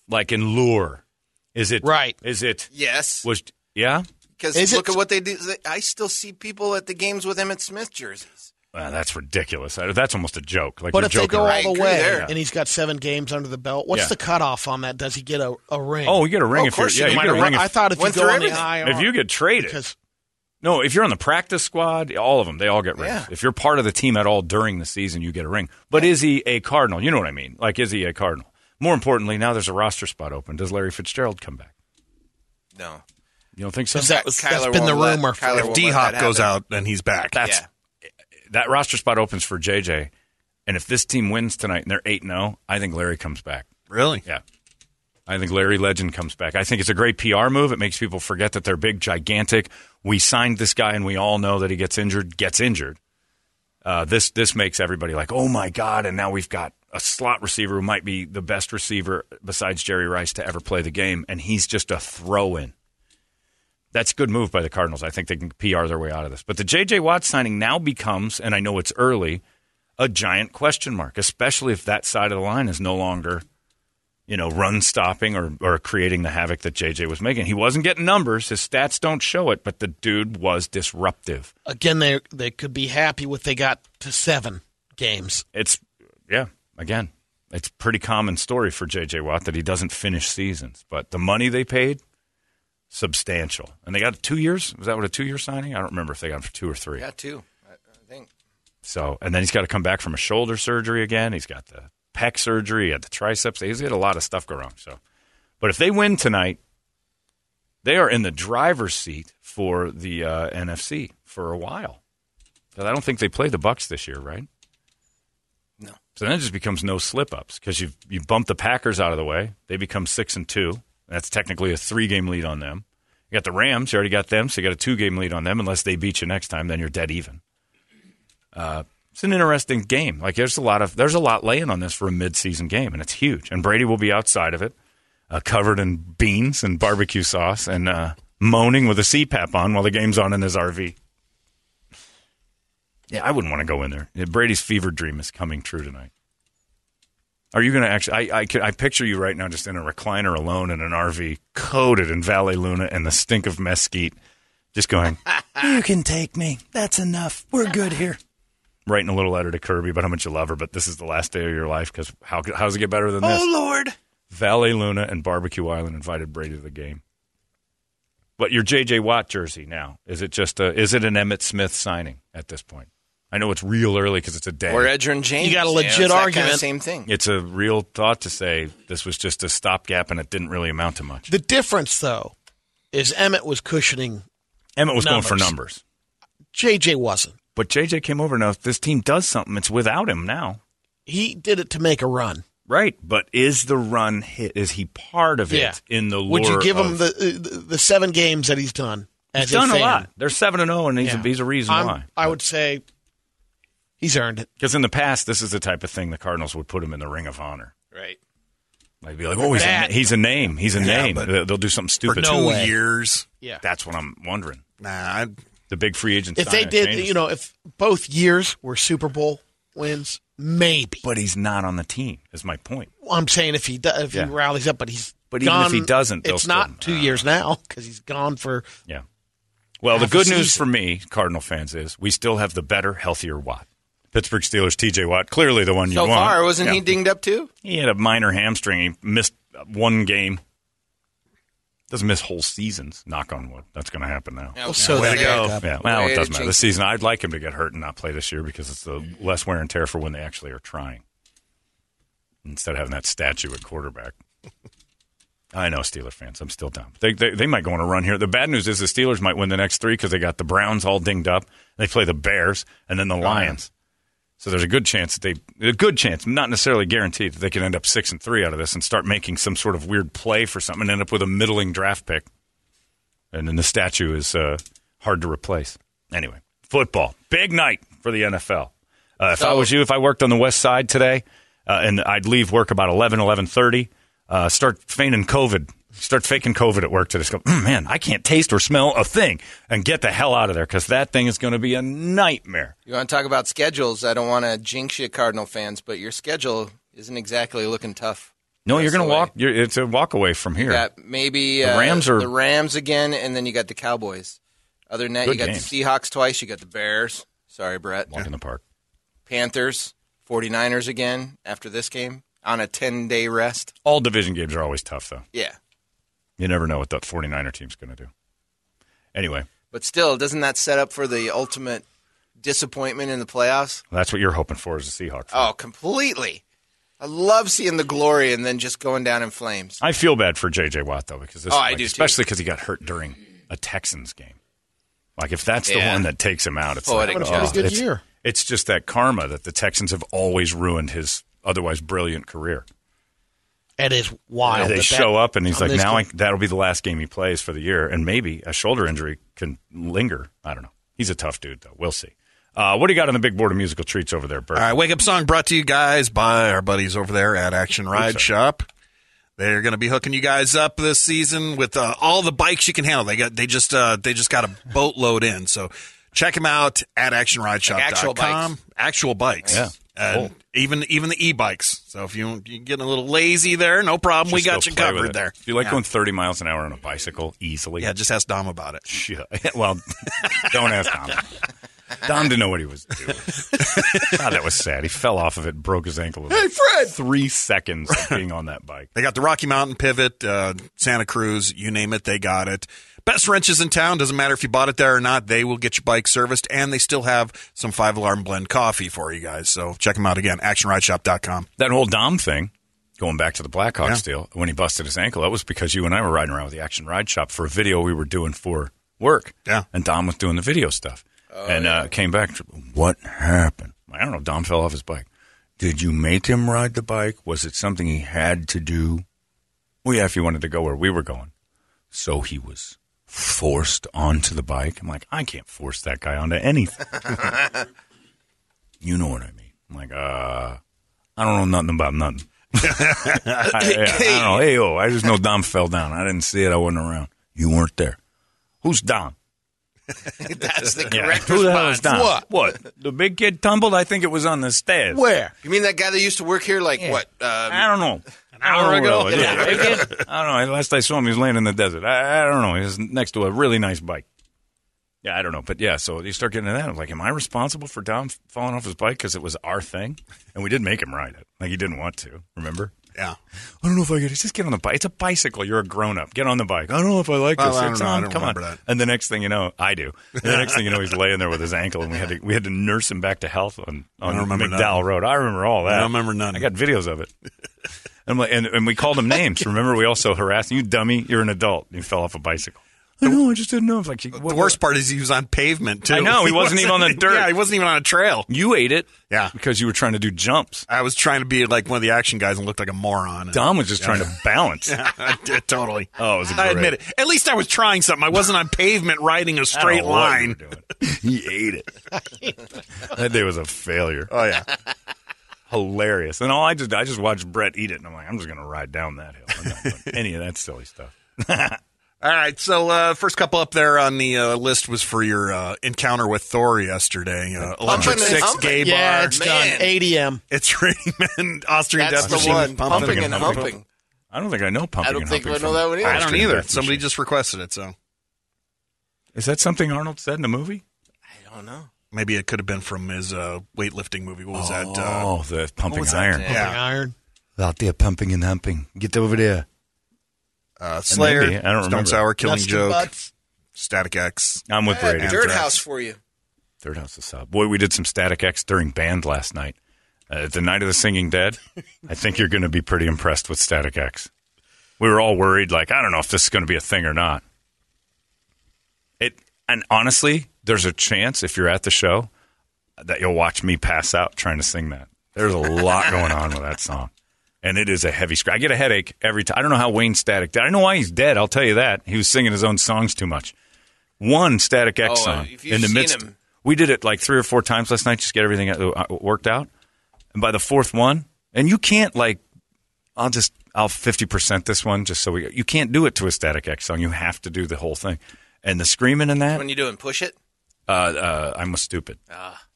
Speaker 4: Like in lure? Is it
Speaker 5: Right.
Speaker 4: Is it
Speaker 8: yes.
Speaker 4: was yeah?
Speaker 8: Because
Speaker 5: Is
Speaker 8: look
Speaker 5: it-
Speaker 8: at what they do. I still see people at the games with Emmett Smith jerseys.
Speaker 4: Wow, that's ridiculous. That- That's almost a joke. Like
Speaker 5: But
Speaker 4: you're
Speaker 5: if they
Speaker 4: joking
Speaker 5: go
Speaker 4: around.
Speaker 5: all
Speaker 8: Right,
Speaker 5: the
Speaker 8: good
Speaker 5: way
Speaker 8: there.
Speaker 5: and he's got seven games under the belt, what's
Speaker 4: Yeah.
Speaker 5: the cutoff on that? Does he get a, a ring?
Speaker 4: Oh, you get a ring
Speaker 8: Oh,
Speaker 4: if
Speaker 8: of
Speaker 4: you're,
Speaker 8: course
Speaker 4: yeah,
Speaker 8: you
Speaker 4: you
Speaker 8: do.
Speaker 4: get a
Speaker 8: Might
Speaker 4: ring
Speaker 8: have-
Speaker 5: I
Speaker 4: if,
Speaker 5: thought if you
Speaker 8: Went
Speaker 5: go
Speaker 8: through
Speaker 5: on the
Speaker 8: everything.
Speaker 5: IR,
Speaker 4: if you get traded.
Speaker 5: because
Speaker 4: No, if you're on the practice squad, all of them, they all get rings.
Speaker 8: Yeah.
Speaker 4: If you're part of the team at all during the season, you get a ring. But is he a Cardinal? You know what I mean? Like, is he a Cardinal? More importantly, now there's a roster spot open. Does Larry Fitzgerald come back?
Speaker 8: No.
Speaker 4: You don't think so?
Speaker 5: Is that-
Speaker 8: Kyler
Speaker 5: that's
Speaker 8: won't
Speaker 5: been the
Speaker 8: let-
Speaker 5: rumor.
Speaker 8: Kyler
Speaker 10: If
Speaker 8: won't
Speaker 10: D
Speaker 8: let
Speaker 10: Hop
Speaker 8: that
Speaker 10: goes
Speaker 8: happen.
Speaker 10: out, then he's back.
Speaker 4: That's that roster spot opens for JJ. And if this team wins tonight and they're 8 0, I think Larry comes back.
Speaker 10: really.
Speaker 4: Yeah. I think Larry Legend comes back. I think it's a great PR move. It makes people forget that they're big, gigantic. We signed this guy, and we all know that he gets injured, gets injured. Uh, this this makes everybody like, oh my god! And now we've got a slot receiver who might be the best receiver besides Jerry Rice to ever play the game, and he's just a throw in. That's a good move by the Cardinals. I think they can PR their way out of this. But the J.J. Watt signing now becomes, and I know it's early, a giant question mark, especially if that side of the line is no longer you know, run stopping or, or creating the havoc that JJ was making. He wasn't getting numbers. His stats don't show it, but the dude was disruptive.
Speaker 5: again, they they could be happy with they got to seven games.
Speaker 4: It's, yeah, again, it's a pretty common story for JJ Watt that he doesn't finish seasons, but the money they paid, substantial. And they got two years? Was that what a two year signing? I don't remember if they got him for two or three.
Speaker 8: Yeah, too. I, I think.
Speaker 4: So, and then he's got to come back from a shoulder surgery again. He's got the pec surgery, he had the triceps. He's got a lot of stuff go wrong. So, but if they win tonight, they are in the driver's seat for the uh, NFC for a while. 'Cause I don't think they play the Bucks this year, right?
Speaker 8: No.
Speaker 4: So then it just becomes no slip ups because you you bump the Packers out of the way. They become six and two. That's technically a three game lead on them. You got the Rams. You already got them, so you got a two game lead on them. Unless they beat you next time, then you're dead even. It's an interesting game. Like there's a lot of there's a lot laying on this for a midseason game, and it's huge. And Brady will be outside of it, uh, covered in beans and barbecue sauce, and uh, moaning with a CPAP on while the game's on in his RV. Yeah, I wouldn't want to go in there. Yeah, Brady's fever dream is coming true tonight. Are you going to actually? I I, could, I picture you right now just in a recliner alone in an RV, coated in Valley Luna and the stink of mesquite, just going.
Speaker 6: You can take me. That's enough. We're good here.
Speaker 4: writing a little letter to Kirby about how much you love her, but this is the last day of your life because how, how does it get better than this?
Speaker 6: Oh, Lord.
Speaker 4: Valet Luna and Barbecue Island invited Brady to the game. But your J.J. Watt jersey now is it just a is it an Emmett Smith signing at this point? I know it's real early because it's a day.
Speaker 8: Or Edgerrin James.
Speaker 5: You got a legit
Speaker 8: it's that kinda
Speaker 5: argument.
Speaker 8: same thing.
Speaker 4: it's a real thought to say this was just a stopgap and it didn't really amount to much.
Speaker 5: The difference, though, is Emmett was cushioning.
Speaker 4: Emmett was going for
Speaker 5: Numbers.
Speaker 4: numbers,
Speaker 5: JJ wasn't.
Speaker 4: but J.J. came over now. If this team does something, it's without him now.
Speaker 5: He did it to make a run.
Speaker 4: Right, but is the run hit? Is he part of
Speaker 5: Yeah.
Speaker 4: it in the?
Speaker 5: Would you
Speaker 4: lure
Speaker 5: give
Speaker 4: of,
Speaker 5: him the, uh, the the seven games that he's done? As
Speaker 4: He's done a
Speaker 5: fan?
Speaker 4: lot. They're seven and zero, and he's,
Speaker 5: Yeah.
Speaker 4: a, he's a reason
Speaker 5: I'm-
Speaker 4: why.
Speaker 5: I would say he's earned it.
Speaker 4: Because in the past, this is the type of thing the Cardinals would put him in the Ring of Honor.
Speaker 8: Right.
Speaker 4: Like be like, oh, he's a,
Speaker 5: That-
Speaker 4: he's a name, he's a
Speaker 10: Yeah,
Speaker 4: name.
Speaker 10: but-
Speaker 4: They'll they'll do something
Speaker 10: For
Speaker 4: stupid.
Speaker 10: two
Speaker 5: way.
Speaker 10: years.
Speaker 5: Yeah.
Speaker 4: That's what I'm wondering.
Speaker 10: Nah, I-
Speaker 4: The big free agent.
Speaker 5: if they
Speaker 4: signing
Speaker 5: did,
Speaker 4: changes.
Speaker 5: you know, if both years were Super Bowl wins, maybe.
Speaker 4: but he's not on the team. Is my point.
Speaker 5: I'm saying if he do, if
Speaker 4: Yeah.
Speaker 5: he rallies up, but he's
Speaker 4: But even if
Speaker 5: gone-
Speaker 4: he doesn't, they'll
Speaker 5: it's not
Speaker 4: still-
Speaker 5: two years now because he's gone for
Speaker 4: Yeah. Well, the
Speaker 5: Half a
Speaker 4: good news
Speaker 5: season.
Speaker 4: for me, Cardinal fans, is we still have the better, healthier Watt. Pittsburgh Steelers, T.J. Watt, clearly the one you
Speaker 8: So
Speaker 4: want.
Speaker 8: far, wasn't
Speaker 4: Yeah.
Speaker 8: he dinged up too?
Speaker 4: He had a minor hamstring. He missed one game. Doesn't miss whole seasons. Knock on wood. That's going to happen now.
Speaker 8: Yeah,
Speaker 5: Oh, so there
Speaker 8: way to
Speaker 5: you
Speaker 8: go.
Speaker 5: go.
Speaker 4: Yeah, well,
Speaker 8: Way
Speaker 4: it
Speaker 8: to
Speaker 4: doesn't matter.
Speaker 8: jinx
Speaker 4: This season, I'd like him to get hurt and not play this year because it's the less wear and tear for when they actually are trying. Instead of having that statue at quarterback. I know Steeler fans. I'm still down. They, they they might go on a run here. The bad news is the Steelers might win the next three because they got the Browns all dinged up. They play the Bears and then the Lions. So there's a good chance that they a good chance, not necessarily guaranteed, that they can end up six and three out of this and start making some sort of weird play for something and end up with a middling draft pick. And then the statue is uh, hard to replace. Anyway, football big night for the NFL. Uh, if I was you, if I worked on the West Side today, uh, and I'd leave work about 11, 11.30, uh, start feigning COVID, start faking COVID at work to just go, "Mm, man, I can't taste or smell a thing, and get the hell out of there because that thing is going to be a nightmare.
Speaker 8: You want to talk about schedules? I don't want to jinx you, Cardinal fans, but your schedule isn't exactly looking tough.
Speaker 4: No, you're
Speaker 8: That's
Speaker 4: going
Speaker 8: the
Speaker 4: to
Speaker 8: way.
Speaker 4: walk. You're, it's a walk away from
Speaker 8: You
Speaker 4: here.
Speaker 8: got maybe
Speaker 4: The
Speaker 8: uh,
Speaker 4: Rams are-
Speaker 8: the Rams again, and then you got the Cowboys. Other than that,
Speaker 4: Good
Speaker 8: you got
Speaker 4: games.
Speaker 8: the Seahawks twice. You got the Bears. Sorry, Brett.
Speaker 4: Walk in the park.
Speaker 8: Panthers, 49ers again after this game on a 10 day rest.
Speaker 4: All division games are always tough, though.
Speaker 8: Yeah.
Speaker 4: You never know what that 49er team's going to do. Anyway,
Speaker 8: But still, doesn't that set up for the ultimate disappointment in the playoffs?
Speaker 4: that's what you're hoping for as a Seahawk. fan.
Speaker 8: Oh, completely. I love seeing the glory and then just going down in flames.
Speaker 4: I feel bad for J.J. Watt though, because this,
Speaker 8: Oh, I
Speaker 4: like,
Speaker 8: do, too.
Speaker 4: especially because he got hurt during a Texans game. Like if that's the
Speaker 8: Yeah.
Speaker 4: one that takes him out, it's
Speaker 10: Oh,
Speaker 8: Poetic
Speaker 4: like, oh,
Speaker 8: justice. What a
Speaker 5: good
Speaker 4: it's,
Speaker 5: year.
Speaker 4: It's just that karma that the Texans have always ruined his otherwise brilliant career.
Speaker 5: It is wild.
Speaker 4: they
Speaker 5: that
Speaker 4: show
Speaker 5: that-
Speaker 4: up and he's
Speaker 5: on
Speaker 4: like,
Speaker 5: this
Speaker 4: now I,
Speaker 5: game-
Speaker 4: that'll be the last game he plays for the year, and maybe a shoulder injury can linger. I don't know. He's a tough dude though. We'll see. Uh, what do you got on the big board of musical treats over there, Bert?
Speaker 10: All right, wake up song brought to you guys by our buddies over there at Action Ride Shop. They're going to be hooking you guys up this season with uh, all the bikes you can handle. They got they just uh, they just got a boatload in. So check them out at actionrideshop.com.
Speaker 8: Like actual bikes.
Speaker 10: Actual bikes.
Speaker 4: Yeah.
Speaker 10: And
Speaker 4: Cool.
Speaker 10: even even the e-bikes. So if you you getting a little lazy there, no problem. we
Speaker 4: Just
Speaker 10: got
Speaker 4: go
Speaker 10: you
Speaker 4: play with
Speaker 10: covered
Speaker 4: it.
Speaker 10: there.
Speaker 4: If you like
Speaker 10: yeah.
Speaker 4: going 30 miles an hour on a bicycle easily,
Speaker 10: Yeah, just ask Dom about it.
Speaker 4: Yeah. Well, don't ask Dom. Dom didn't know what he was doing. God, that was sad. He fell off of it, broke his ankle. Hey, Fred! Three seconds of being on that bike.
Speaker 10: They got the Rocky Mountain Pivot, uh, Santa Cruz, you name it, they got it. Best wrenches in town. Doesn't matter if you bought it there or not. They will get your bike serviced, and they still have some five alarm blend coffee for you guys. So check them out again, actionrideshop.com.
Speaker 4: That whole Dom thing, going back to the Blackhawks
Speaker 10: Yeah.
Speaker 4: deal, when he busted his ankle, that was because you and I were riding around with the Action Ride Shop for a video we were doing for work.
Speaker 10: Yeah.
Speaker 4: And Dom was doing the video stuff. and uh, came back. What happened? I don't know. Dom fell off his bike. Did you make him ride the bike? Was it something he had to do? Well, yeah, if he wanted to go where we were going. So he was forced onto the bike. I'm like, I can't force that guy onto anything. you know what I mean? I'm like, uh, I don't know nothing about nothing. I, yeah, I don't know. Hey, oh, I just know Dom fell down. I didn't see it. I wasn't around. You weren't there. Who's Dom?
Speaker 8: That's the
Speaker 4: Yeah.
Speaker 8: correct
Speaker 4: Who the hell is
Speaker 8: response.
Speaker 4: Dom?
Speaker 8: What?
Speaker 4: What? The big kid tumbled. I think it was on the stairs.
Speaker 5: Where?
Speaker 8: You mean that guy that used to work here? Like what? Um,
Speaker 4: I don't know. An
Speaker 8: hour ago?
Speaker 4: Yeah. I don't know. Last I saw him, he was laying in the desert. I, I don't know. He was next to a really nice bike. Yeah, I don't know. But yeah, so you start getting to that. I'm like, am I responsible for Dom f- falling off his bike because it was our thing? And we did make him ride it. Like, he didn't want to. Remember?
Speaker 10: Yeah.
Speaker 4: I don't know if I could. Just get on the bike. It's a bicycle. You're a grown up. Get on the bike. I don't know if I like this.
Speaker 10: Well, Oh, I don't
Speaker 4: It's
Speaker 10: know. I
Speaker 4: on.
Speaker 10: don't
Speaker 4: Come on.
Speaker 10: remember that.
Speaker 4: And the next thing you know, I do. And the next thing you know, he's laying there with his ankle, and we had to we had to nurse him back to health on on
Speaker 10: don't remember
Speaker 4: McDowell
Speaker 10: nothing.
Speaker 4: Road. I remember all that.
Speaker 10: I don't remember none.
Speaker 4: I got videos of it. And, I'm like, and, and we called him names. Remember, we also harassed you, dummy. You're an adult. You fell off a bicycle. I know. I just didn't know. I was like,
Speaker 10: The worst part is he was on pavement, too.
Speaker 4: I know, he wasn't even on the dirt.
Speaker 10: Yeah, he wasn't even on a trail.
Speaker 4: You ate it.
Speaker 10: Yeah.
Speaker 4: Because you were trying to do jumps.
Speaker 10: I was trying to be like one of the action guys and looked like a moron.
Speaker 4: Dom was just trying to balance.
Speaker 10: I did, totally.
Speaker 4: Oh, it was
Speaker 10: I admit
Speaker 4: great.
Speaker 10: it. At least I was trying something. I wasn't on pavement riding a
Speaker 4: I don't
Speaker 10: straight
Speaker 4: know what you
Speaker 10: line.
Speaker 4: were doing. He ate it. that day was a failure.
Speaker 10: Oh yeah.
Speaker 4: hilarious. And all I just I just watched Brett eat it, and I'm like, I'm just gonna ride down that hill. I'm not doing any of that silly stuff.
Speaker 10: All right, so uh, first couple up there on the uh, list was for your uh, encounter with Thor yesterday. Uh, Electric
Speaker 8: and
Speaker 10: Six
Speaker 8: humping.
Speaker 10: Gay
Speaker 5: Yeah,
Speaker 10: Bar.
Speaker 5: it's
Speaker 8: Man.
Speaker 5: done. ADM.
Speaker 10: It's Rayman Austrian
Speaker 8: That's
Speaker 10: Death
Speaker 8: the
Speaker 10: Machine.
Speaker 8: one. Pumping,
Speaker 4: Pumping
Speaker 8: and
Speaker 4: and
Speaker 8: humping.
Speaker 4: I don't think I know pumping.
Speaker 8: I don't
Speaker 4: and
Speaker 8: think
Speaker 4: humping
Speaker 8: I know
Speaker 4: from
Speaker 8: that one either.
Speaker 10: I
Speaker 4: Austrian
Speaker 10: don't either.
Speaker 4: Death
Speaker 10: Somebody
Speaker 4: Machine.
Speaker 10: just requested it, so
Speaker 4: is that something Arnold said in the movie?
Speaker 8: I don't know.
Speaker 10: maybe it could have been from his uh, weightlifting movie. What was that? Uh,
Speaker 4: oh, the pumping
Speaker 8: was that,
Speaker 4: iron.
Speaker 8: Dan?
Speaker 10: yeah,
Speaker 5: Iron.
Speaker 4: Out there pumping and humping. Get over there.
Speaker 10: uh, Slayer.
Speaker 4: Maybe. I don't
Speaker 10: Stone
Speaker 4: remember.
Speaker 10: Sour, Killing
Speaker 5: Dusty
Speaker 10: Joke,
Speaker 5: Butts.
Speaker 10: Static X.
Speaker 4: I'm with Brady.
Speaker 8: Dirt house for you.
Speaker 4: Third house is up. Boy, we did some Static X during band last night. Uh, the night of the Singing Dead. I think you're going to be pretty impressed with Static X. we were all worried, like, I don't know if this is going to be a thing or not. It and honestly, there's a chance if you're at the show that you'll watch me pass out trying to sing that. There's a lot going on with that song. And it is a heavy scratch. I get a headache every time. I don't know how Wayne Static did. I know why he's dead. I'll tell you that. He was singing his own songs too much. One Static X
Speaker 8: Oh,
Speaker 4: song
Speaker 8: if you've
Speaker 4: in the
Speaker 8: seen
Speaker 4: midst.
Speaker 8: him.
Speaker 4: We did it like three or four times last night, just get everything uh, worked out. And by the fourth one, and you can't like I'll just I'll fifty percent this one just so we you can't do it to a Static X song. You have to do the whole thing, and the screaming in that.
Speaker 8: When you doing push it,
Speaker 4: Uh, uh, I'm a stupid,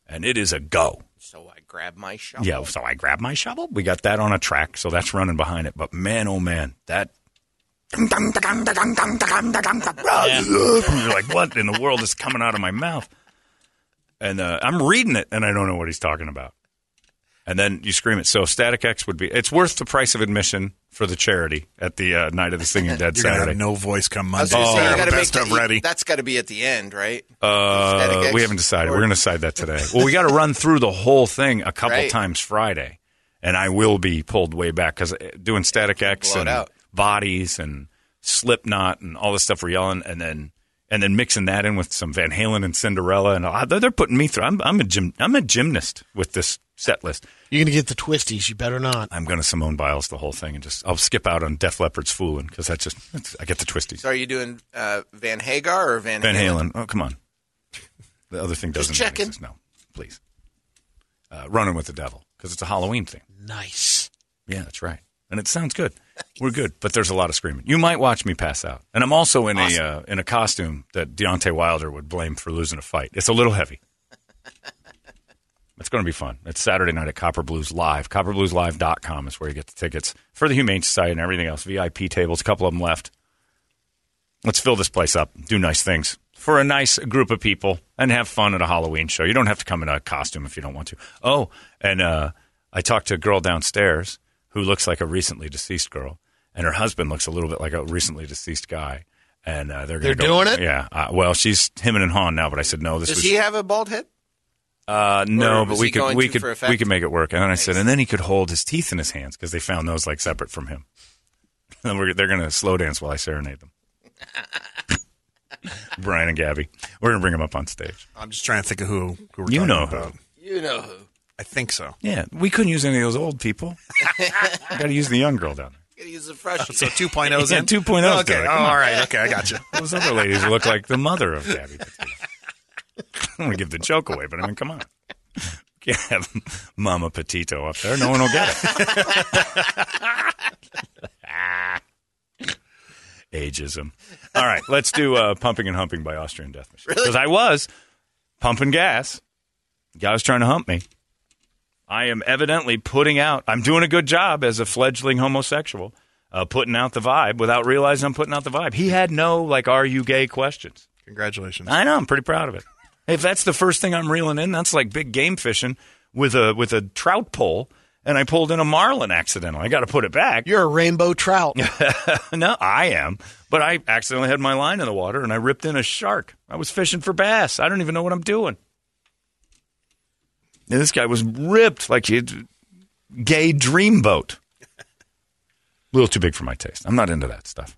Speaker 4: and it is a go.
Speaker 8: so I grab my shot.
Speaker 4: Yeah, so I grabbed my shovel. We got that on a track, so that's running behind it. But man, oh man, that. You're like, what in the world is coming out of my mouth? And uh, I'm reading it, and I don't know what he's talking about. And then you scream it. So Static X would be. It's worth the price of admission for the charity at the uh, night of the Singing Dead
Speaker 10: You're gonna
Speaker 4: Saturday.
Speaker 10: have no voice come
Speaker 8: I was
Speaker 10: Monday.
Speaker 8: gonna say, you gotta make
Speaker 10: best
Speaker 8: the- e
Speaker 10: of ready.
Speaker 8: That's got to be at the end, right?
Speaker 4: Uh,
Speaker 8: Static
Speaker 4: we
Speaker 8: X
Speaker 4: haven't decided.
Speaker 8: or-
Speaker 4: We're going to decide that today. Well, we got to run through the whole thing a couple
Speaker 8: Right.
Speaker 4: times Friday, and I will be pulled way back because doing Static X
Speaker 8: blow it
Speaker 4: and
Speaker 8: out.
Speaker 4: bodies and Slipknot and all this stuff we're yelling, and then and then mixing that in with some Van Halen and Cinderella, and all, they're they're putting me through. I'm, I'm a gym, I'm a gymnast with this set list.
Speaker 5: You're going to get the twisties. You better not.
Speaker 4: I'm going to Simone Biles the whole thing, and just I'll skip out on Def Leppard's Foolin' because that's just that's, I get the twisties.
Speaker 8: So are you doing uh, Van Hagar or Van
Speaker 4: Van Halen.
Speaker 8: Halen?
Speaker 4: Oh, come on. The other thing doesn't
Speaker 8: checking.
Speaker 4: exist. No, please. Uh, running with the devil because it's a Halloween thing.
Speaker 5: Nice.
Speaker 4: Yeah, that's right. And it sounds good. We're good, but there's a lot of screaming. You might watch me pass out. And I'm also in a uh, in a costume that Deontay Wilder would blame for losing a fight. It's a little heavy. It's going to be fun. It's Saturday night at Copper Blues Live. CopperBluesLive.com is where you get the tickets for the Humane Society and everything else. VIP tables, a couple of them left. Let's fill this place up. Do nice things for a nice group of people and have fun at a Halloween show. You don't have to come in a costume if you don't want to. Oh, and uh, I talked to a girl downstairs who looks like a recently deceased girl, and her husband looks a little bit like a recently deceased guy. And uh, they're
Speaker 5: They're
Speaker 4: gonna go-
Speaker 5: doing it?
Speaker 4: Yeah. Uh, well, she's him and Han now, but I said no. This
Speaker 8: Does
Speaker 4: was
Speaker 8: he have a bald head?
Speaker 4: uh, no,
Speaker 8: Or
Speaker 4: but
Speaker 8: was
Speaker 4: we
Speaker 8: he
Speaker 4: could
Speaker 8: going
Speaker 4: we
Speaker 8: to
Speaker 4: could
Speaker 8: for effect?
Speaker 4: we could make it work. And then I said, and then he could hold his teeth in his hands because they found those like separate from him. And then we're, they're going to slow dance while I serenade them. Brian and Gabby, we're going to bring them up on stage.
Speaker 10: I'm just trying to think of who, who we're
Speaker 4: You
Speaker 10: talking
Speaker 4: know who.
Speaker 10: about.
Speaker 8: You know who.
Speaker 10: I think so.
Speaker 4: Yeah, we couldn't use any of those old people. Got to use the young girl down there.
Speaker 8: Gotta use the fresh.
Speaker 10: So 2.0's
Speaker 4: Yeah,
Speaker 10: in?
Speaker 4: 2.0 's
Speaker 10: Okay.
Speaker 4: doing it. Come
Speaker 10: Oh,
Speaker 4: on.
Speaker 10: all right. Okay, I got you.
Speaker 4: Those other ladies look like the mother of Gabby. Petito. I don't want to give the joke away, but I mean, come on. Can't have Mama Petito up there. No one will get it. Ageism. All right, let's do uh, Pumping and Humping by Austrian Death Machine. Because I was pumping gas. Guy was trying to hump me. I am evidently putting out, I'm doing a good job as a fledgling homosexual, uh, putting out the vibe without realizing I'm putting out the vibe. He had no, like, are you gay questions.
Speaker 10: Congratulations.
Speaker 4: I know. I'm pretty proud of it. If that's the first thing I'm reeling in, that's like big game fishing with a with a trout pole, and I pulled in a marlin accidentally. I got to put it back.
Speaker 5: You're a rainbow trout.
Speaker 4: no, I am, but I accidentally had my line in the water and I ripped in a shark. I was fishing for bass. I don't even know what I'm doing. And this guy was ripped like a gay dreamboat. A little too big for my taste. I'm not into that stuff.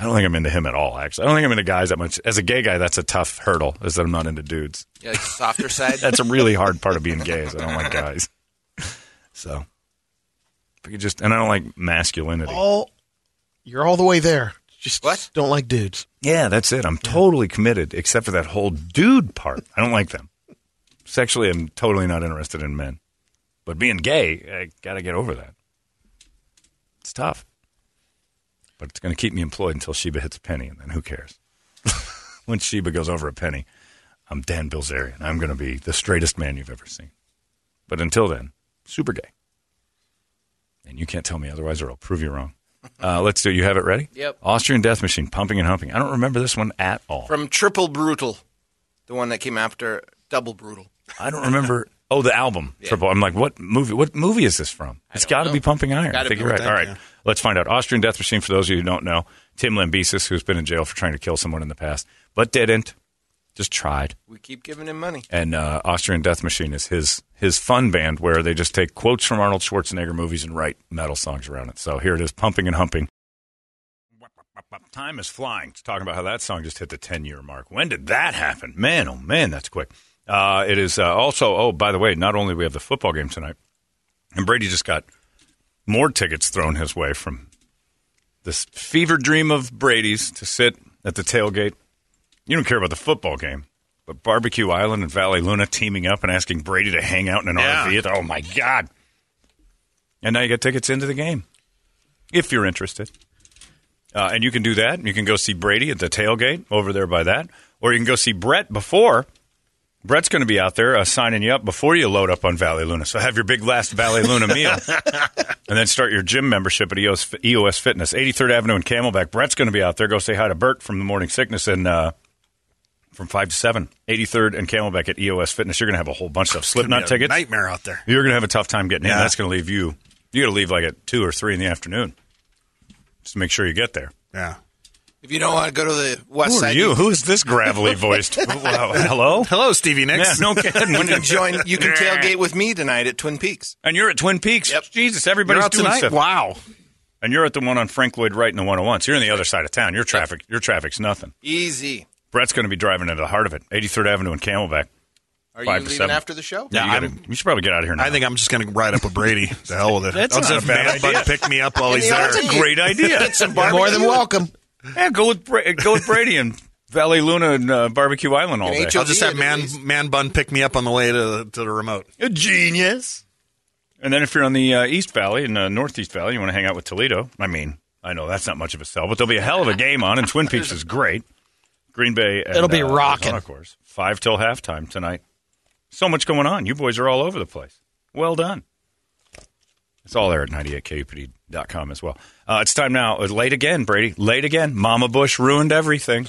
Speaker 4: I don't think I'm into him at all. Actually, I don't think I'm into guys that much. As a gay guy, that's a tough hurdle. Is that I'm not into dudes.
Speaker 8: Yeah, like the softer side.
Speaker 4: That's a really hard part of being gay. Is I don't like guys. So, if you could just and I don't like masculinity.
Speaker 5: all, you're all the way there. Just
Speaker 8: What?
Speaker 5: don't like dudes.
Speaker 4: Yeah, that's it. I'm totally committed, except for that whole dude part. I don't like them. Sexually, I'm totally not interested in men. But being gay, I got to get over that. It's tough. But it's going to keep me employed until Sheba hits a penny, and then who cares? when Sheba goes over a penny, I'm Dan Bilzerian. I'm going to be the straightest man you've ever seen. But until then, super gay. And you can't tell me otherwise, or I'll prove you wrong. Uh, let's do. You have it ready?
Speaker 8: Yep.
Speaker 4: Austrian Death Machine, pumping and humping. I don't remember this one at all.
Speaker 8: From Triple Brutal, the one that came after Double Brutal.
Speaker 4: I don't remember. Oh, the album. Triple. I'm like, what movie? What movie is this from? It's got to be Pumping Iron. I
Speaker 8: gotta
Speaker 4: think
Speaker 8: be,
Speaker 4: you're right.
Speaker 8: I
Speaker 4: All right, let's find out. Austrian Death Machine. For those of you who don't know, Tim Lambesis, who's been in jail for trying to kill someone in the past, but didn't. Just tried.
Speaker 8: We keep giving him money.
Speaker 4: And uh, Austrian Death Machine is his his fun band where they just take quotes from Arnold Schwarzenegger movies and write metal songs around it. So here it is, pumping and humping. Time is flying. It's talking about how that song just hit the ten year mark. When did that happen? Man, oh man, that's quick. Uh, it is uh, also. Oh, by the way, not only do we have the football game tonight, and Brady just got more tickets thrown his way from this fever dream of Brady's to sit at the tailgate. You don't care about the football game, but Barbecue Island and Valley Luna teaming up and asking Brady to hang out in an
Speaker 10: Yeah.
Speaker 4: RV. Oh my God! And now you got tickets into the game if you're interested. Uh, and you can do that. You can go see Brady at the tailgate over there by that, or you can go see Brett before. Brett's going to be out there uh, signing you up before you load up on Valley Luna. So have your big last Valley Luna meal, and then start your gym membership at E EOS, EOS Fitness, 83rd Avenue and Camelback. Brett's going to be out there. Go say hi to Bert from the Morning Sickness and uh, from five to seven, 83rd and Camelback at EOS Fitness. You're going to have a whole bunch of stuff.
Speaker 10: Could be
Speaker 4: Slipknot
Speaker 10: a
Speaker 4: tickets.
Speaker 10: Nightmare out there.
Speaker 4: You're going to have a tough time getting in.
Speaker 10: Yeah.
Speaker 4: That's going to leave you. You got to leave like at two or three in the afternoon. Just to make sure you get there.
Speaker 10: Yeah.
Speaker 8: If you don't want to go to the west
Speaker 4: Who are
Speaker 8: side,
Speaker 4: you? Who's this gravelly voiced? Wow. Hello.
Speaker 10: Hello, Stevie
Speaker 4: Yeah,
Speaker 10: Nicks.
Speaker 4: no kidding.
Speaker 8: You can join. You can tailgate with me tonight at Twin Peaks.
Speaker 4: And you're at Twin Peaks.
Speaker 8: Yep.
Speaker 4: Jesus,
Speaker 10: You're
Speaker 4: everybody's
Speaker 10: out
Speaker 4: doing
Speaker 10: tonight.
Speaker 4: stuff.
Speaker 10: Wow.
Speaker 4: And you're at the one on Frank Lloyd Wright in the 101. So you're on the other side of town. Your traffic, your traffic's nothing.
Speaker 8: Easy.
Speaker 4: Brett's going to be driving into the heart of it, 83rd Avenue and Camelback.
Speaker 8: Are
Speaker 4: Five
Speaker 8: you
Speaker 4: to
Speaker 8: leaving
Speaker 4: seven.
Speaker 8: after the show?
Speaker 10: Yeah,
Speaker 4: you, gotta-
Speaker 10: I'm-
Speaker 4: you should probably get out of here now.
Speaker 10: I think I'm just going to ride up with Brady. the hell with it.
Speaker 4: That's
Speaker 10: I'll
Speaker 4: not
Speaker 10: just
Speaker 4: a bad
Speaker 10: man bun
Speaker 4: idea.
Speaker 10: pick me up while he's there.
Speaker 4: that's a great idea.
Speaker 5: You're more than welcome.
Speaker 4: yeah, go with Bra- go with Brady and Valley Luna and uh, Barbecue Island all
Speaker 8: And
Speaker 4: day.
Speaker 8: HO
Speaker 10: I'll just have
Speaker 8: at
Speaker 10: man
Speaker 8: least.
Speaker 10: man bun pick me up on the way to to the remote.
Speaker 4: A genius. And then if you're on the uh, East Valley and uh, Northeast Valley, you want to hang out with Toledo. I mean, I know that's not much of a sell, but there'll be a hell of a game on, and Twin Peaks is great. Green Bay. And,
Speaker 5: It'll be
Speaker 4: uh,
Speaker 5: rocking.
Speaker 4: Arizona, Of course, five till halftime tonight. So much going on. You boys are all over the place. Well done. It's all there at 98kupd.com as well. Uh, it's time now. It's Late again, Brady. Late again. Mama Bush ruined everything,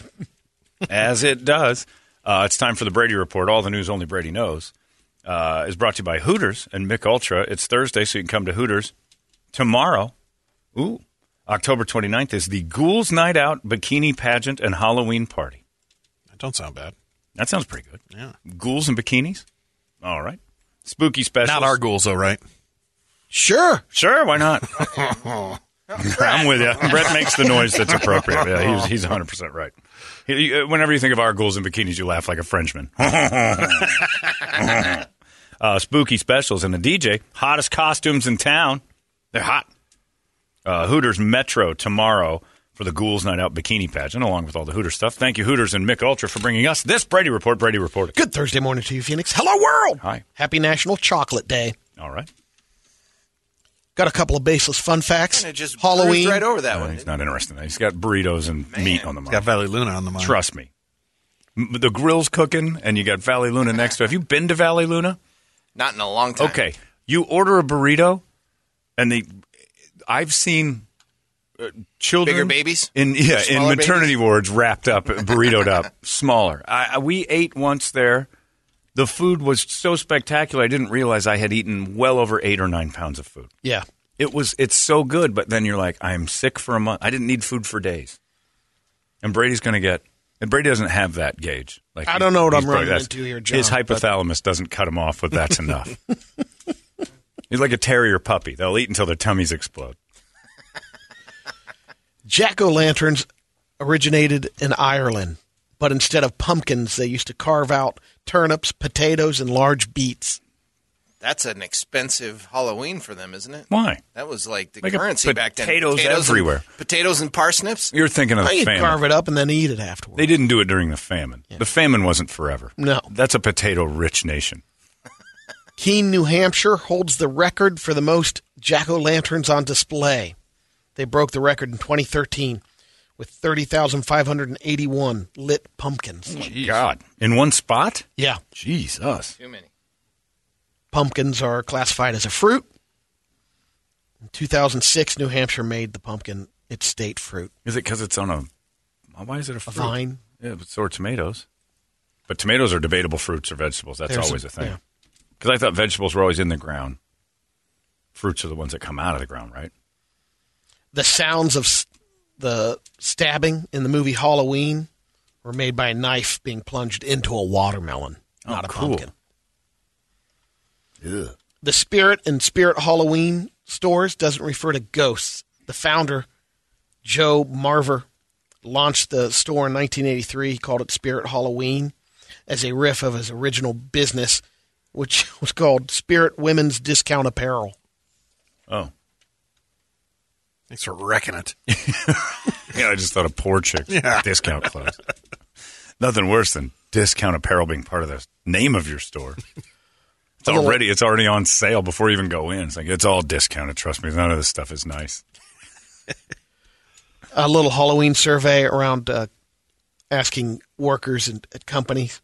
Speaker 4: as it does. Uh, it's time for the Brady Report. All the news only Brady knows uh, is brought to you by Hooters and Mick Ultra. It's Thursday, so you can come to Hooters tomorrow. Ooh. October 29th is the Ghouls Night Out Bikini Pageant and Halloween Party.
Speaker 10: That don't sound bad.
Speaker 4: That sounds pretty good.
Speaker 10: Yeah.
Speaker 4: Ghouls and bikinis? All right. Spooky specials.
Speaker 10: Not our ghouls, though, right?
Speaker 5: Sure.
Speaker 4: Sure, why not? I'm with you. Brett makes the noise that's appropriate. Yeah, he's, he's 100% right. He- he- whenever you think of our ghouls and bikinis, you laugh like a Frenchman. uh, spooky specials and a DJ. Hottest costumes in town. They're hot. Uh, Hooters Metro tomorrow for the Ghouls Night Out Bikini Pageant, along with all the Hooters stuff. Thank you, Hooters and Mick Ultra, for bringing us this Brady Report. Brady Report.
Speaker 5: Good Thursday morning to you, Phoenix. Hello, world.
Speaker 4: Hi.
Speaker 5: Happy National Chocolate Day.
Speaker 4: All right.
Speaker 5: Got a couple of baseless fun facts.
Speaker 8: And it just
Speaker 5: Halloween.
Speaker 8: breezed right over that
Speaker 4: Uh,
Speaker 8: one.
Speaker 4: he's not interested. in that. He's got burritos and meat on the mind.
Speaker 10: Got Valley Luna on the mind.
Speaker 4: Trust me. M- The grill's cooking, and you got Valley Luna next to. Have you been to Valley Luna?
Speaker 8: Not in a long time.
Speaker 4: Okay, you order a burrito, and they. I've seen uh, children,
Speaker 8: Bigger babies?
Speaker 4: in yeah, in
Speaker 8: Smaller
Speaker 4: maternity wards, wrapped up, burritoed up, smaller. I, I- we ate once there. The food was so spectacular. I didn't realize I had eaten well over eight or nine pounds of food.
Speaker 5: Yeah.
Speaker 4: It was it's so good, but then you're like, I am sick for a month. I didn't need food for days. And Brady's going to get. And Brady doesn't have that gauge. Like
Speaker 5: I don't know what
Speaker 4: he's
Speaker 5: I'm
Speaker 4: probably-
Speaker 5: running
Speaker 4: that's-
Speaker 5: into here, John,
Speaker 4: His hypothalamus doesn't cut him off with that's enough. he's like a terrier puppy. They'll eat until their tummies explode.
Speaker 5: Jack o' lanterns originated in Ireland, but instead of pumpkins, they used to carve out turnips, potatoes, and large beets.
Speaker 8: That's an expensive Halloween for them, isn't it?
Speaker 4: Why?
Speaker 8: That was like the
Speaker 4: Like a
Speaker 8: currency back then.
Speaker 4: potatoes everywhere.
Speaker 8: And, potatoes and parsnips.
Speaker 4: You're thinking of
Speaker 5: Now
Speaker 4: the
Speaker 5: you
Speaker 4: famine.
Speaker 5: carve it up and then eat it afterward.
Speaker 4: They didn't do it during the famine. The famine wasn't forever.
Speaker 5: No.
Speaker 4: that's a potato-rich nation.
Speaker 5: Keene, New Hampshire holds the record for the most jack o' lanterns on display. They broke the record in 2013 with 30,581 lit pumpkins.
Speaker 4: God, in one spot?
Speaker 5: Yeah.
Speaker 4: Jesus.
Speaker 8: Too many.
Speaker 5: Pumpkins are classified as a fruit. In 2006, New Hampshire made the pumpkin its state fruit.
Speaker 4: Is it because it's on a? Why is it a,
Speaker 5: A
Speaker 4: fruit?
Speaker 5: vine.
Speaker 4: Yeah, but so are tomatoes. But tomatoes are debatable fruits or vegetables. That's
Speaker 5: There's
Speaker 4: always
Speaker 5: a-
Speaker 4: a thing.
Speaker 5: yeah.
Speaker 4: Because I thought vegetables were always in the ground. Fruits are the ones that come out of the ground, right?
Speaker 5: The sounds of s- the stabbing in the movie Halloween were made by a knife being plunged into a watermelon, not a pumpkin. The Spirit and Spirit Halloween stores doesn't refer to ghosts. The founder, Joe Marver, launched the store in 1983. He called it Spirit Halloween as a riff of his original business, which was called Spirit Women's Discount Apparel.
Speaker 4: Oh.
Speaker 10: Thanks for wrecking it.
Speaker 4: Yeah, I just thought of poor chick
Speaker 10: Yeah.
Speaker 4: discount clothes. Nothing worse than discount apparel being part of the name of your store. It's already it's already on sale before you even go in. It's like it's all discounted. Trust me, none of this stuff is nice.
Speaker 5: a little Halloween survey around uh, asking workers and, at companies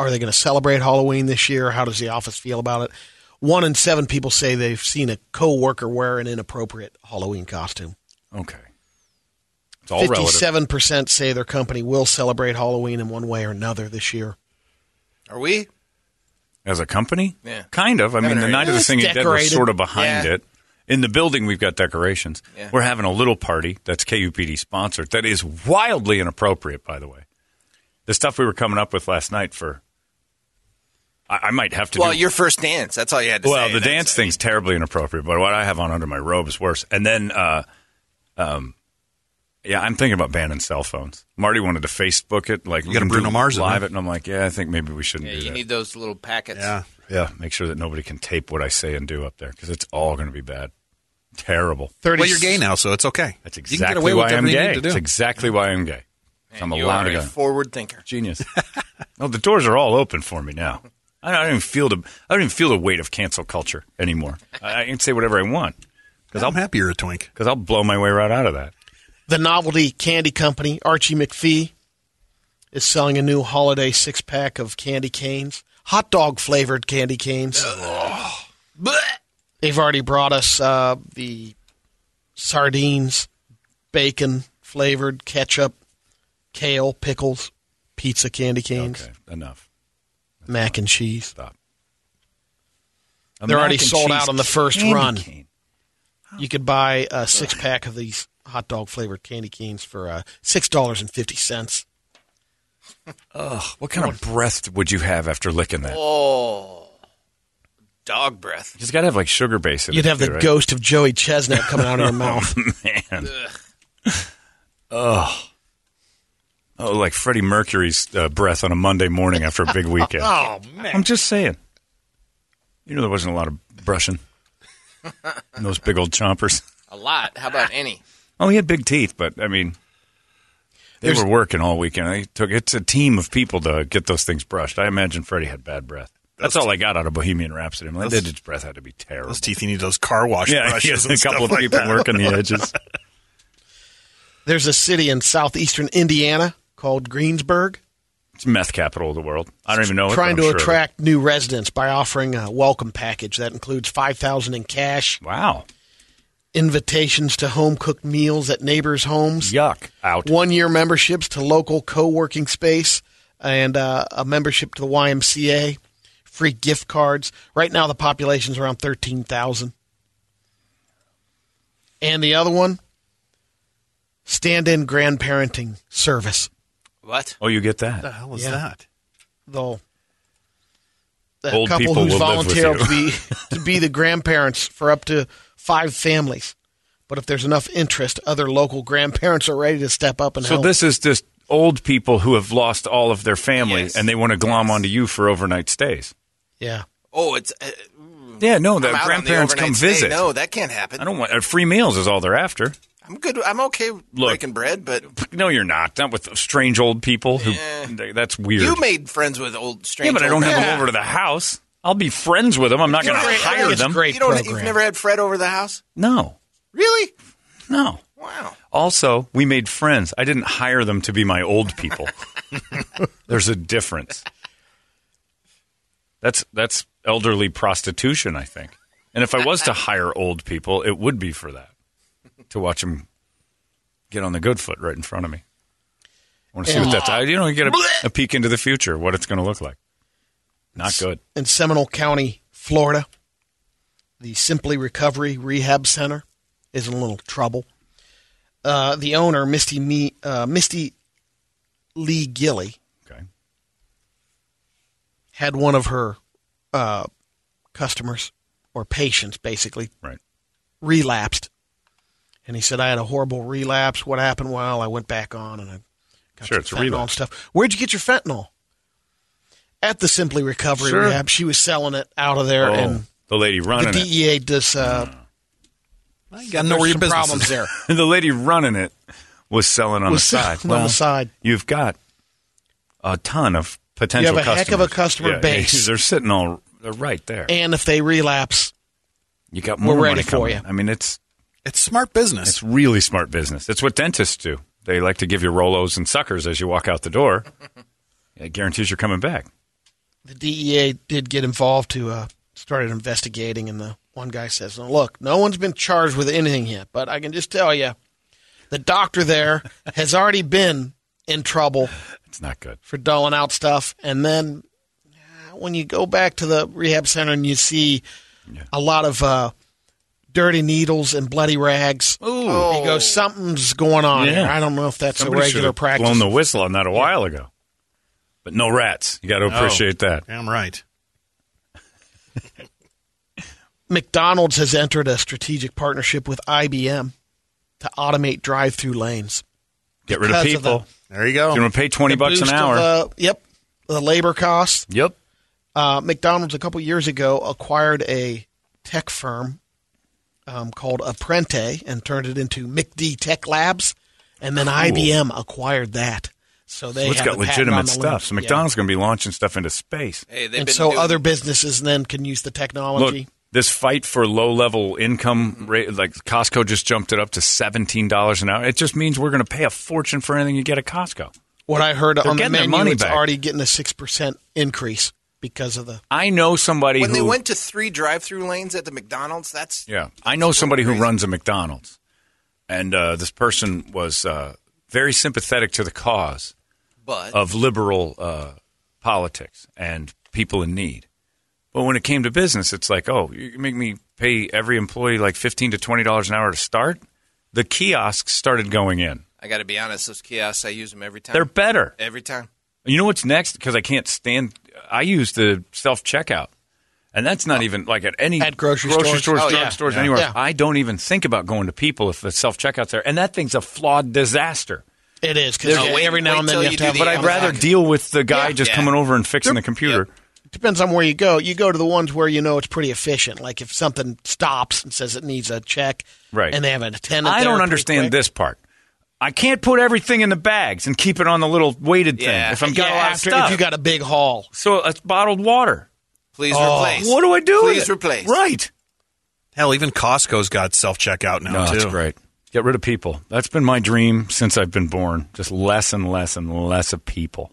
Speaker 5: are they going to celebrate Halloween this year? How does the office feel about it? One in seven people say they've seen a coworker wear an inappropriate Halloween costume.
Speaker 4: Okay, it's all relative.
Speaker 5: Fifty-seven percent say their company will celebrate Halloween in one way or another this year.
Speaker 8: Are we?
Speaker 4: As a company,
Speaker 8: Yeah.
Speaker 4: kind of. I mean, the
Speaker 8: Decorated.
Speaker 4: night of the
Speaker 5: It's
Speaker 4: singing dead was
Speaker 5: decorated.
Speaker 4: sort of behind
Speaker 8: Yeah.
Speaker 4: it. In the building, we've got decorations.
Speaker 8: Yeah.
Speaker 4: We're having a little party that's KUPD sponsored. That is wildly inappropriate, by the way. The stuff we were coming up with last night for, I, I might have to.
Speaker 8: Well,
Speaker 4: do,
Speaker 8: your first dance. That's all you had to
Speaker 4: well,
Speaker 8: say.
Speaker 4: the
Speaker 8: That's-
Speaker 4: dance thing's terribly inappropriate, but what I have on under my robe is worse. And then, uh, um, yeah, I'm thinking about banning cell phones. Marty wanted to Facebook it, like you
Speaker 10: got a Bruno Mars in
Speaker 4: live
Speaker 10: there.
Speaker 4: it, and I'm like, yeah, I think maybe we shouldn't
Speaker 8: Yeah,
Speaker 4: do
Speaker 8: you
Speaker 4: that.
Speaker 8: need those little packets.
Speaker 4: yeah, make sure that nobody can tape what I say and do up there because it's all going to be bad, terrible.
Speaker 5: Thirty.
Speaker 10: Well, you're gay now, so it's okay.
Speaker 4: That's
Speaker 10: You can get
Speaker 4: exactly
Speaker 10: away with
Speaker 4: why I'm
Speaker 10: everything you
Speaker 4: gay.
Speaker 10: need to
Speaker 4: It's
Speaker 10: do.
Speaker 4: exactly why I'm gay. I'm
Speaker 8: You
Speaker 4: allowed
Speaker 8: are
Speaker 4: to
Speaker 8: a
Speaker 4: go.
Speaker 8: forward thinker.
Speaker 4: Genius. no, the doors are all open for me now. I don't, I don't even feel the I don't even feel the weight of cancel culture anymore. I, I can say whatever I want because
Speaker 10: I'm
Speaker 4: I'll
Speaker 10: happy you're a twink.
Speaker 4: because I'll blow my way right out of that.
Speaker 5: The novelty candy company, Archie McPhee, is selling a new holiday six pack of candy canes, hot dog flavored candy canes. They've already brought us uh, the sardines, bacon flavored ketchup, kale, pickles, pizza candy canes,
Speaker 4: Okay, enough.
Speaker 5: mac and cheese.
Speaker 4: Stop.
Speaker 5: They're already
Speaker 4: mac and
Speaker 5: sold
Speaker 4: cheese
Speaker 5: out on the first
Speaker 4: candy
Speaker 5: run.
Speaker 4: cane.
Speaker 5: You could buy a six pack of these hot dog flavored candy canes for uh, $6.50.
Speaker 4: What kind of breath would you have after licking that?
Speaker 5: Oh.
Speaker 8: Dog breath.
Speaker 4: It's got to have like sugar base in
Speaker 5: You'd
Speaker 4: it.
Speaker 5: have the
Speaker 4: too, right?
Speaker 5: ghost of Joey Chestnut coming out of your mouth.
Speaker 4: man. Oh. Oh, like Freddie Mercury's uh, breath on a Monday morning after a big weekend. oh, man. I'm just saying. You know, there wasn't a lot of brushing. and those big old chompers.
Speaker 8: A lot. How about any?
Speaker 4: Oh, he had big teeth, but I mean, they
Speaker 5: There's-
Speaker 4: were working all weekend. They took it's a team of people to get those things brushed. I imagine Freddie had bad breath. That's, all I got out of Bohemian Rhapsody. I'm like,
Speaker 10: Those-
Speaker 4: his breath had to be terrible.
Speaker 10: Those teeth, you need those car wash
Speaker 4: yeah, he
Speaker 10: brushes
Speaker 4: has
Speaker 10: and
Speaker 4: a couple
Speaker 10: stuff
Speaker 4: of
Speaker 10: like
Speaker 4: people
Speaker 10: that.
Speaker 4: working the edges.
Speaker 5: There's a city in southeastern Indiana called Greensburg
Speaker 4: It's meth capital of the world. I don't even know. it, but
Speaker 5: trying
Speaker 4: Oh, I'm
Speaker 5: to
Speaker 4: sure of it.
Speaker 5: attract new residents by offering a welcome package that includes 5000 in cash,
Speaker 4: Wow.
Speaker 5: invitations to home cooked meals at neighbors' homes,
Speaker 4: Yuck. Out.
Speaker 5: one year memberships to local co working space, and uh, a membership to the YMCA, free gift cards. Right now, the population's around 13,000. And the other one, stand in grandparenting service.
Speaker 8: What?
Speaker 4: Oh, you get that?
Speaker 10: What the hell is
Speaker 5: Yeah.
Speaker 10: that?
Speaker 5: though the
Speaker 4: Old
Speaker 5: couple
Speaker 4: people
Speaker 5: who's
Speaker 4: will live with
Speaker 5: volunteered to be to be the grandparents for up to five families. But if there's enough interest, other local grandparents are ready to step up and
Speaker 4: So
Speaker 5: help.
Speaker 4: this is just old people who have lost all of their family
Speaker 8: Yes.
Speaker 4: and they want to glom onto you for overnight stays.
Speaker 5: yeah,
Speaker 8: Oh, it's. Uh,
Speaker 4: Yeah, no,
Speaker 8: I'm
Speaker 4: the
Speaker 8: out on the
Speaker 4: grandparents
Speaker 8: overnight
Speaker 4: come
Speaker 8: stay.
Speaker 4: visit.
Speaker 8: No, that can't happen.
Speaker 4: I don't want uh, free meals is all they're after.
Speaker 8: I'm good. I'm okay with breaking bread, but
Speaker 4: No, you're not. Not with strange old people who. That's weird.
Speaker 8: you made friends with old
Speaker 4: yeah,
Speaker 8: strangers.
Speaker 4: but I don't have them over to the house. I'll be friends with them. I'm not going to
Speaker 5: Great- I think
Speaker 4: hire
Speaker 5: it's
Speaker 4: them.
Speaker 5: Great
Speaker 8: You don't. e- You've
Speaker 5: program.
Speaker 8: never had Fred over the house,
Speaker 4: No,
Speaker 8: really?
Speaker 4: no.
Speaker 8: Wow.
Speaker 4: Also, we made friends. I didn't hire them to be my old people. There's a difference. That's that's elderly prostitution, I think. And if I was to hire old people, it would be for that. To watch them get on the good foot right in front of me. I want to see what that's. I, you know, you get a, a peek into the future, what it's going to look like. Not good.
Speaker 5: in Seminole County, Florida. The Simply Recovery Rehab Center is in a little trouble. Uh, the owner, Misty Me, uh, Misty Lee Gilly
Speaker 4: Okay.
Speaker 5: had one of her uh, customers or patients basically
Speaker 4: Right.
Speaker 5: relapsed. And he said, I had a horrible relapse. What happened? Well, I went back on and I got
Speaker 4: Sure,
Speaker 5: some
Speaker 4: it's a
Speaker 5: fentanyl and
Speaker 4: relapse.
Speaker 5: stuff. Where'd you get your fentanyl? At the Simply Recovery
Speaker 4: Sure. Oh,
Speaker 5: Rehab. She was selling it out of there, and
Speaker 4: the lady
Speaker 5: the
Speaker 4: running it.
Speaker 5: DEA does. Uh,
Speaker 10: You got to know where
Speaker 5: there's
Speaker 10: your
Speaker 5: some
Speaker 10: business
Speaker 5: problems
Speaker 10: is.
Speaker 5: there.
Speaker 4: the lady running it was selling on
Speaker 5: Was
Speaker 4: the side.
Speaker 5: selling on the side.
Speaker 4: You've got a ton of potential.
Speaker 5: You have a
Speaker 4: customers.
Speaker 5: heck of a customer
Speaker 4: Yeah,
Speaker 5: base.
Speaker 4: They're sitting all. They're right there.
Speaker 5: And if they relapse,
Speaker 4: You got
Speaker 5: we're
Speaker 4: more
Speaker 5: ready
Speaker 4: money
Speaker 5: for
Speaker 4: coming.
Speaker 5: you.
Speaker 4: I mean, it's
Speaker 10: It's smart business.
Speaker 4: it's really smart business. It's what dentists do. They like to give you Rolos and suckers as you walk out the door. It guarantees you're coming back.
Speaker 5: the DEA did get involved to uh, started investigating, and the one guy says, "Now, "Look, no one's been charged with anything yet, but I can just tell you, the doctor there has already been in trouble
Speaker 4: It's not good.
Speaker 5: for doling out stuff, and then uh, when you go back to the rehab center and you see a lot of uh, dirty needles and bloody rags,
Speaker 4: Ooh.
Speaker 5: you go, something's going on
Speaker 4: Yeah.
Speaker 5: here. I don't know if that's
Speaker 4: Somebody
Speaker 5: a regular
Speaker 4: should've
Speaker 5: practice.
Speaker 4: Blown the whistle on that a while ago. But no rats. You got to appreciate that.
Speaker 10: Damn right.
Speaker 5: McDonald's has entered a strategic partnership with IBM to automate drive-through lanes.
Speaker 4: Get rid of
Speaker 5: Because of
Speaker 4: people.
Speaker 5: the-
Speaker 10: There you
Speaker 4: You're
Speaker 10: go.
Speaker 4: going to pay twenty
Speaker 5: The
Speaker 4: bucks an
Speaker 5: boost of,
Speaker 4: hour.
Speaker 5: uh, yep, the labor costs.
Speaker 4: yep.
Speaker 5: Uh, McDonald's a couple years ago acquired a tech firm um, called Apprente and turned it into McD Tech Labs, and then IBM acquired that. So they
Speaker 4: So it's
Speaker 5: have
Speaker 4: got
Speaker 5: the patent on
Speaker 4: legitimate
Speaker 5: the
Speaker 4: stuff.
Speaker 5: link.
Speaker 4: So
Speaker 5: Yeah.
Speaker 4: McDonald's going to be launching stuff into space.
Speaker 8: Hey, they've
Speaker 5: And
Speaker 8: been
Speaker 5: so
Speaker 8: doing-
Speaker 5: other businesses then can use the technology.
Speaker 4: Look, this fight for low level income rate, like Costco just jumped it up to seventeen dollars an hour. It just means we're going to pay a fortune for anything you get at Costco.
Speaker 5: what I heard on the
Speaker 4: getting their
Speaker 5: menu,
Speaker 4: money
Speaker 5: it's
Speaker 4: back.
Speaker 5: already getting a six percent increase because of the
Speaker 4: I know somebody
Speaker 8: when
Speaker 4: who
Speaker 8: they went to three drive-through lanes at the McDonald's, that's
Speaker 4: Yeah, I know somebody who runs a McDonald's, and uh, this person was uh, very sympathetic to the cause
Speaker 8: but
Speaker 4: of liberal uh, politics and people in need. But when it came to business, it's like, oh, you make me pay every employee like fifteen to twenty dollars an hour to start. The kiosks started going in;
Speaker 8: I got to be honest, those kiosks I use them every time.
Speaker 4: they're better.
Speaker 8: every time.
Speaker 4: You know what's next? Because I can't stand. I use the self checkout, and that's not even like at any
Speaker 5: At grocery
Speaker 4: grocery
Speaker 5: stores.
Speaker 4: stores,
Speaker 8: Oh,
Speaker 4: drug
Speaker 8: yeah.
Speaker 4: stores, anywhere.
Speaker 5: Yeah.
Speaker 4: I don't even think about going to people if the self checkout's there, and that thing's a flawed disaster.
Speaker 5: It is because
Speaker 8: Oh, wait-
Speaker 5: every now
Speaker 8: wait
Speaker 5: and then
Speaker 8: till
Speaker 5: you
Speaker 8: you
Speaker 5: have to
Speaker 8: do
Speaker 5: have.
Speaker 8: the
Speaker 5: But
Speaker 4: But
Speaker 5: I
Speaker 4: I'd
Speaker 8: Amazon.
Speaker 4: rather deal with the guy
Speaker 5: Yeah.
Speaker 4: just
Speaker 8: Yeah.
Speaker 4: coming over and fixing the computer.
Speaker 5: depends on where you go. You go to the ones where you know it's pretty efficient. Like if something stops and says it needs a check,
Speaker 4: Right.
Speaker 5: And they have an attendant.
Speaker 4: I
Speaker 5: there
Speaker 4: don't
Speaker 5: pretty
Speaker 4: understand
Speaker 5: quick.
Speaker 4: this part. I can't put everything in the bags and keep it on the little weighted
Speaker 8: Yeah.
Speaker 4: thing if I'm
Speaker 5: Yeah,
Speaker 4: got a lot
Speaker 5: after,
Speaker 4: of stuff.
Speaker 5: if you got a big haul,
Speaker 4: so it's bottled water.
Speaker 8: Please
Speaker 5: Oh.
Speaker 8: replace.
Speaker 4: What do I do? with
Speaker 8: Please
Speaker 4: it?
Speaker 8: replace.
Speaker 4: Right.
Speaker 10: Hell, even Costco's got self checkout now
Speaker 4: No,
Speaker 10: too.
Speaker 4: Oh, that's great. Get rid of people. That's been my dream since I've been born. Just less and less and less of people.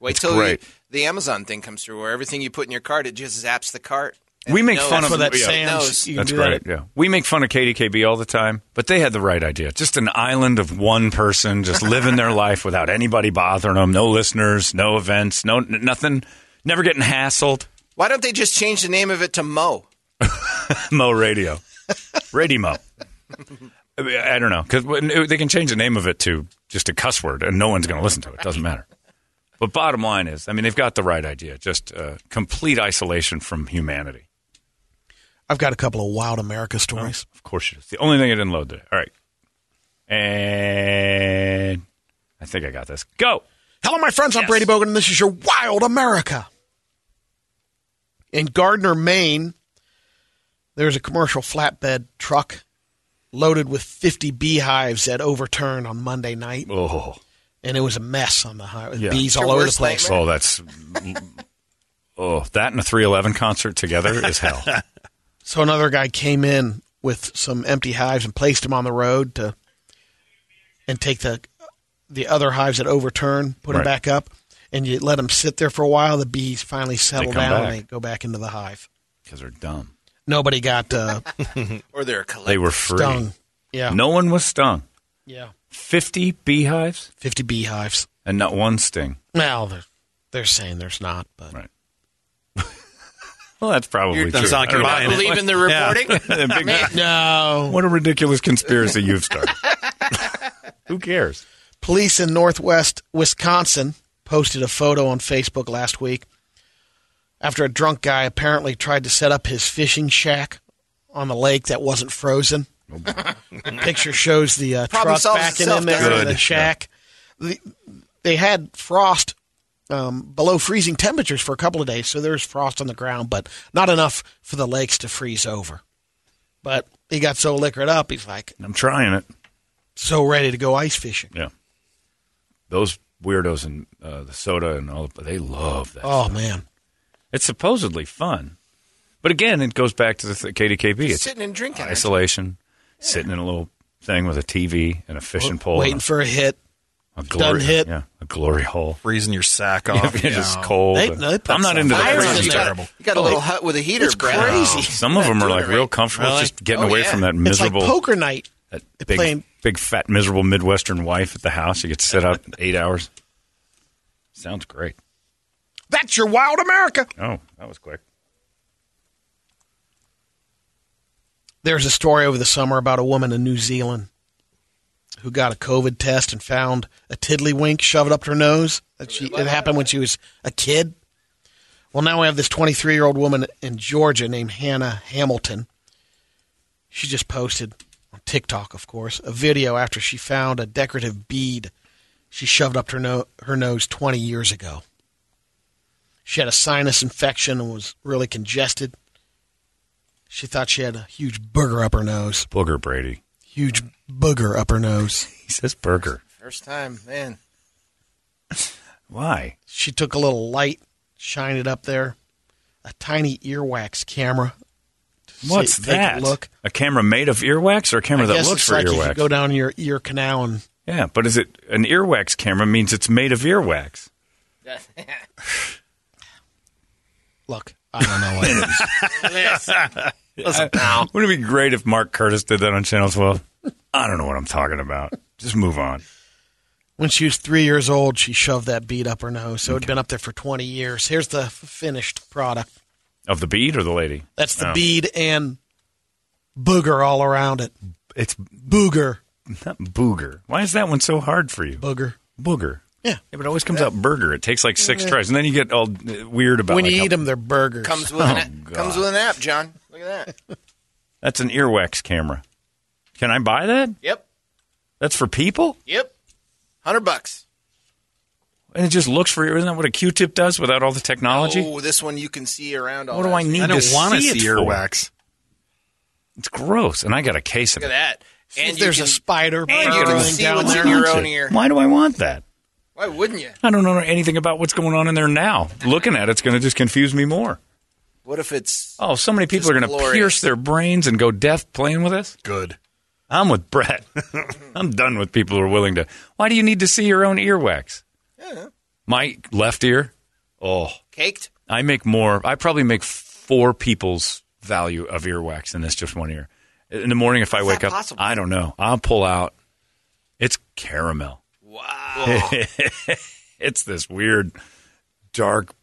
Speaker 8: Wait
Speaker 4: It's
Speaker 8: till
Speaker 4: great.
Speaker 8: The, the Amazon thing comes through, where everything you put in your cart, it just zaps the cart. And
Speaker 4: we
Speaker 8: it
Speaker 4: make
Speaker 8: knows-
Speaker 4: fun of
Speaker 5: for that
Speaker 4: yeah,
Speaker 5: Sam's, you can
Speaker 4: That's
Speaker 5: do that
Speaker 4: great. Yeah, we make fun of KDKB all the time, but they had the right idea. Just an island of one person, just living their life without anybody bothering them. No listeners, no events, no n- nothing. Never getting hassled.
Speaker 8: Why don't they just change the name of it to Mo?
Speaker 4: Mo Radio, Radio Mo. I, mean, I don't know because they can change the name of it to just a cuss word, and no one's going to listen to it. Doesn't matter. But bottom line is, I mean, they've got the right idea. Just uh, complete isolation from humanity.
Speaker 5: I've got a couple of Wild America stories.
Speaker 4: Of course it is. The only thing I didn't load today. All right. And I think I got this. Go.
Speaker 5: Hello, my friends. I'm Brady Bogan, and this is your Wild America. In Gardner, Maine, there's a commercial flatbed truck loaded with 50 beehives that overturned on Monday night,
Speaker 4: Oh,
Speaker 5: and it was a mess on the highway.
Speaker 4: Yeah.
Speaker 5: Bees
Speaker 8: Your
Speaker 5: all over the
Speaker 8: worst
Speaker 5: place.
Speaker 8: nightmare?
Speaker 4: oh, that's. Oh, that and a 311 concert together is hell.
Speaker 5: So another guy came in with some empty hives and placed them on the road to and take the the other hives that overturn, put them
Speaker 4: Right.
Speaker 5: back up, and you let them sit there for a while. The bees finally settle
Speaker 4: come
Speaker 5: down
Speaker 4: back.
Speaker 5: and they go back into the hive.
Speaker 4: Because they're dumb.
Speaker 5: Nobody got uh,
Speaker 8: Or they're a collect-
Speaker 4: They were free.
Speaker 5: stung. Yeah,
Speaker 4: No one was stung.
Speaker 5: yeah,
Speaker 4: 50 beehives
Speaker 5: fifty beehives.
Speaker 4: and not one sting.
Speaker 5: Well, they're they're saying there's not, but
Speaker 4: Right. Well, that's probably
Speaker 10: You're-
Speaker 4: true.
Speaker 10: that's not
Speaker 4: I don't
Speaker 10: gonna
Speaker 4: know.
Speaker 10: buy
Speaker 8: Believe in the reporting.
Speaker 4: Big-
Speaker 5: no.
Speaker 4: what a ridiculous conspiracy you've started. Who cares?
Speaker 5: Police in Northwest Wisconsin posted a photo on Facebook last week after a drunk guy apparently tried to set up his fishing shack on the lake that wasn't frozen. Picture shows the uh,
Speaker 8: Problem
Speaker 5: truck
Speaker 8: solves
Speaker 5: backing
Speaker 8: itself,
Speaker 5: in there
Speaker 8: doesn't
Speaker 5: in
Speaker 8: it?
Speaker 5: the shack. The- they had frost um, below freezing temperatures for a couple of days, so there was frost on the ground, but not enough for the lakes to freeze over. But he got so liquored up, he's like
Speaker 4: I'm trying it.
Speaker 5: so ready to go ice fishing.
Speaker 4: Yeah. Those weirdos and uh, the soda and all, they love that.
Speaker 5: Oh man,
Speaker 4: It's supposedly fun. But again, it goes back to the th- KDKB. It's
Speaker 8: sitting and drinking. aren't you?
Speaker 4: isolation, sitting in a little thing with a TV and a fishing pole.
Speaker 5: waiting
Speaker 4: and
Speaker 5: for a hit.
Speaker 4: a, a glory,
Speaker 5: done hit.
Speaker 4: Yeah, a glory hole.
Speaker 10: freezing your sack off.
Speaker 4: It's just
Speaker 10: Yeah.
Speaker 4: cold.
Speaker 5: They- no, they put
Speaker 4: I'm not
Speaker 5: some
Speaker 4: into the
Speaker 5: fire
Speaker 4: freezing.
Speaker 5: in there.
Speaker 8: You
Speaker 4: stuff.
Speaker 8: got,
Speaker 10: terrible.
Speaker 8: you got a
Speaker 4: Oh.
Speaker 8: little hut with a heater,
Speaker 5: It's
Speaker 8: Brad.
Speaker 5: crazy.
Speaker 4: Some of them are
Speaker 8: doing
Speaker 4: like
Speaker 8: it right.
Speaker 4: real comfortable,
Speaker 10: Really?
Speaker 4: just getting
Speaker 8: Oh,
Speaker 4: away
Speaker 8: yeah.
Speaker 4: from that
Speaker 5: It's like
Speaker 4: miserable,
Speaker 5: poker night.
Speaker 4: that big,
Speaker 5: playing-
Speaker 4: big, fat, miserable Midwestern wife at the house. You get to sit out eight hours. Sounds great.
Speaker 5: That's your wild America.
Speaker 4: Oh, that was quick.
Speaker 5: There's a story over the summer about a woman in New Zealand who got a COVID test and found a tiddlywink shoved up her nose. That she, it happened when she was a kid. Well, now we have this 23 year old woman in Georgia named Hannah Hamilton. She just posted on TikTok, of course, a video after she found a decorative bead she shoved up her, no- her nose 20 years ago. She had a sinus infection and was really congested. She thought she had a huge booger up her nose.
Speaker 4: Booger Brady.
Speaker 5: Huge booger up her nose.
Speaker 4: He says burger.
Speaker 8: First time, man.
Speaker 4: Why?
Speaker 5: She took a little light, shined it up there. A tiny earwax camera. to
Speaker 4: What's
Speaker 5: see- take a
Speaker 4: that?
Speaker 5: look.
Speaker 4: a camera made of earwax or a camera
Speaker 5: I
Speaker 4: that
Speaker 5: guess
Speaker 4: looks
Speaker 5: it's
Speaker 4: for
Speaker 5: like you
Speaker 4: earwax?
Speaker 5: could go down your ear canal and
Speaker 4: yeah, but is it an earwax camera means it's made of earwax?
Speaker 5: look. I don't know what it is.
Speaker 4: Wouldn't it be great if Mark Curtis did that on Channel 12? I don't know what I'm talking about. Just move on.
Speaker 5: When she was three years old, she shoved that bead up her nose. So it'd been up there for 20 years. Here's the f- finished product.
Speaker 4: Of the bead or the lady?
Speaker 5: That's the
Speaker 4: Oh.
Speaker 5: bead and booger all around it.
Speaker 4: It's
Speaker 5: Booger.
Speaker 4: not booger. Why is that one so hard for you?
Speaker 5: Booger.
Speaker 4: Booger.
Speaker 5: Yeah.
Speaker 4: Yeah, but it always comes out burger. It takes like six tries, and then you get all uh, weird about
Speaker 5: when
Speaker 4: like
Speaker 5: you
Speaker 4: how-
Speaker 5: eat them, they're burgers.
Speaker 8: Comes with an
Speaker 4: Oh,
Speaker 8: app. Comes with an app, John. Look at that.
Speaker 4: That's an earwax camera. Can I buy that?
Speaker 8: Yep.
Speaker 4: That's for people,
Speaker 8: Yep. Hundred bucks.
Speaker 4: and it just looks for. Isn't that what a Q-tip does without all the technology?
Speaker 8: Oh, this one you can see around. All
Speaker 4: what do
Speaker 8: that.
Speaker 4: I need
Speaker 10: I
Speaker 4: to
Speaker 10: don't want to
Speaker 4: see
Speaker 10: see
Speaker 4: it for?
Speaker 10: earwax.
Speaker 4: It's gross, and I got a case of
Speaker 8: Look at
Speaker 4: it.
Speaker 8: that. And
Speaker 5: and
Speaker 8: you
Speaker 5: there's
Speaker 8: can,
Speaker 5: a spider
Speaker 8: and you can
Speaker 5: burrowing
Speaker 8: see
Speaker 5: down
Speaker 8: what's
Speaker 5: there.
Speaker 8: in your
Speaker 4: Wants
Speaker 8: own
Speaker 4: it.
Speaker 8: ear.
Speaker 4: Why do I want that?
Speaker 8: Why wouldn't you?
Speaker 4: I don't know anything about what's going on in there now. Looking at it's going to just confuse me more.
Speaker 8: What if it's
Speaker 4: Oh, so many people
Speaker 8: Just
Speaker 4: are going to
Speaker 8: glorious.
Speaker 4: pierce their brains and go deaf playing with us.
Speaker 10: Good.
Speaker 4: I'm with Brett. I'm done with people who are willing to. Why do you need to see your own earwax? My left ear. Oh,
Speaker 8: caked?
Speaker 4: I make more. I probably make four people's value of earwax in this just one ear. In the morning, if I wake
Speaker 8: that
Speaker 4: up,
Speaker 8: possible?
Speaker 4: I don't know. I'll pull out. It's caramel.
Speaker 8: Wow.
Speaker 4: It's this weird, dark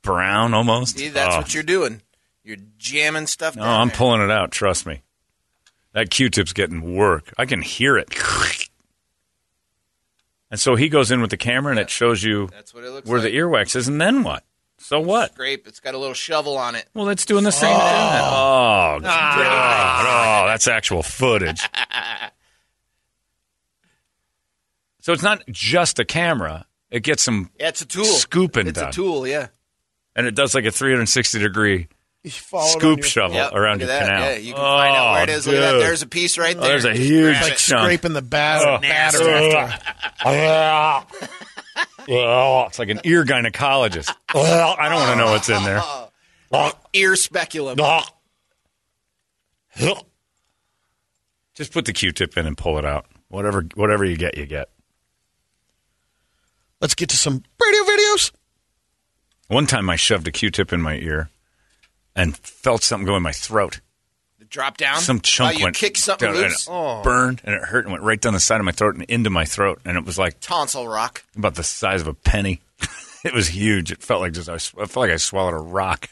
Speaker 4: brown almost.
Speaker 8: see, that's
Speaker 4: Oh.
Speaker 8: what you're doing. You're jamming stuff.
Speaker 4: No,
Speaker 8: down
Speaker 4: Oh, I'm
Speaker 8: there.
Speaker 4: pulling it out. Trust me. That Q-tip's getting work. I can hear it. And so he goes in with the camera, and it shows you
Speaker 8: That's what it looks
Speaker 4: where
Speaker 8: like.
Speaker 4: the earwax is, and then what? So what?
Speaker 8: Grape. It's got a little shovel on it.
Speaker 4: Well, it's doing the same thing. then. Oh,
Speaker 8: Ah.
Speaker 4: God. Oh, that's actual footage. so it's not just a camera. It gets some,
Speaker 8: Yeah, it's a tool.
Speaker 4: Scooping
Speaker 8: It's
Speaker 4: done.
Speaker 8: a tool. Yeah.
Speaker 4: and it does like a 360 degree scoop shovel
Speaker 8: Yep,
Speaker 4: around
Speaker 8: look
Speaker 4: your
Speaker 8: at that.
Speaker 4: canal.
Speaker 8: Yeah, you can find out where it
Speaker 4: Oh,
Speaker 8: is. Look at that.
Speaker 4: dude.
Speaker 8: There's a piece right
Speaker 4: Oh,
Speaker 8: there.
Speaker 4: there's a huge
Speaker 5: It's like
Speaker 4: chunk.
Speaker 5: scraping the bat-
Speaker 4: Oh.
Speaker 5: batter.
Speaker 4: Nasty.
Speaker 5: after-
Speaker 4: Oh, it's like an ear gynecologist. Oh, I don't want to know what's in there.
Speaker 8: Ear speculum.
Speaker 4: Just put the Q-tip in and pull it out. Whatever, whatever you get, you get.
Speaker 5: Let's get to some radio videos.
Speaker 4: One time, I shoved a Q-tip in my ear and felt something go in my throat.
Speaker 8: Drop down.
Speaker 4: Some
Speaker 8: oh,
Speaker 4: chunk
Speaker 8: you
Speaker 4: went
Speaker 8: kick something
Speaker 4: down
Speaker 8: loose. Oh,
Speaker 4: and it burned and it hurt and went right down the side of my throat and into my throat and it was like
Speaker 8: Tonsil rock.
Speaker 4: about the size of a penny. it was huge. It felt like just I, s- I felt like I swallowed a rock.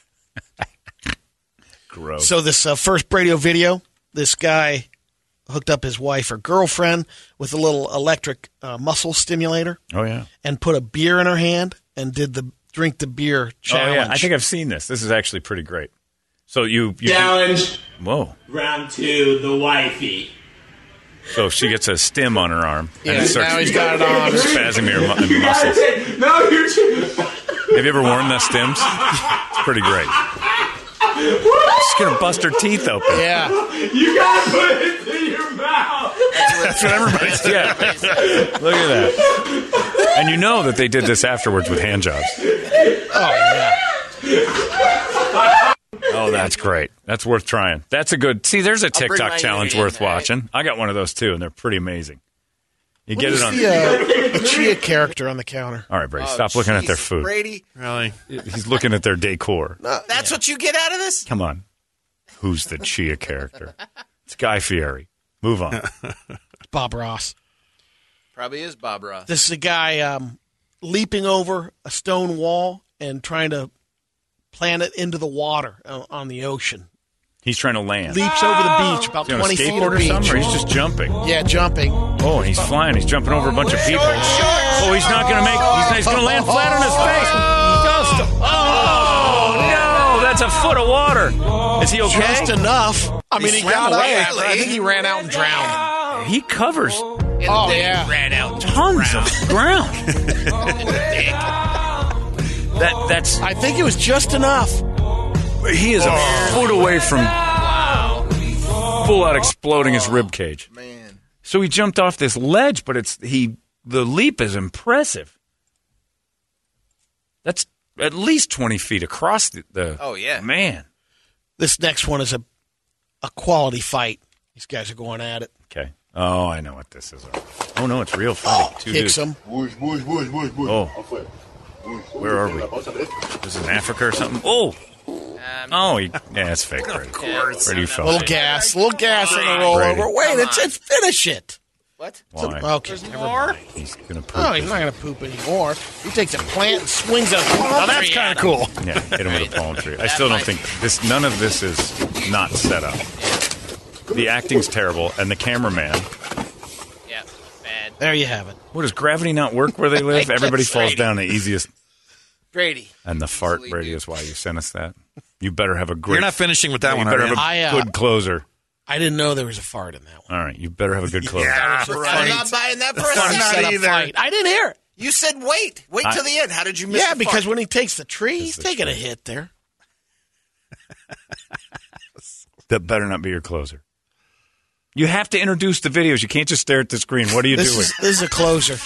Speaker 4: Gross.
Speaker 5: So this uh, first radio video, this guy hooked up his wife or girlfriend with a little electric uh, muscle stimulator
Speaker 4: Oh yeah.
Speaker 5: and put a beer in her hand and did the drink the beer challenge.
Speaker 4: Oh yeah. I think I've seen this. This is actually pretty great. So you, you
Speaker 11: Challenge
Speaker 4: Whoa.
Speaker 11: round two, the wifey.
Speaker 4: So she gets a stim on her arm.
Speaker 11: Yeah, now he's got it on.
Speaker 4: Spasming her mu-
Speaker 11: You gotta
Speaker 4: muscles.
Speaker 11: take- no, you're too.
Speaker 4: Have you ever worn the stims? It's pretty great. She's gonna bust her teeth open.
Speaker 11: You gotta put it in your mouth.
Speaker 4: That's what everybody's yeah. Look at that. And you know that they did this afterwards with hand jobs. Oh, that's great. That's worth trying. That's a good. See, there's a
Speaker 12: I'll bring
Speaker 4: TikTok
Speaker 12: my
Speaker 4: challenge
Speaker 12: unity.
Speaker 4: worth watching. I got one of those too, and they're pretty amazing. You
Speaker 5: What
Speaker 4: get
Speaker 5: is
Speaker 4: it on.
Speaker 5: the, uh, a chia character on the counter.
Speaker 4: All right, Brady,
Speaker 8: Oh,
Speaker 4: stop looking at their
Speaker 8: Jesus,
Speaker 4: food.
Speaker 8: Brady. Uh,
Speaker 10: Really?
Speaker 4: He's looking at their decor.
Speaker 8: That's what you get out of this?
Speaker 4: Come on. Who's the Chia character? It's Guy Fieri. Move on.
Speaker 5: Bob Ross.
Speaker 8: Probably is Bob Ross.
Speaker 5: This is a guy um, leaping over a stone wall and trying to plant it into the water uh, on the ocean.
Speaker 4: He's trying to land.
Speaker 5: Leaps over the beach,
Speaker 4: Is
Speaker 5: about
Speaker 4: he on a
Speaker 5: 20 feet
Speaker 4: skateboard
Speaker 5: of
Speaker 4: or
Speaker 5: beach.
Speaker 4: something, or he's just jumping.
Speaker 5: Yeah, jumping.
Speaker 4: Oh, and he's flying. He's jumping over a bunch of people. Oh, he's not going to make. He's, he's going to land flat on his face. Just, oh no, that's a foot of water. Is he okay?
Speaker 5: Just enough. I
Speaker 4: He
Speaker 5: mean, he,
Speaker 4: swam
Speaker 5: got
Speaker 4: away.
Speaker 5: Up. I think he ran out and drowned.
Speaker 4: He covers
Speaker 5: Oh yeah.
Speaker 10: Ran out.
Speaker 4: tons of ground. that that's.
Speaker 5: I think it was just enough.
Speaker 4: He is
Speaker 8: Oh.
Speaker 4: a foot away from full out exploding his rib cage.
Speaker 8: Oh, Man.
Speaker 4: So he jumped off this ledge, but it's he the leap is impressive. That's at least twenty feet across the. the
Speaker 8: Oh, yeah.
Speaker 4: man.
Speaker 5: This next one is a a quality fight. These guys are going at it.
Speaker 4: Okay. Oh, I know what this is. Oh no, it's real fighting. Two
Speaker 5: Kicks
Speaker 4: dudes.
Speaker 5: them.
Speaker 4: Oh, where are we? Is it in Africa or something? Oh, oh, he, yeah, it's fake. Brady. Of course, Brady fell.
Speaker 5: Little
Speaker 4: asleep.
Speaker 5: gas. Little gas in the
Speaker 4: Brady.
Speaker 5: rollover. Wait, it's it's finish it.
Speaker 8: What?
Speaker 4: Why?
Speaker 5: Okay. never mind.
Speaker 4: He's gonna poop.
Speaker 5: Oh, he's
Speaker 4: his-
Speaker 5: not gonna poop anymore. He takes a plant and swings it.
Speaker 10: Now that's kind of cool.
Speaker 4: Yeah, hit him with a palm tree. I still don't think this. None of this is not set up. The acting's terrible, and the cameraman.
Speaker 12: Yeah, bad.
Speaker 5: There you have it.
Speaker 4: What does gravity not work where they live? Everybody falls down the easiest.
Speaker 8: Brady.
Speaker 4: And the fart, Brady, is why you sent us that. You better have a great.
Speaker 10: You're not finishing with that
Speaker 4: you
Speaker 10: one.
Speaker 4: better
Speaker 10: Are you?
Speaker 4: have a
Speaker 5: I, uh,
Speaker 4: good closer.
Speaker 5: I didn't know there was a fart in that one.
Speaker 4: All right, you better have a good closer.
Speaker 10: yeah,
Speaker 8: I'm
Speaker 10: right.
Speaker 8: not buying that for a
Speaker 10: I'm
Speaker 8: second.
Speaker 10: not
Speaker 5: Set up
Speaker 10: either.
Speaker 5: fight. I didn't hear it.
Speaker 8: You said wait. Wait
Speaker 4: I-
Speaker 8: till the end. How did you miss
Speaker 5: Yeah,
Speaker 8: the
Speaker 5: because
Speaker 8: fart?
Speaker 5: when he takes the tree, he's
Speaker 4: the
Speaker 5: taking a
Speaker 4: tree.
Speaker 5: hit there.
Speaker 4: That better not be your closer. You have to introduce the videos. You can't just stare at the screen. What are you
Speaker 5: This
Speaker 4: doing?
Speaker 5: is this is a closer.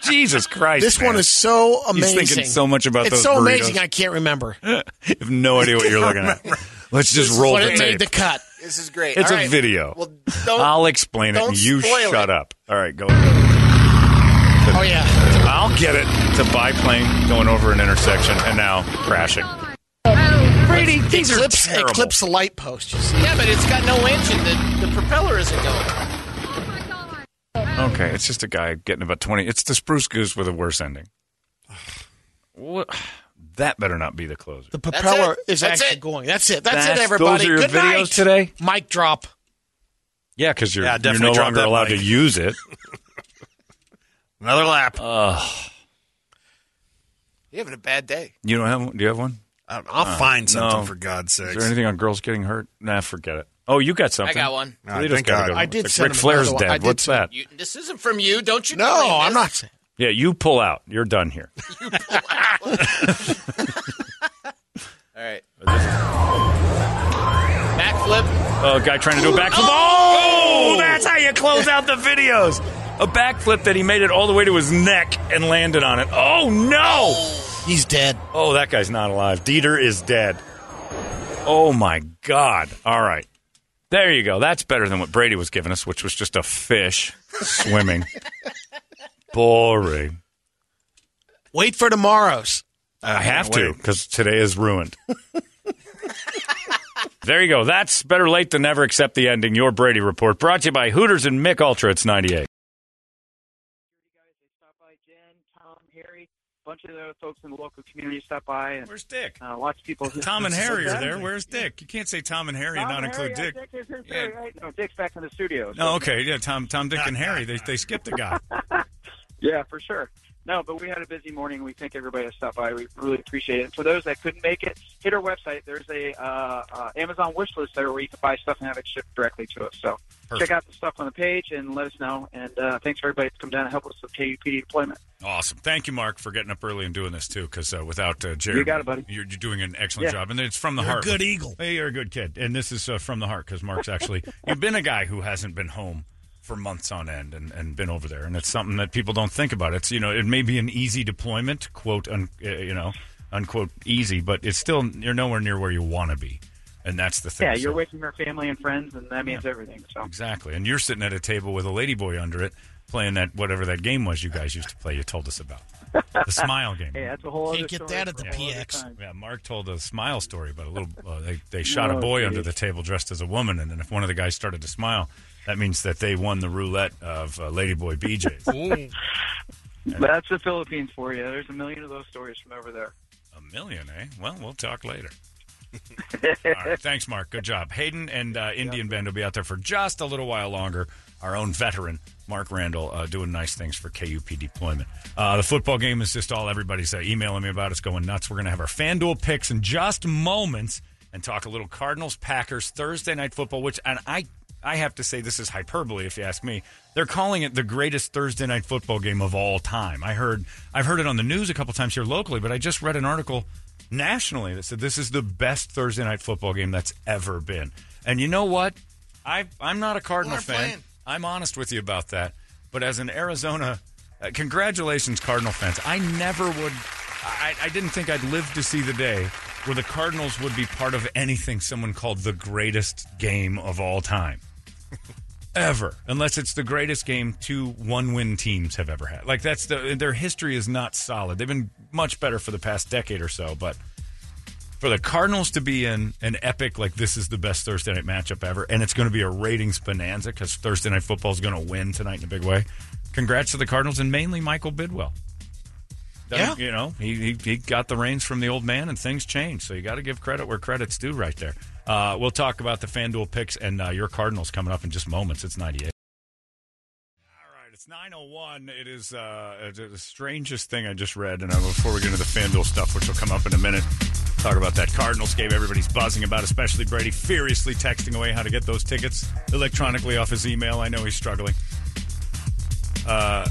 Speaker 4: Jesus Christ!
Speaker 5: This one
Speaker 4: man.
Speaker 5: is so
Speaker 4: He's
Speaker 5: amazing.
Speaker 4: thinking so much about
Speaker 5: it's
Speaker 4: those
Speaker 5: so
Speaker 4: burritos.
Speaker 5: amazing. I can't remember.
Speaker 4: You have no idea what you're looking at. Let's just roll
Speaker 5: but
Speaker 4: the
Speaker 5: it
Speaker 4: tape.
Speaker 5: made the cut.
Speaker 8: This is great.
Speaker 4: It's
Speaker 8: All
Speaker 4: a
Speaker 8: right.
Speaker 4: video.
Speaker 8: Well, don't.
Speaker 4: I'll explain it.
Speaker 8: don't
Speaker 4: and You
Speaker 8: spoil
Speaker 4: shut
Speaker 8: it.
Speaker 4: up. All right, go. go.
Speaker 5: Oh yeah.
Speaker 4: I'll get it. It's a biplane going over an intersection and now crashing. Brady, these are
Speaker 5: Clips it
Speaker 4: terrible.
Speaker 5: clips the light post. You see.
Speaker 12: Yeah, but it's got no engine. The, the propeller isn't going.
Speaker 4: Okay, it's just a guy getting about twenty. It's the spruce goose with a worse ending. What? That better not be the closer.
Speaker 5: The propeller
Speaker 8: it.
Speaker 5: is
Speaker 8: That's
Speaker 5: actually
Speaker 8: it.
Speaker 5: going. That's it. That's,
Speaker 4: That's-
Speaker 5: it, everybody.
Speaker 4: those are your
Speaker 5: Good
Speaker 4: videos
Speaker 5: night.
Speaker 4: today?
Speaker 5: Mic drop.
Speaker 4: Yeah, because you're,
Speaker 10: Yeah,
Speaker 4: you're
Speaker 10: definitely
Speaker 4: no
Speaker 10: drop
Speaker 4: longer
Speaker 10: that
Speaker 4: allowed
Speaker 10: mic.
Speaker 4: to use it.
Speaker 10: Another lap.
Speaker 8: You're having a bad day.
Speaker 4: You don't have one? Do you have one?
Speaker 10: I- I'll find something
Speaker 4: uh, no.
Speaker 10: for God's
Speaker 4: Is
Speaker 10: sake.
Speaker 4: there anything on girls getting hurt? Nah, forget it. Oh, you got
Speaker 12: I
Speaker 4: something.
Speaker 12: got one.
Speaker 10: All right,
Speaker 4: Toledo's
Speaker 10: thank
Speaker 4: got a
Speaker 10: God.
Speaker 4: good
Speaker 5: I
Speaker 4: one.
Speaker 5: did
Speaker 4: Like,
Speaker 5: send
Speaker 4: Ric
Speaker 5: him
Speaker 4: Flair's
Speaker 5: another one. I
Speaker 4: dead.
Speaker 5: did
Speaker 4: What's
Speaker 5: send-
Speaker 4: that?
Speaker 12: You, this isn't from you. Don't you?
Speaker 5: No,
Speaker 12: claim
Speaker 5: I'm
Speaker 12: this.
Speaker 5: not. saying-
Speaker 4: Yeah, you pull out. You're done here.
Speaker 8: All right.
Speaker 12: Backflip.
Speaker 4: A guy trying to do a backflip. Oh, that's how you close out the videos. A backflip that he made it all the way to his neck and landed on it. Oh no!
Speaker 5: He's dead.
Speaker 4: Oh, that guy's not alive. Dieter is dead. Oh my God! All right, there you go. That's better than what Brady was giving us, which was just a fish swimming. Boring.
Speaker 5: Wait for tomorrow's.
Speaker 4: I have to because today is ruined. there you go. That's better late than never. Except the ending. Your Brady report brought to you by Hooters and Mick Ultra. It's ninety eight.
Speaker 13: bunch of the other folks in the local community stopped by and
Speaker 4: where's Dick?
Speaker 13: Uh, lots of people.
Speaker 4: Tom and Harry are
Speaker 13: What's that?
Speaker 4: there. Where's Dick? You can't say Tom and Harry and
Speaker 13: Tom
Speaker 4: not
Speaker 13: and
Speaker 4: include
Speaker 13: Harry,
Speaker 4: Dick.
Speaker 13: yeah, is here, right? No, Dick's back in the studio. so-
Speaker 4: No, okay, yeah, Tom, Tom, Dick, and Harry. They they skipped a guy.
Speaker 13: Yeah, for sure. No, but we had a busy morning. We thank everybody that stopped by. We really appreciate it. For those that couldn't make it, hit our website. There's a uh, uh, Amazon wish list there where you can buy stuff and have it shipped directly to us. So check out the stuff on the page and let us know. And uh, thanks for everybody to come down and help us with KUPD deployment.
Speaker 4: Awesome. Thank you, Mark, for getting up early and doing this too. Because uh, without uh, Jerry,
Speaker 13: You got it,
Speaker 4: buddy. You're, you're doing an excellent
Speaker 13: Yeah.
Speaker 4: job, and it's from the
Speaker 13: You're a
Speaker 4: heart.
Speaker 13: good
Speaker 4: eagle. Hey, you're a good kid, and this is uh, from the heart because Mark's actually you've been a guy who hasn't been home for months on end and, and been over there, and it's something that people don't think about. It's you know it may be an easy deployment, quote un, uh, you know unquote easy, but it's still you're nowhere near where you want to be, and that's the thing.
Speaker 13: Yeah,
Speaker 4: So-
Speaker 13: you're away from your family and friends, and that means everything. So
Speaker 4: Exactly. And you're sitting at a table with a ladyboy under it playing that whatever that game was you guys used to play you told us about. The smile game.
Speaker 13: Hey, that's a whole
Speaker 5: Can't
Speaker 13: other
Speaker 5: get
Speaker 13: story
Speaker 5: that at
Speaker 13: for
Speaker 5: the
Speaker 13: a whole other
Speaker 5: PX.
Speaker 13: time.
Speaker 4: Yeah, Mark told a smile story about a little uh, they they shot a
Speaker 13: No,
Speaker 4: boy
Speaker 13: geez.
Speaker 4: under the table dressed as a woman and then if one of the guys started to smile that means that they won the roulette of uh, ladyboy BJ's.
Speaker 13: That's the Philippines for you. There's a million of those stories from over there.
Speaker 4: a million, eh? Well, we'll talk later. All right, thanks, Mark. Good job. Hayden and uh, Indian Band will be out there for just a little while longer. Our own veteran, Mark Randall, uh, doing nice things for KUP deployment. Uh, the football game is just all everybody's uh, emailing me about. It's going nuts. We're going to have our FanDuel picks in just moments and talk a little Cardinals Packers Thursday night football, which, and I. I have to say, this is hyperbole, if you ask me. They're calling it the greatest Thursday night football game of all time. I heard, I've heard it on the news a couple times here locally, but I just read an article nationally that said this is the best Thursday night football game that's ever been. And you know what? I I'm not a Cardinal fan. I'm honest with you about that. But as an Arizona, uh, congratulations, Cardinal fans. I never would. I, I didn't think I'd live to see the day where the Cardinals would be part of anything someone called the greatest game of all time. Ever, unless it's the greatest game two one-win teams have ever had. Like that's the their history is not solid. They've been much better for the past decade or so, but for the Cardinals to be in an epic like this is the best Thursday night matchup ever, and it's going to be a ratings bonanza because Thursday night football is going to win tonight in a big way. Congrats to the Cardinals and mainly Michael Bidwell. Yeah, you know he, he he got the reins from the old man and things changed. So you got to give credit where credit's due, right there. Uh, we'll talk about the FanDuel picks and uh, your Cardinals coming up in just moments. It's ninety eight. All right, it's 901. It is uh, the the strangest thing I just read, and uh, before we get into the FanDuel stuff, which will come up in a minute, talk about that Cardinals game everybody's buzzing about, especially Brady furiously texting away how to get those tickets electronically off his email. I know he's struggling. Uh,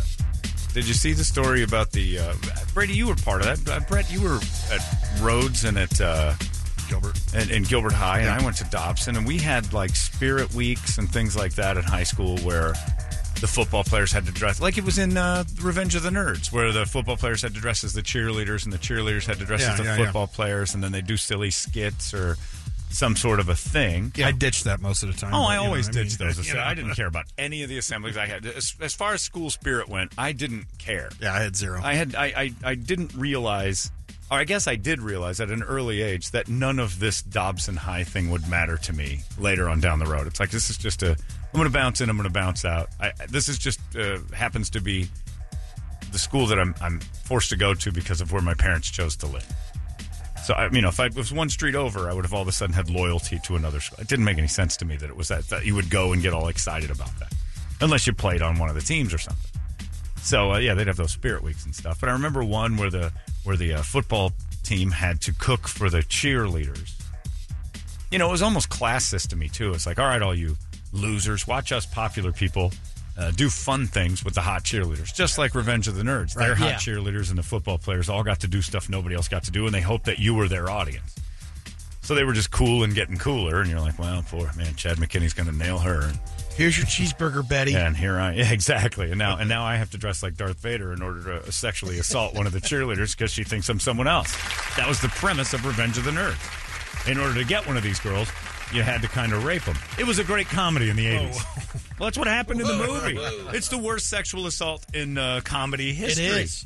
Speaker 4: did you see the story about the uh, Brady? You were part of that. Uh, Brett, you were at Rhodes and at uh, Gilbert and, and Gilbert High, and I went to Dobson, and we had like Spirit Weeks and things like that in high school where the football players had to dress like it was in uh, Revenge of the Nerds, where the football players had to dress as the cheerleaders, and the cheerleaders had to dress
Speaker 14: Yeah,
Speaker 4: as the
Speaker 14: yeah, yeah.
Speaker 4: football players, and then they do silly skits or some sort of a thing.
Speaker 14: Yeah, I ditched that most of the time.
Speaker 4: Oh,
Speaker 14: but,
Speaker 4: I
Speaker 14: you know
Speaker 4: always
Speaker 14: what I mean?
Speaker 4: ditched those.
Speaker 14: You know.
Speaker 4: I didn't care about any of the assemblies I had. As, as far as school spirit went, I didn't care. Yeah, I had zero. I had. I. I, I didn't realize. Or I guess I did realize at an early age that none of this Dobson High thing would matter to me later on down the road. It's like this is just a. I'm going to bounce in. I'm going to bounce out. I, this is just uh, happens to be the school that I'm I'm forced to go to because of where my parents chose to live. So I, you know, if I was one street over, I would have all of a sudden had loyalty to another school. It didn't make any sense to me that it was that, that you would go and get all excited about that, unless you played on one of the teams or something. So uh, yeah, they'd have those spirit weeks and stuff. But I remember one where the where the uh, football team had to cook for the cheerleaders. You know, it was almost classist to me too. It's like, all right, all you losers, watch us popular people uh, do fun things with the hot cheerleaders, just like Revenge of the Nerds.
Speaker 14: Right,
Speaker 4: Their hot
Speaker 14: yeah.
Speaker 4: cheerleaders and the football players all got to do stuff nobody else got to do, and they hoped that you were their audience. So they were just cool and getting cooler, and you're like, well, poor man, Chad McKinney's going to nail her. And
Speaker 5: Here's your cheeseburger, Betty.
Speaker 4: and here I yeah, exactly. And now and now I have to dress like Darth Vader in order to sexually assault one of the cheerleaders because she thinks I'm someone else. That was the premise of Revenge of the Nerds. In order to get one of these girls, you had to kind of rape them. It was a great comedy in the 80s. Well, that's what happened in the movie. It's the worst sexual assault in uh, comedy history.
Speaker 14: is.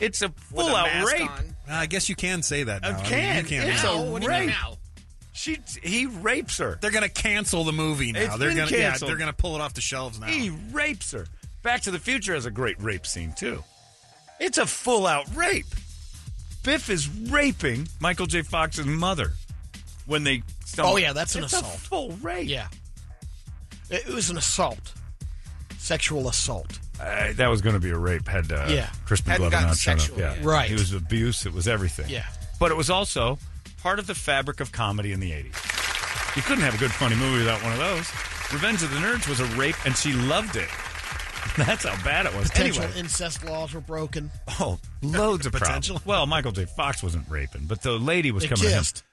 Speaker 4: It's a full out rape.
Speaker 10: Well, I guess you can say that.
Speaker 4: I
Speaker 10: Now. I mean,
Speaker 4: can.
Speaker 10: you can't.
Speaker 4: It's
Speaker 10: now.
Speaker 4: a rape. She he rapes her.
Speaker 10: They're going to cancel the movie now.
Speaker 4: It's
Speaker 10: they're
Speaker 4: been
Speaker 10: gonna, yeah,
Speaker 4: canceled.
Speaker 10: they're going to pull it off the shelves now.
Speaker 4: He rapes her. Back to the Future has a great rape scene too.
Speaker 15: It's a full out rape. Biff is raping Michael J. Fox's mother when they stumble.
Speaker 5: Oh yeah, that's an
Speaker 15: It's a
Speaker 5: assault.
Speaker 15: full rape.
Speaker 5: Yeah, it it was an assault, sexual assault.
Speaker 4: Uh, that was going to be a rape had uh,
Speaker 5: Yeah.
Speaker 4: Crispin
Speaker 5: Hadn't
Speaker 4: Glover
Speaker 5: gotten
Speaker 4: not shown up.
Speaker 5: sexual yet. Right.
Speaker 4: It was abuse. It was everything.
Speaker 5: Yeah.
Speaker 15: But it was also
Speaker 4: part of the fabric of comedy in the 80s. You couldn't have a good funny movie without one of those. Revenge of the Nerds was a rape, and she loved it. That's how bad it was.
Speaker 5: Potential
Speaker 4: anyway,
Speaker 5: incest laws were broken.
Speaker 4: oh, loads of potential. Well, Michael J. Fox wasn't raping, but the lady was
Speaker 5: They
Speaker 4: coming. at him.
Speaker 5: kissed.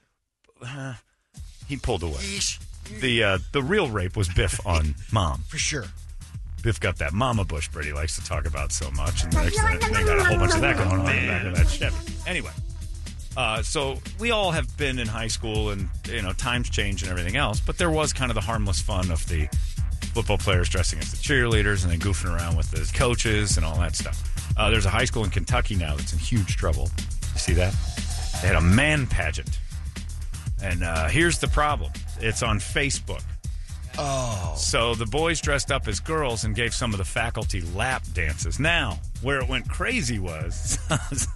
Speaker 4: Uh, he pulled away. The uh, the real rape was Biff on mom.
Speaker 5: For sure.
Speaker 4: Biff got that mama bush Brady likes to talk about so much, and the next thing they got a whole bunch of that going on in the back of that Chevy. Anyway, uh, so we all have been in high school, and you know times change and everything else, but there was kind of the harmless fun of the football players dressing as the cheerleaders and then goofing around with the coaches and all that stuff. Uh, there's a high school in Kentucky now that's in huge trouble. You see that? They had a man pageant, and uh, here's the problem: it's on Facebook.
Speaker 5: Oh.
Speaker 4: So the boys dressed up as girls and gave some of the faculty lap dances. Now, where it went crazy was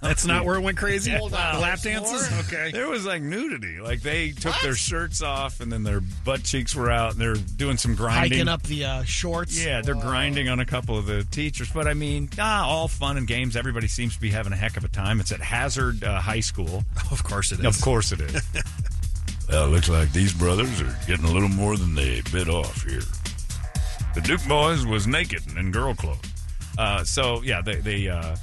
Speaker 10: That's not where it went crazy? Hold on. Lap
Speaker 4: There's
Speaker 10: dances?
Speaker 4: more?
Speaker 10: Okay.
Speaker 4: There was like nudity. Like they took their shirts off and then their butt cheeks were out and they're doing some grinding.
Speaker 5: Hiking up the uh, shorts.
Speaker 4: Yeah, they're grinding on a couple of the teachers. But I mean, ah, all fun and games. Everybody seems to be having a heck of a time. It's at Hazard uh, High School.
Speaker 10: Of course it is.
Speaker 4: Of course it is.
Speaker 16: Well, it looks like these brothers are getting a little more than they bit off here.
Speaker 4: The Duke boys was naked and in girl clothes. Uh, so yeah, they, they uh,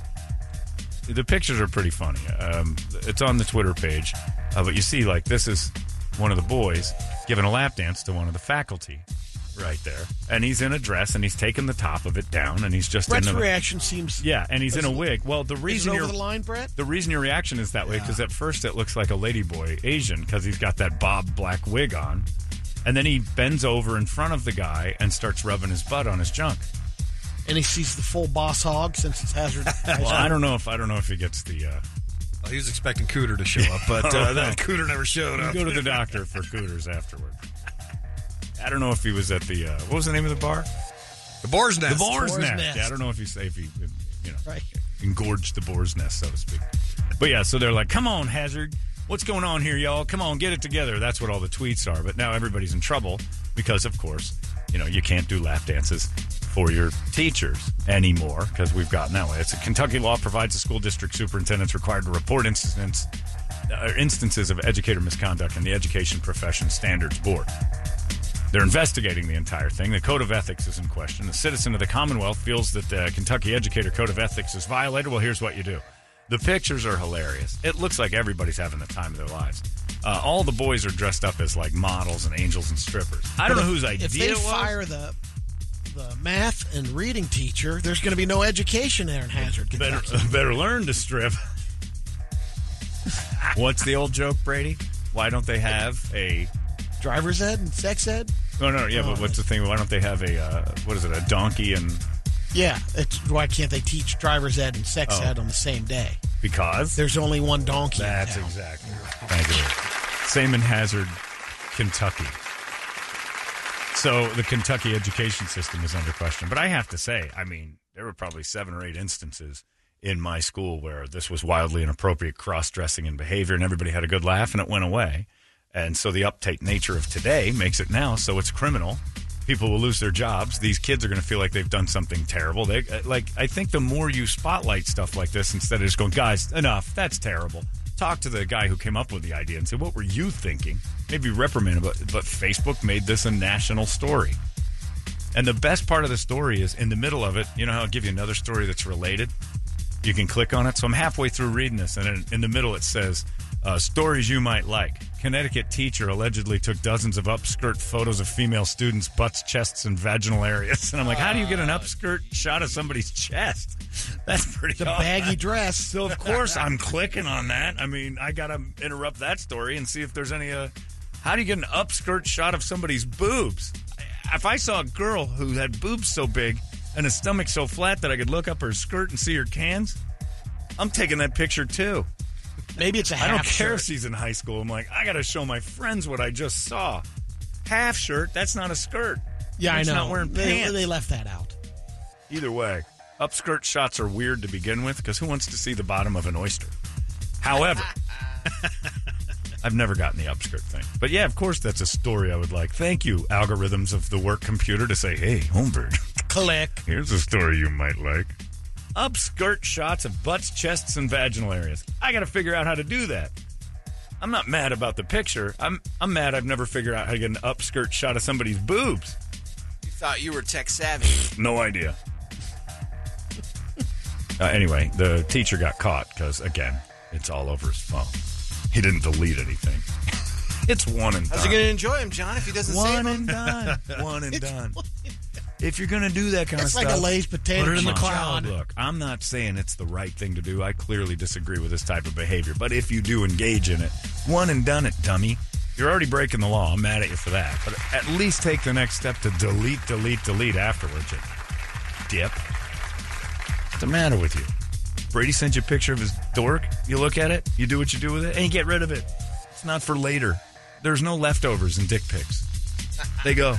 Speaker 4: the pictures are pretty funny. Um, it's on the Twitter page, uh, but you see, like this is one of the boys giving a lap dance to one of the faculty right there, and he's in a dress and he's taking the top of it down, and he's just
Speaker 5: Brett's
Speaker 4: in a,
Speaker 5: reaction seems.
Speaker 4: yeah, and he's in a wig. Well, the
Speaker 5: Is it
Speaker 4: reason
Speaker 5: over
Speaker 4: you're
Speaker 5: the line, Brett?
Speaker 4: the reason your reaction is that way because at first it looks like a ladyboy Asian because he's got that bob black wig on, and then he bends over in front of the guy and starts rubbing his butt on his junk.
Speaker 5: And he sees the full boss hog since it's hazard.
Speaker 4: Well, I don't know if I don't know if he gets the. Uh,
Speaker 10: He was expecting Cooter to show up, but uh, that Cooter never showed
Speaker 4: You
Speaker 10: up.
Speaker 4: Go to the doctor for Cooters afterward. I don't know if he was at the uh, what was the name of the bar?
Speaker 10: The Boar's Nest.
Speaker 4: The Boar's,
Speaker 10: Boar's
Speaker 4: Nest.
Speaker 10: Nest.
Speaker 4: Yeah, I don't know if he say if he if, you know
Speaker 5: Right.
Speaker 4: engorged the Boar's Nest so to speak. But yeah, so they're like, "Come on, Hazard, what's going on here, y'all? Come on, get it together." That's what all the tweets are. But now everybody's in trouble because, of course, you know you can't do lap dances for your teachers anymore because we've gotten that way. It's a Kentucky law provides the school district superintendents required to report incidents. Uh, instances of educator misconduct in the Education Profession Standards Board. They're investigating the entire thing. The code of ethics is in question. A citizen of the Commonwealth feels that the Kentucky Educator Code of Ethics is violated. Well, here's what you do. The pictures are hilarious. It looks like everybody's having the time of their lives. Uh, all the boys are dressed up as like models and angels and strippers. I don't know whose idea
Speaker 5: If they
Speaker 4: it was.
Speaker 5: fire the the math and reading teacher, there's going to be no education there in Hazard.
Speaker 4: better,
Speaker 5: Kentucky.
Speaker 4: better learn to strip. What's the old joke, Brady? Why don't they have a oh,
Speaker 5: Driver's ed and sex ed.
Speaker 4: No, no, yeah, but what's the thing? Why don't they have a uh, what is it? A donkey and
Speaker 5: Yeah, it's, why can't they teach driver's ed and sex
Speaker 4: Oh.
Speaker 5: ed on the same day?
Speaker 4: because
Speaker 5: There's only one donkey.
Speaker 4: that's
Speaker 5: in town.
Speaker 4: exactly right. Thank you. Same in Hazard, Kentucky. So the Kentucky education system is under question. But I have to say, I mean, there were probably seven or eight instances in my school where this was wildly inappropriate cross dressing and behavior, and everybody had a good laugh and it went away. And so the uptight nature of today makes it now so it's criminal. People will lose their jobs. These kids are going to feel like they've done something terrible. They uh, like I think the more you spotlight stuff like this instead of just going, guys, enough, that's terrible. Talk to the guy who came up with the idea and say, what were you thinking? Maybe reprimand him, but, but Facebook made this a national story. And the best part of the story is in the middle of it, you know how I'll give you another story that's related? You can click on it. So I'm halfway through reading this, and in, in the middle it says, uh, Stories you might like. Connecticut teacher allegedly took dozens of upskirt photos of female students' butts, chests, and vaginal areas. And I'm like, How do you get an upskirt shot of somebody's chest? That's pretty
Speaker 5: The baggy dress.
Speaker 4: So, of course, I'm clicking on that. I mean, I got to interrupt that story and see if there's any. Uh, how do you get an upskirt shot of somebody's boobs? If I saw a girl who had boobs so big and a stomach so flat that I could look up her skirt and see her cans, I'm taking that picture too.
Speaker 5: Maybe it's a
Speaker 4: I don't
Speaker 5: half
Speaker 4: care if
Speaker 5: shirt.
Speaker 4: she's in high school. I'm like, I got to show my friends what I just saw. Half shirt, that's not a skirt.
Speaker 5: Yeah, I
Speaker 4: That's
Speaker 5: know.
Speaker 4: not wearing
Speaker 5: They-
Speaker 4: pants.
Speaker 5: they left that out.
Speaker 4: Either way, Upskirt shots are weird to begin with because who wants to see the bottom of an oyster? However, I've never gotten the upskirt thing. But yeah, of course, that's a story I would like. Thank you, algorithms of the work computer, to say, hey, Homebird,
Speaker 5: Click.
Speaker 17: Here's a story you might like.
Speaker 4: upskirt shots of butts, chests, and vaginal areas. I got to figure out how to do that. I'm not mad about the picture. I'm I'm mad I've never figured out how to get an upskirt shot of somebody's boobs.
Speaker 8: You thought you were tech savvy.
Speaker 4: No idea. Uh, anyway, the teacher got caught because again, it's all over his phone. He didn't delete anything. it's one and
Speaker 8: How's
Speaker 4: done.
Speaker 8: he going to enjoy him, John, if he doesn't
Speaker 4: One
Speaker 8: save him?
Speaker 4: and done. One and done. If you're going to do that kind
Speaker 5: It's
Speaker 4: of
Speaker 5: like
Speaker 4: stuff,
Speaker 5: a Lay's potato
Speaker 4: put it in the
Speaker 5: chip,
Speaker 4: cloud.
Speaker 5: John.
Speaker 4: Look, I'm not saying it's the right thing to do. I clearly disagree with this type of behavior. But if you do engage in it, one and done it, dummy. You're already breaking the law. I'm mad at you for that. But at least take the next step to delete, delete, delete afterwards. you Dip. What's the matter with you? Brady sent you a picture of his dork. You look at it, you do what you do with it, and you get rid of it. It's not for later. There's no leftovers in dick pics. They go.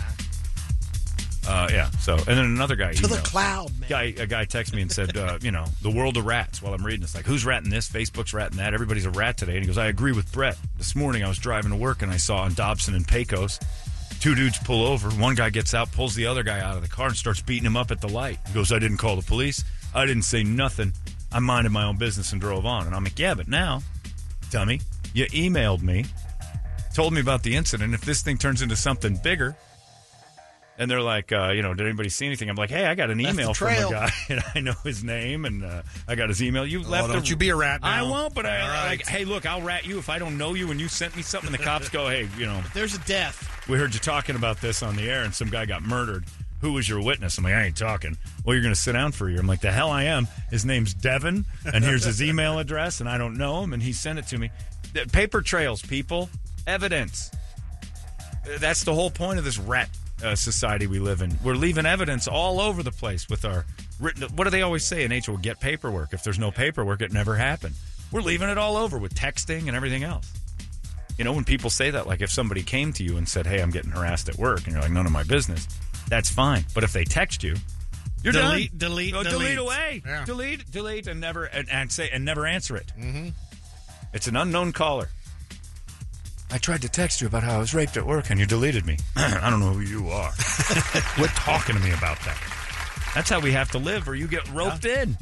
Speaker 4: Uh, yeah. So, and then another guy
Speaker 5: To the
Speaker 4: emailed.
Speaker 5: cloud, man.
Speaker 4: Guy, a guy texted me and said, uh, you know, the world of rats. While I'm reading, it's like, who's ratting this? Facebook's ratting that. Everybody's a rat today. And he goes, I agree with Brett. This morning I was driving to work and I saw on Dobson and Pecos, two dudes pull over. One guy gets out, pulls the other guy out of the car, and starts beating him up at the light. He goes, I didn't call the police. I didn't say nothing. I minded my own business and drove on. And I'm like, yeah, but now, dummy, you emailed me, told me about the incident. If this thing turns into something bigger, and they're like, uh, you know, did anybody see anything? I'm like, hey, I got an
Speaker 10: Left the
Speaker 4: email from
Speaker 10: trail.
Speaker 4: a guy, and I know his name, and uh, I got his email. You
Speaker 10: Oh,
Speaker 4: left.
Speaker 10: don't
Speaker 4: a,
Speaker 10: you be a rat
Speaker 4: I
Speaker 10: now.
Speaker 4: won't. But I
Speaker 10: All right.
Speaker 4: like, hey, look, I'll rat you if I don't know you, and you sent me something. The cops go, hey, you know,
Speaker 5: There's a death.
Speaker 4: we heard you talking about this on the air, and some guy got murdered. Who was your witness? I'm like, I ain't talking. Well, you're going to sit down for a year. I'm like, the hell I am. His name's Devin, and here's his email address, and I don't know him, and he sent it to me. The- Paper trails, people. Evidence. Uh, That's the whole point of this rat uh, society we live in. We're leaving evidence all over the place with our written. What do they always say in HR? Get paperwork. If there's no paperwork, it never happened. We're leaving it all over with texting and everything else. You know, when people say that, like if somebody came to you and said, "Hey, I'm getting harassed at work," and you're like, "None of my business," that's fine. But if they text you, you're
Speaker 5: delete,
Speaker 4: done.
Speaker 5: delete,
Speaker 4: Go
Speaker 5: delete,
Speaker 4: delete away. Delete, delete, and never and, and say and never answer it.
Speaker 5: Mm-hmm.
Speaker 4: It's an unknown caller. I tried to text you about how I was raped at work, and you deleted me. I don't know who you are. Quit talking to me about that. That's how we have to live, or you get roped in.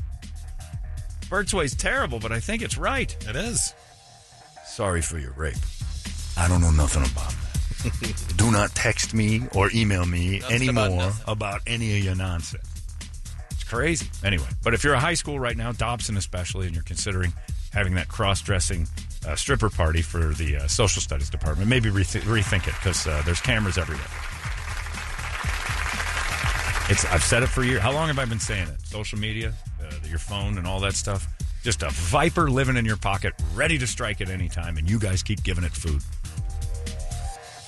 Speaker 4: Bert's way's terrible, but I think it's right. It is. Sorry for your rape.
Speaker 17: I don't know nothing about that. Do not text me or email me
Speaker 4: Nothing about
Speaker 17: anymore
Speaker 4: nothing.
Speaker 17: about any of your nonsense.
Speaker 4: It's crazy. Anyway, but if you're a high school right now, Dobson especially, and you're considering having that cross dressing uh, stripper party for the uh, social studies department, maybe reth- rethink it because uh, there's cameras everywhere. It's I've said it for years. How long have I been saying it? Social media, uh, your phone, and all that stuff. Just a viper living in your pocket, ready to strike at any time, and you guys keep giving it food.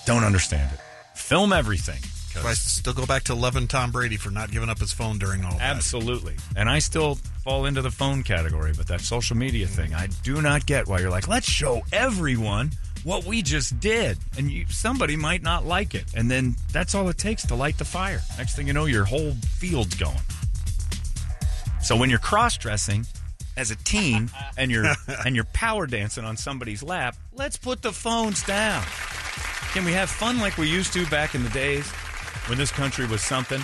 Speaker 4: Don't understand it. Film everything.
Speaker 10: But I still go back to loving Tom Brady for not giving up his phone during all that.
Speaker 4: Absolutely. And I still fall into the phone category, but that social media thing, I do not get why you're like, let's show everyone what we just did. And you, somebody might not like it. And then that's all it takes to light the fire. Next thing you know, your whole field's going. So when you're cross dressing as a teen and you're and you're power dancing on somebody's lap, let's put the phones down. Can we have fun like we used to back in the days when this country was something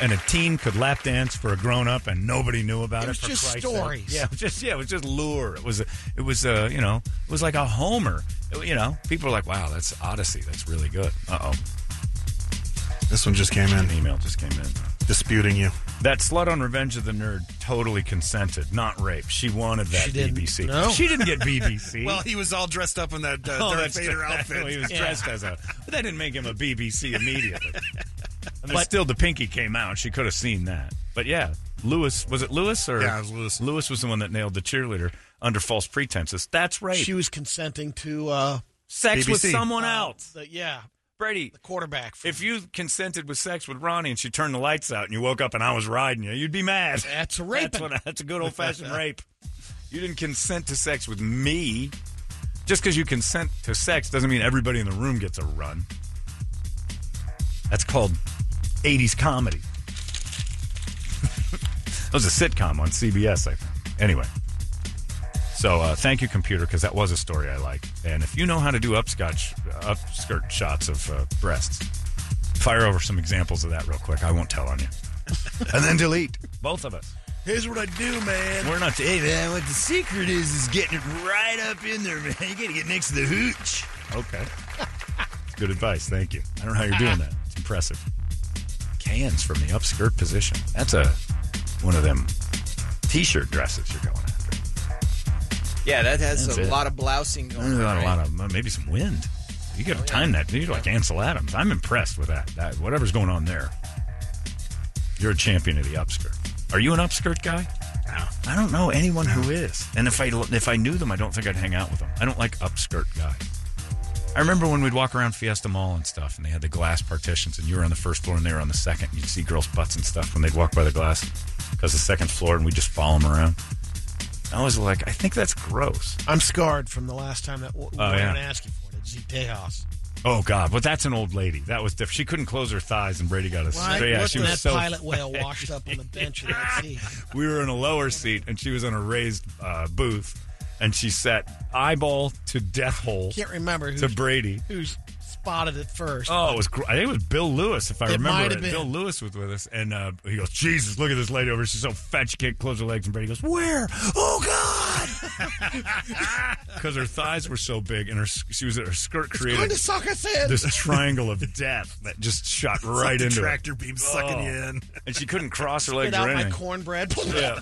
Speaker 4: and a teen could lap dance for a grown up and nobody knew about it?
Speaker 5: It was
Speaker 4: for
Speaker 5: just
Speaker 4: Christ's sake?
Speaker 5: stories.
Speaker 4: Yeah, it was just yeah, it was just lure. It was a, it was a, you know it was like a Homer. It- you know, people are like, wow, that's Odyssey. That's really good. Uh oh.
Speaker 10: This one just came in.
Speaker 4: Email just came in.
Speaker 10: Disputing you.
Speaker 4: That slut on Revenge of the Nerd totally consented, not rape. She wanted that
Speaker 10: She didn't.
Speaker 4: BBC.
Speaker 10: No.
Speaker 4: She didn't get BBC.
Speaker 10: Well, he was all dressed up in that uh,
Speaker 4: Oh,
Speaker 10: Darth
Speaker 4: that's
Speaker 10: Vader
Speaker 4: true.
Speaker 10: outfit.
Speaker 4: Well, he was dressed as a. But that didn't make him a BBC immediately. but,
Speaker 10: But-
Speaker 4: still, the pinky came out. She could have seen that. But yeah, Lewis was it Lewis or
Speaker 10: Yeah, it
Speaker 4: was Lewis. Lewis was the one that nailed the cheerleader under false pretenses. That's right.
Speaker 5: She was consenting to uh,
Speaker 4: Sex with BBC. someone
Speaker 5: Uh,
Speaker 4: else.
Speaker 5: the- yeah,
Speaker 4: Brady,
Speaker 5: the quarterback.
Speaker 4: if you consented with sex with Ronnie and she turned the lights out and you woke up and I was riding you, you'd be mad.
Speaker 5: That's a raping.
Speaker 4: That's, what- that's a good old fashioned rape. You didn't consent to sex with me. Just because you consent to sex doesn't mean everybody in the room gets a run. That's called 80s comedy. That was a sitcom on CBS, I think. Anyway. So uh, thank you, computer, because that was a story I liked. And if you know how to do upscotch, uh, upskirt shots of uh, breasts, fire over some examples of that real quick. I won't tell on you. and then delete both of us.
Speaker 18: Here's what I do, man.
Speaker 4: We're not-
Speaker 18: Hey, man, what the secret is is getting it right up in there, man. You gotta get next to the hooch.
Speaker 4: Okay. Good advice. Thank you. I don't know how you're doing that. It's impressive. Cans from the upskirt position. That's a one of them t-shirt dresses you're going after.
Speaker 8: Yeah, that
Speaker 4: has That's a it. lot
Speaker 8: of blousing
Speaker 4: There's not a lot of uh, maybe some wind. You got to time that. You're like Ansel Adams. I'm impressed with that. that. Whatever's going on there, you're a champion of the upskirt. Are you an upskirt guy? No, I don't know anyone who is. And if I if I knew them, I don't think I'd hang out with them. I don't like upskirt guys. I remember when we'd walk around Fiesta Mall and stuff, and they had the glass partitions, and you were on the first floor and they were on the second. And you'd see girls' butts and stuff when they'd walk by the glass because the second floor, and we just follow them around. I was like, I think that's gross.
Speaker 5: I'm scarred from the last time that w- we
Speaker 4: Oh,
Speaker 5: were
Speaker 4: yeah.
Speaker 5: going to ask you for it at Zeke Tejas.
Speaker 4: Oh God! But that's an old lady. That was different. She couldn't close her thighs, and Brady got us.
Speaker 5: Why?
Speaker 4: Yeah,
Speaker 5: what
Speaker 4: she
Speaker 5: that
Speaker 4: was so.
Speaker 5: pilot whale washed up on the bench at that sea.
Speaker 4: We were in a lower seat, and she was on a raised uh, booth, and she sat eyeball to death hole.
Speaker 5: Can't remember who
Speaker 4: to Brady.
Speaker 5: who's spotted it first.
Speaker 4: Oh, it was. gr- I think it was Bill Lewis, if I
Speaker 5: It
Speaker 4: remember.
Speaker 5: might
Speaker 4: right.
Speaker 5: have been.
Speaker 4: Bill Lewis was with us, and uh, he goes, "Jesus, look at this lady over. here. She's so fat she can't close her legs." And Brady goes, "Where? Oh God!" Because her thighs were so big, and her s- she was her skirt created
Speaker 5: going to suck us in.
Speaker 4: this triangle of death that just shot
Speaker 10: like
Speaker 4: right
Speaker 10: the
Speaker 4: into
Speaker 10: tractor
Speaker 4: it. Oh.
Speaker 10: beam sucking you in.
Speaker 4: and she couldn't cross her legs
Speaker 5: Spit
Speaker 4: or
Speaker 5: out my
Speaker 4: anything.
Speaker 5: cornbread.
Speaker 4: yeah,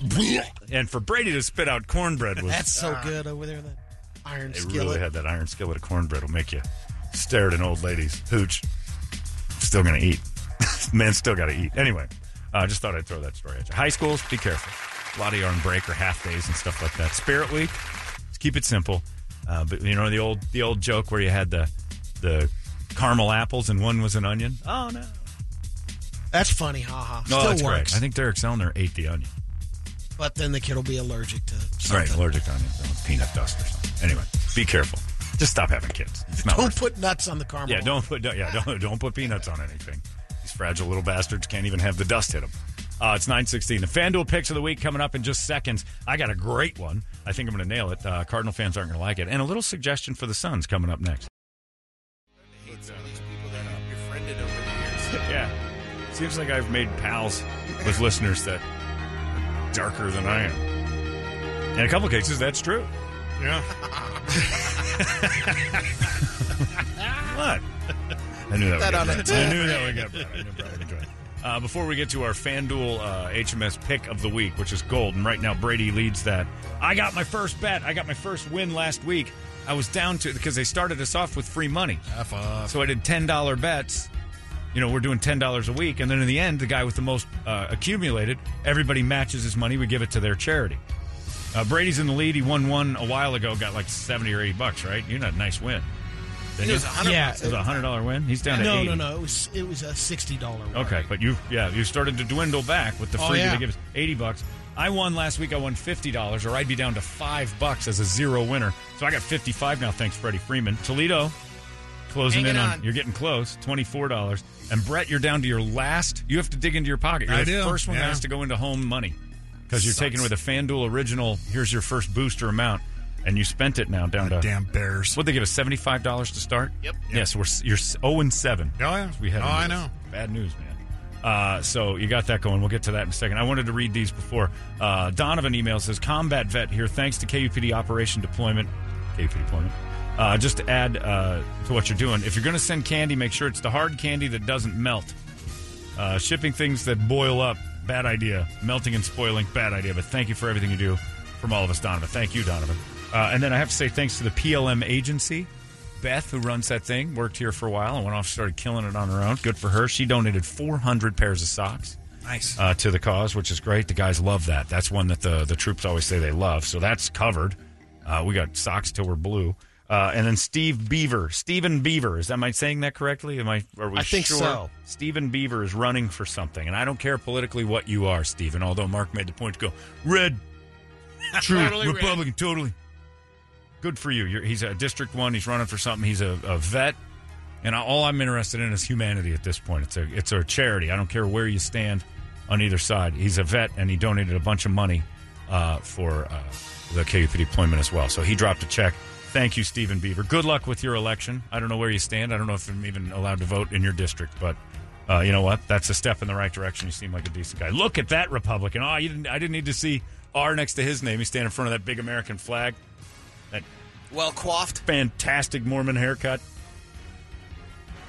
Speaker 4: and for Brady to spit out cornbread was
Speaker 5: That's so good over there. That iron
Speaker 4: Ah. They
Speaker 5: skillet.
Speaker 4: really had that iron skillet of cornbread will make you stare at an old lady's hooch. Still gonna eat. Man, still gotta eat. Anyway, I uh, just thought I'd throw that story at you. High schools, be careful. A lot of you are on break or half days and stuff like that. Spirit Week, just keep it simple. Uh, but you know the old the old joke where you had the the caramel apples and one was an onion. Oh no.
Speaker 5: That's funny, haha.
Speaker 4: No,
Speaker 5: Still
Speaker 4: that's correct.
Speaker 5: works.
Speaker 4: I think Derek Zellner ate the onion.
Speaker 5: But then the kid will be allergic to
Speaker 4: Right, allergic to onion, peanut dust or something. Anyway, be careful. Just stop having kids. It's not worth
Speaker 5: Don't
Speaker 4: it.
Speaker 5: put nuts on the caramel.
Speaker 4: Yeah, don't put don't, yeah don't don't put peanuts on anything. These fragile little bastards can't even have the dust hit them. Uh, it's nine sixteen. The FanDuel picks of the week coming up in just seconds. I got a great one. I think I'm going to nail it. Uh, Cardinal fans aren't going to like it. And a little suggestion for the Suns coming up next. yeah, seems like I've made pals with listeners that are darker than I am. In a couple of cases, that's true. Yeah. what? I knew that.
Speaker 10: That
Speaker 4: would get brought-
Speaker 10: on a
Speaker 4: I
Speaker 10: tip.
Speaker 4: knew that would get brought. I knew Brad would enjoy it. Uh, before we get to our FanDuel uh, HMS pick of the week, which is gold, and right now Brady leads that. I got my first bet. I got my first win last week. I was down to because they started us off with free money. Half off. So I did ten dollar bets. You know, we're doing ten dollars a week, and then in the end, the guy with the most uh, accumulated, everybody matches his money. We give it to their charity. Uh, Brady's in the lead. He won one a while ago. Got like seventy or eighty bucks, right? You had a nice win.
Speaker 5: It was 100
Speaker 4: Yeah,
Speaker 5: bucks.
Speaker 4: it was a hundred dollar win. He's down to
Speaker 5: no,
Speaker 4: eighty.
Speaker 5: no, no. It was it was a sixty dollar.
Speaker 4: Okay, but you yeah you started to dwindle back with the
Speaker 5: Oh,
Speaker 4: free
Speaker 5: yeah.
Speaker 4: they give us eighty bucks. I won last week. I won fifty dollars, or I'd be down to five bucks as a zero winner. So I got fifty five now. Thanks, Freddie Freeman. Toledo closing
Speaker 10: Hanging
Speaker 4: in on,
Speaker 10: on.
Speaker 4: You're getting close. Twenty four dollars. And Brett, you're down to your last. You have to dig into your pocket. You're
Speaker 10: I
Speaker 4: the
Speaker 10: do,
Speaker 4: first one that
Speaker 10: yeah.
Speaker 4: has to go into home money because you're
Speaker 10: Sucks.
Speaker 4: taking with a FanDuel original. Here's your first booster amount, and you spent it now down to
Speaker 10: Damn bears.
Speaker 4: What they give us seventy five dollars to start?
Speaker 10: Yep.
Speaker 4: Yes, we're s- you're s- zero and seven. Oh yeah, we had.
Speaker 10: Oh, I know.
Speaker 4: Bad news, man. Uh, so you got that going. We'll get to that in a second. I wanted to read these before. Uh, Donovan email says, "Combat vet here. Thanks to KUPD Operation Deployment. KUPD deployment. Uh, just to add uh, to what you're doing, if you're going to send candy, make sure it's the hard candy that doesn't melt. Uh, shipping things that boil up, bad idea. Melting and spoiling, bad idea. But thank you for everything you do from all of us, Donovan. Thank you, Donovan. Uh, and then I have to say thanks to the PLM agency. Beth, who runs that thing, worked here for a while and went off, started killing it on her own. Good for her. She donated 400 pairs of socks
Speaker 10: Nice.
Speaker 4: uh, to the cause, which is great. The guys love that. That's one that the, the troops always say they love. So that's covered. Uh, we got socks till we're blue. Uh, and then Steve Beaver, Stephen Beaver, is that am I saying that correctly? Am I? Are we
Speaker 5: I think
Speaker 4: sure?
Speaker 5: so.
Speaker 4: Stephen Beaver is running for something, and I don't care politically what you are, Stephen. Although Mark made the point to go red, true
Speaker 10: Totally red.
Speaker 4: Republican, totally. Good for you. You're, he's a District One. He's running for something. He's a, a vet, and all I'm interested in is humanity at this point. It's a it's a charity. I don't care where you stand. on either side. He's a vet, and he donated a bunch of money uh, for uh, the KUP deployment as well. So he dropped a check. Thank you, Stephen Beaver. Good luck with your election. I don't know where you stand. I don't know if I'm even allowed to vote in your district, but uh, you know what? That's a step in the right direction. You seem like a decent guy. Look at that Republican. Oh, you didn't, I didn't need to see R next to his name. He stand in front of that big American flag. That
Speaker 8: well coiffed,
Speaker 4: fantastic Mormon haircut.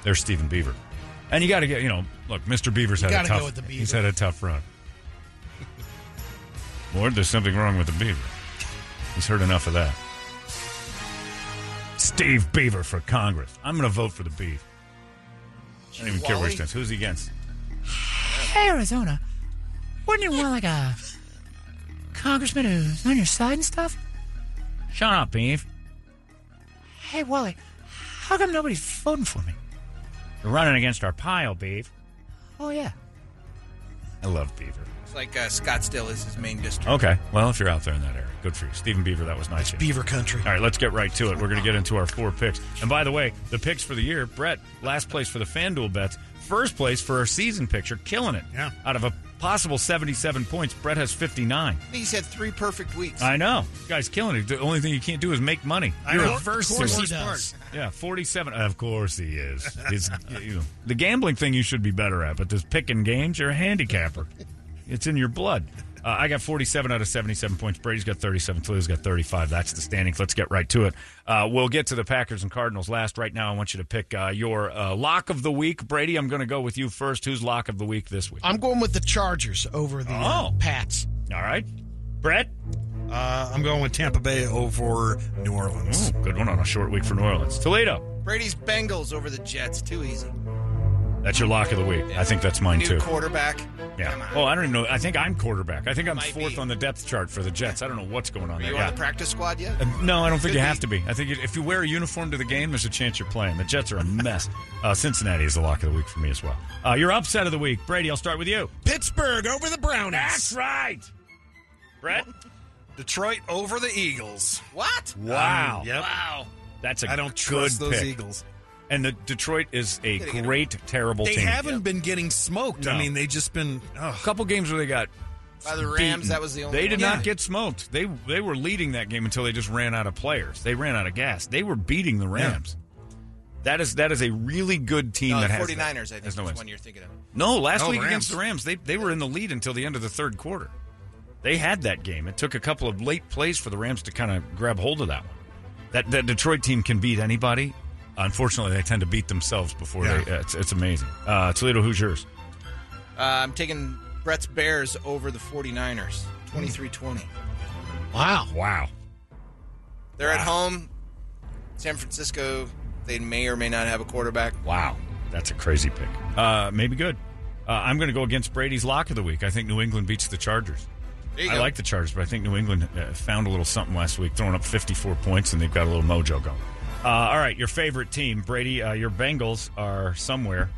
Speaker 4: There's Stephen Beaver, and you got to get you know. Look, Mr. Beaver's
Speaker 19: You
Speaker 4: had a
Speaker 19: gotta go
Speaker 4: tough.
Speaker 19: with the Beaver.
Speaker 4: He's had a tough run. Lord, there's something wrong with the Beaver. He's heard enough of that. Steve Beaver for Congress. I'm going to vote for the Beaver. I don't even care where he stands. Who's he against?
Speaker 19: Arizona. Wouldn't you want like a congressman who's on your side and stuff?
Speaker 4: Shut up, Beaver.
Speaker 19: Hey, Wally, how come nobody's voting for me?
Speaker 4: You're running against our pile, Beaver.
Speaker 19: Oh, yeah.
Speaker 4: I love Beaver.
Speaker 8: It's like uh, Scottsdale is his main district.
Speaker 4: Okay. Well, if you're out there in that area, good for you. Stephen Beaver, that was nice. of you.
Speaker 5: Beaver country.
Speaker 4: All right, let's get right to it. We're going to get into our four picks. And by the way, the picks for the year Brett, last place for the FanDuel bets, first place for our season picture, killing it. Yeah. Out of a possible 77 points, Brett has 59.
Speaker 8: He's had three perfect weeks.
Speaker 4: I know. Guy's killing it. The only thing you can't do is make money.
Speaker 8: I
Speaker 4: You're
Speaker 8: know.
Speaker 4: a first
Speaker 8: Of course
Speaker 4: to-
Speaker 8: he does.
Speaker 4: Yeah, 47. Of course he is. It's, you know, the gambling thing you should be better at, but this picking games, you're a handicapper. It's in your blood. Uh, I got 47 out of 77 points. Brady's got 37. Toledo's got 35. That's the standings. Let's get right to it. Uh, we'll get to the Packers and Cardinals last. Right now, I want you to pick uh, your uh, lock of the week. Brady, I'm going to go with you first. Who's lock of the week this week?
Speaker 5: I'm going with the Chargers over the
Speaker 4: Oh.
Speaker 5: uh, Pats.
Speaker 4: All right. Brett?
Speaker 10: Uh, I'm going with Tampa Bay over New Orleans.
Speaker 4: good one on a short week for New Orleans. Toledo.
Speaker 8: Brady's Bengals over the Jets. Too easy.
Speaker 4: That's your lock of the week. I think that's mine
Speaker 8: New
Speaker 4: too.
Speaker 8: quarterback.
Speaker 4: Yeah. Oh, I don't even know. I think I'm quarterback. I think I'm fourth on the depth chart for the Jets. I don't know what's going on
Speaker 8: Are
Speaker 4: there.
Speaker 8: you
Speaker 4: Yeah.
Speaker 8: on the practice squad yet?
Speaker 4: Uh, no, I don't think
Speaker 8: Could
Speaker 4: you have to be. I think you- if you wear a uniform to the game, there's a chance you're playing. The Jets are a mess. Uh, Cincinnati is the lock of the week for me as well. Uh, your upset of the week, Brady. I'll start with you.
Speaker 10: Pittsburgh over the Brownies.
Speaker 4: That's right. Brett?
Speaker 10: Detroit over the Eagles.
Speaker 8: What?
Speaker 4: Wow.
Speaker 10: Um, yep.
Speaker 8: Wow.
Speaker 4: That's a
Speaker 10: I don't
Speaker 4: good
Speaker 10: trust those
Speaker 4: pick.
Speaker 10: Eagles.
Speaker 4: And the Detroit is a
Speaker 10: Gotta get
Speaker 4: great, terrible
Speaker 10: They
Speaker 4: team.
Speaker 10: haven't been getting smoked.
Speaker 4: No.
Speaker 10: I mean, they just been a
Speaker 4: couple games where they got
Speaker 8: By the Rams,
Speaker 4: beaten.
Speaker 8: that was the only
Speaker 4: They
Speaker 8: one.
Speaker 4: did
Speaker 8: Yeah.
Speaker 4: not get smoked. They they were leading that game until they just ran out of players. They ran out of gas. They were beating the Rams. That is that is a really good team
Speaker 8: No, the
Speaker 4: that has
Speaker 8: 49ers,
Speaker 4: that.
Speaker 8: Uh, I think,
Speaker 4: Has
Speaker 8: is
Speaker 4: no
Speaker 8: the
Speaker 4: wins.
Speaker 8: one you're thinking of.
Speaker 4: No, last
Speaker 8: No,
Speaker 4: week
Speaker 8: Oh, Rams.
Speaker 4: against the Rams, they they were in the lead until the end of the third quarter. They had that game. It took a couple of late plays for the Rams to kind of grab hold of that one. That that Detroit team can beat anybody. Unfortunately, they tend to beat themselves before
Speaker 8: Yeah.
Speaker 4: they. It's, it's amazing. Uh, Toledo, who's yours?
Speaker 8: Uh, I'm taking Brett's Bears over the 49ers. 23-20.
Speaker 5: Wow.
Speaker 4: Wow.
Speaker 8: They're at home. San Francisco, they may or may not have a quarterback.
Speaker 4: Wow. That's a crazy pick. Uh, maybe good. Uh, I'm going to go against Brady's lock of the week. I think New England beats the Chargers.
Speaker 8: There you
Speaker 4: I
Speaker 8: go.
Speaker 4: like the Chargers, but I think New England uh, found a little something last week, throwing up 54 points, and they've got a little mojo going. Uh, all right, your favorite team, Brady. Uh, your Bengals are somewhere.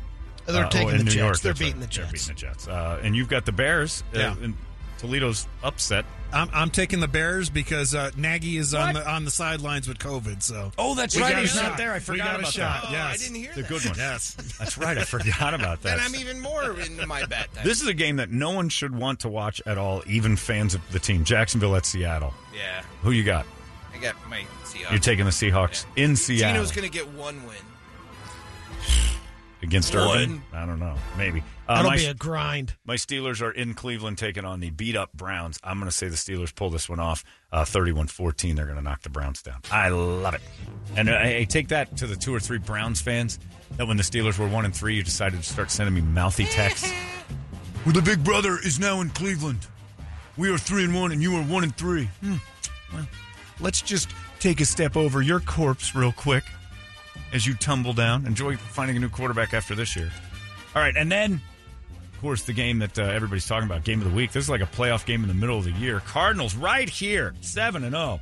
Speaker 5: They're
Speaker 4: Uh,
Speaker 5: taking
Speaker 4: in
Speaker 5: the
Speaker 4: New
Speaker 5: Jets.
Speaker 4: York,
Speaker 5: They're
Speaker 4: that's right.
Speaker 5: beating the
Speaker 4: They're
Speaker 5: Jets.
Speaker 4: beating the Jets. Uh, and you've got the Bears. uh,
Speaker 10: Yeah.
Speaker 4: and Toledo's upset.
Speaker 10: I'm, I'm taking the Bears because uh, Nagy is on the on the sidelines with COVID. So
Speaker 4: Oh, that's
Speaker 10: We
Speaker 4: right.
Speaker 10: got a
Speaker 4: He's not
Speaker 10: shot.
Speaker 4: there. I forgot
Speaker 10: we got
Speaker 4: about
Speaker 10: a shot.
Speaker 4: that.
Speaker 10: Yes.
Speaker 8: Oh, I didn't hear
Speaker 4: The
Speaker 8: that.
Speaker 4: good one.
Speaker 10: Yes.
Speaker 4: That's right. I forgot about that.
Speaker 8: Then I'm even more into my bet.
Speaker 4: This is a game that no one should want to watch at all, even fans of the team. Jacksonville at Seattle.
Speaker 8: Yeah.
Speaker 4: Who you got?
Speaker 8: I got my Seahawks.
Speaker 4: You're taking the Seahawks in Seattle
Speaker 8: Tino's going to get one win.
Speaker 4: against
Speaker 8: One.
Speaker 4: Urban. I don't know. Maybe. Uh,
Speaker 5: That'll
Speaker 4: my,
Speaker 5: be a grind.
Speaker 4: my Steelers are in Cleveland taking on the beat up Browns. I'm going to say the Steelers pull this one off uh, 31-14. They're going to knock the Browns down. I love it. And I, I take that to the two or three Browns fans that when the Steelers were 1 and 3, you decided to start sending me mouthy texts.
Speaker 20: Well, the big brother is now in Cleveland. We are three and one, and you are one and three.
Speaker 4: Hmm. Let's just take a step over your corpse real quick as you tumble down. Enjoy finding a new quarterback after this year. All right, and then, of course, the game that uh, everybody's talking about, game of the week. This is like a playoff game in the middle of the year. Cardinals right here, seven and zero,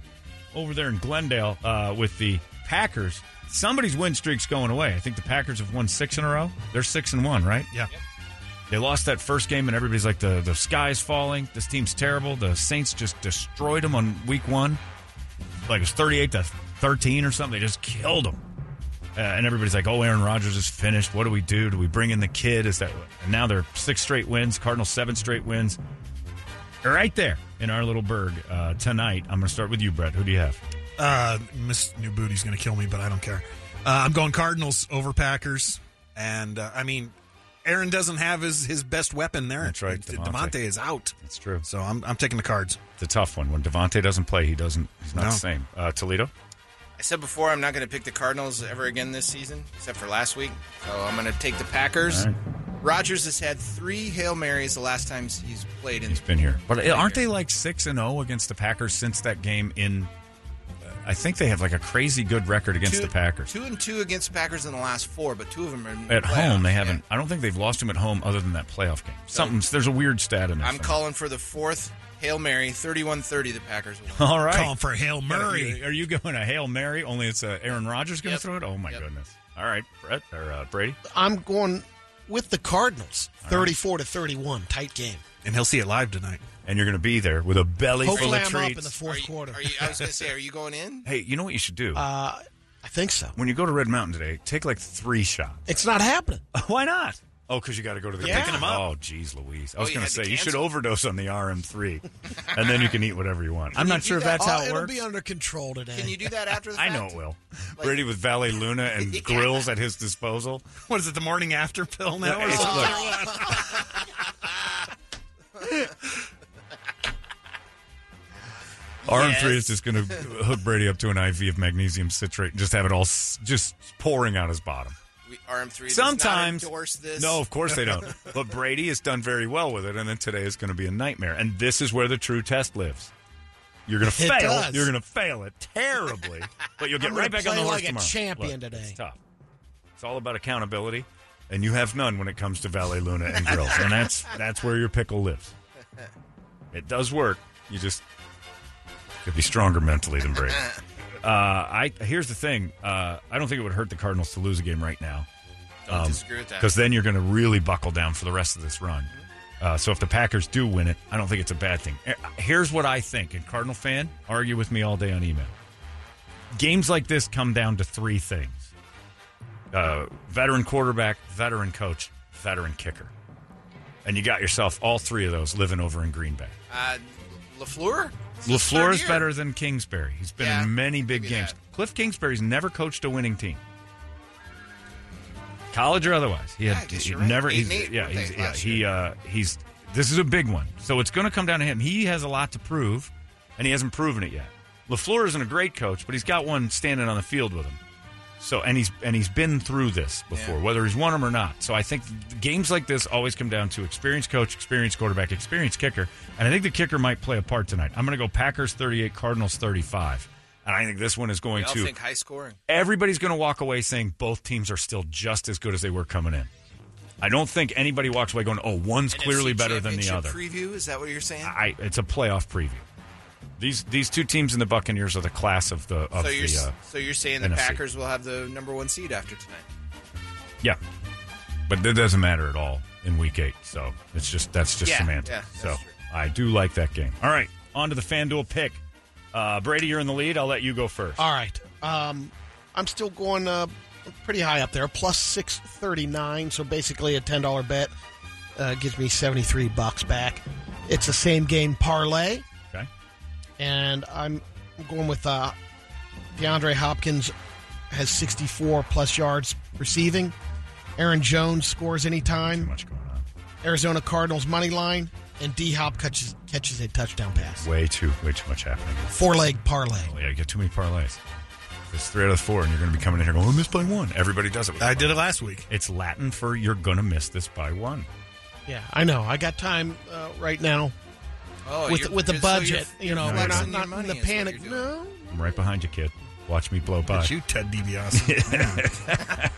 Speaker 4: over there in Glendale uh, with the Packers. Somebody's win streak's going away. I think the Packers have won six in a row. They're six and one, right?
Speaker 10: Yeah.
Speaker 4: They lost that first game, and everybody's like, the, the sky is falling. This team's terrible. The Saints just destroyed them on week one. Like it was 38 to 13 or something. They just killed them. Uh, and everybody's like, "Oh, Aaron Rodgers is finished. What do we do? Do we bring in the kid? Is that?" And now they're six straight wins. Cardinals seven straight wins. Right there in our little burg uh, tonight. I'm going to start with you, Brett. Who do you have?
Speaker 10: Uh, Miss New Booty's going to kill me, but I don't care. Uh, I'm going Cardinals over Packers, and uh, I mean, Aaron doesn't have his, his best weapon there. That's right. Demonte,
Speaker 4: Devontae.
Speaker 10: is out.
Speaker 4: That's true.
Speaker 10: So I'm I'm taking the Cards.
Speaker 4: It's a tough one. When Devontae doesn't play, he doesn't. He's not
Speaker 10: No.
Speaker 4: the same. Uh, Toledo.
Speaker 8: I said before I'm not going to pick the Cardinals ever again this season, except for last week. So I'm going to take the Packers.
Speaker 4: All right.
Speaker 8: Rodgers has had three Hail Marys the last time he's played in.
Speaker 4: He's been here. But aren't they like six and zero against the Packers since that game? In uh, I think they have like a crazy good record against
Speaker 8: Two-
Speaker 4: the Packers
Speaker 8: Two and two against the Packers in the last four, but two of them are in the
Speaker 4: at home.
Speaker 8: playoffs.
Speaker 4: They haven't. I don't think they've lost him at home other than that playoff game. Something's there's a weird stat in there.
Speaker 8: I'm
Speaker 4: somewhere.
Speaker 8: calling for the fourth Hail Mary, 31-30 the Packers will win.
Speaker 4: All right.
Speaker 8: Calling
Speaker 4: for
Speaker 10: Hail
Speaker 4: Murray. Are you going a Hail Mary? Only it's uh, Aaron Rodgers going to throw it? Oh, my goodness. All right, Brett or uh, Brady.
Speaker 5: I'm going with the Cardinals, 34 to 31, tight game.
Speaker 10: And he'll see it live tonight.
Speaker 4: And you're going to be there with a belly full
Speaker 5: Hopefully,
Speaker 4: of
Speaker 5: I'm
Speaker 4: treats.
Speaker 5: up in the fourth quarter.
Speaker 8: Are you, I was going to say, are you going in?
Speaker 4: Hey, you know what you should do?
Speaker 5: Uh, I think so.
Speaker 4: When you go to Red Mountain today, take like three shots.
Speaker 5: It's not happening.
Speaker 4: Why not? Oh, because you got to go to the
Speaker 5: They're picking 'em up.
Speaker 4: Oh, geez, Louise. I
Speaker 5: Oh,
Speaker 4: was
Speaker 5: you
Speaker 4: going
Speaker 5: had
Speaker 4: to
Speaker 5: to
Speaker 4: say you should
Speaker 5: cancel?
Speaker 4: overdose on the RM3, and then you can eat whatever you want. I'm not sure if that's how it
Speaker 5: it'll
Speaker 4: works.
Speaker 5: be under control today.
Speaker 8: Can you do that after the
Speaker 4: I know it will. Brady with Valet Luna and grills at his disposal.
Speaker 10: What is it? The morning after pill now?
Speaker 4: Yeah,
Speaker 10: or
Speaker 4: it's-
Speaker 10: something?
Speaker 4: RM3 is just going to hook Brady up to an IV of magnesium citrate and just have it all s- just pouring out his bottom.
Speaker 8: We, RM3 does not
Speaker 4: Sometimes.
Speaker 8: endorse this.
Speaker 4: No, of course they don't. but Brady has done very well with it, and then today is going to be a nightmare. And this is where the true test lives. You're going to
Speaker 5: It
Speaker 4: fail.
Speaker 5: does.
Speaker 4: You're going to fail it terribly, but you'll get
Speaker 5: I'm
Speaker 4: right back
Speaker 5: gonna play
Speaker 4: on the horse
Speaker 5: like a
Speaker 4: tomorrow.
Speaker 5: champion
Speaker 4: Look,
Speaker 5: today.
Speaker 4: It's tough. It's all about accountability, and you have none when it comes to Valet Luna and grills, and that's that's where your pickle lives. It does work. You just could be stronger mentally than Brady. Uh, I here's the thing. Uh, I don't think it would hurt the Cardinals to lose a game right now. um,
Speaker 8: Don't disagree with that.
Speaker 4: Because then you're going to really buckle down for the rest of this run. Uh, so if the Packers do win it, I don't think it's a bad thing. Eh, Here's what I think, and Cardinal fan, argue with me all day on email. Games like this come down to three things: uh, veteran quarterback, veteran coach, veteran kicker, and you got yourself all three of those living over in Green Bay.
Speaker 8: Uh, LaFleur?
Speaker 4: LaFleur is
Speaker 8: year.
Speaker 4: better than Kingsbury. He's been in many big games. Cliff Kingsbury's never coached a winning team. College or otherwise. He had he never
Speaker 8: Eight
Speaker 4: he's,
Speaker 8: and eight,
Speaker 4: yeah,
Speaker 8: weren't they,
Speaker 4: he's, yeah,
Speaker 8: last
Speaker 4: he uh he's this is a big one. So it's going to come down to him. He has a lot to prove and he hasn't proven it yet. LaFleur isn't a great coach, but he's got one standing on the field with him. So and he's and he's been through this before, whether he's won them or not. So I think games like this always come down to experienced coach, experienced quarterback, experienced kicker, and I think the kicker might play a part tonight. I'm going to go Packers 38, Cardinals 35, and I think this one is going
Speaker 8: We all
Speaker 4: to
Speaker 8: think high scoring.
Speaker 4: everybody's going to walk away saying both teams are still just as good as they were coming in. I don't think anybody walks away going, "Oh, one's clearly
Speaker 8: NFC
Speaker 4: better than the
Speaker 8: championship
Speaker 4: other."
Speaker 8: Preview? Is that what you're saying?
Speaker 4: I, it's a playoff preview. These these two teams in the Buccaneers are the class of the of
Speaker 8: so you're
Speaker 4: the.
Speaker 8: s-
Speaker 4: Uh,
Speaker 8: so you're saying the
Speaker 4: NFC.
Speaker 8: Packers will have the number one seed after tonight?
Speaker 4: Yeah, but that doesn't matter at all in Week Eight. So it's just that's just
Speaker 8: Yeah,
Speaker 4: semantics.
Speaker 8: yeah, that's
Speaker 4: so I do like that game. All right, on to the FanDuel pick. Uh, Brady, you're in the lead. I'll let you go first.
Speaker 5: All right. Um, I'm still going uh, pretty high up there, plus 639. So basically, a $10 bet uh, gives me 73 bucks back. It's a same game parlay.
Speaker 4: Okay.
Speaker 5: And I'm going with uh, DeAndre Hopkins has 64 plus yards receiving. Aaron Jones scores anytime. Too
Speaker 4: much going on.
Speaker 5: Arizona Cardinals money line. And D Hop catches, catches a touchdown pass.
Speaker 4: Way too way too much happening.
Speaker 5: Four leg parlay.
Speaker 4: Oh, yeah, you get too many parlays. There's three out of four, and you're going to be coming in here going, "Oh, "I missed by one." Everybody does it. With
Speaker 10: I
Speaker 4: a parlay.
Speaker 10: did it last week.
Speaker 4: It's Latin for "you're going to miss this by one."
Speaker 5: Yeah, I know. I got time uh, right now.
Speaker 8: Oh,
Speaker 5: with
Speaker 8: you're-
Speaker 5: with the
Speaker 8: you're- so you're-
Speaker 5: budget, you know,
Speaker 4: you're
Speaker 5: we're not,
Speaker 4: flexing
Speaker 5: not in the panic. No,
Speaker 4: I'm right behind you, kid. Watch me blow by.
Speaker 10: It's you, Ted DiBiase.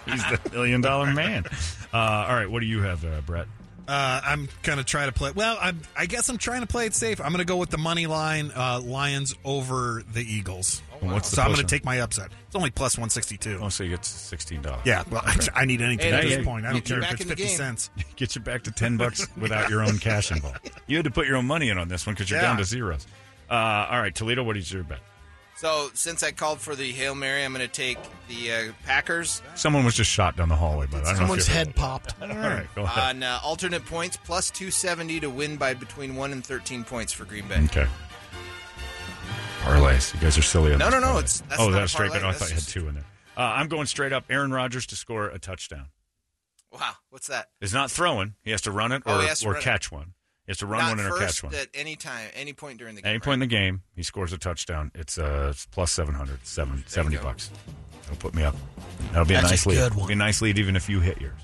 Speaker 4: He's the million dollar man. Uh, all right, what do you have, uh, Brett?
Speaker 10: Uh, I'm kind of trying to play. Well, I'm, I guess I'm trying to play it safe. I'm going to go with the money line uh, Lions over the Eagles.
Speaker 4: And what's the
Speaker 10: so I'm
Speaker 4: plus
Speaker 10: going
Speaker 4: on?
Speaker 10: to take my upset. It's only plus 162.
Speaker 4: Oh, so you get sixteen dollars.
Speaker 10: Yeah, well, I- I need anything at this point. I don't care if it's 50 cents.
Speaker 4: Get you back to ten bucks without your own cash involved. You had to put your own money in on this one because you're
Speaker 10: Yeah.
Speaker 4: down to zeros. Uh, all right, Toledo, what is your bet?
Speaker 8: So since I called for the Hail Mary, I'm going to take the uh, Packers
Speaker 4: Someone was just shot down the hallway, but I don't
Speaker 5: Someone's
Speaker 4: know if
Speaker 5: head popped.
Speaker 4: All right, go ahead.
Speaker 8: on uh, alternate points, plus 270 to win by between 1 and 13 points for Green Bay.
Speaker 4: Okay. Parlays. You guys are silly. On
Speaker 8: No,
Speaker 4: this
Speaker 8: no, no,
Speaker 4: parlay.
Speaker 8: it's- that's
Speaker 4: oh,
Speaker 8: not
Speaker 4: that's
Speaker 8: a
Speaker 4: straight. but
Speaker 8: parlay,
Speaker 4: I
Speaker 8: that's
Speaker 4: thought you had
Speaker 8: just-
Speaker 4: two in there. Uh, I'm going straight up. Aaron Rodgers to score a touchdown.
Speaker 8: Wow, what's that?
Speaker 4: Is not throwing. He has to run it or,
Speaker 8: Oh, he has to
Speaker 4: or
Speaker 8: run it.
Speaker 4: catch one. He has to run
Speaker 8: Not
Speaker 4: one and or
Speaker 8: first
Speaker 4: catch one.
Speaker 8: at any time, any point during the game.
Speaker 4: Any point in the game, he scores a touchdown. It's uh it's plus 700, seven, 70 bucks. That'll put me up. That'll be
Speaker 5: That's
Speaker 4: a
Speaker 5: a
Speaker 4: nice lead.
Speaker 5: good
Speaker 4: It'll be a nice lead even if you hit yours.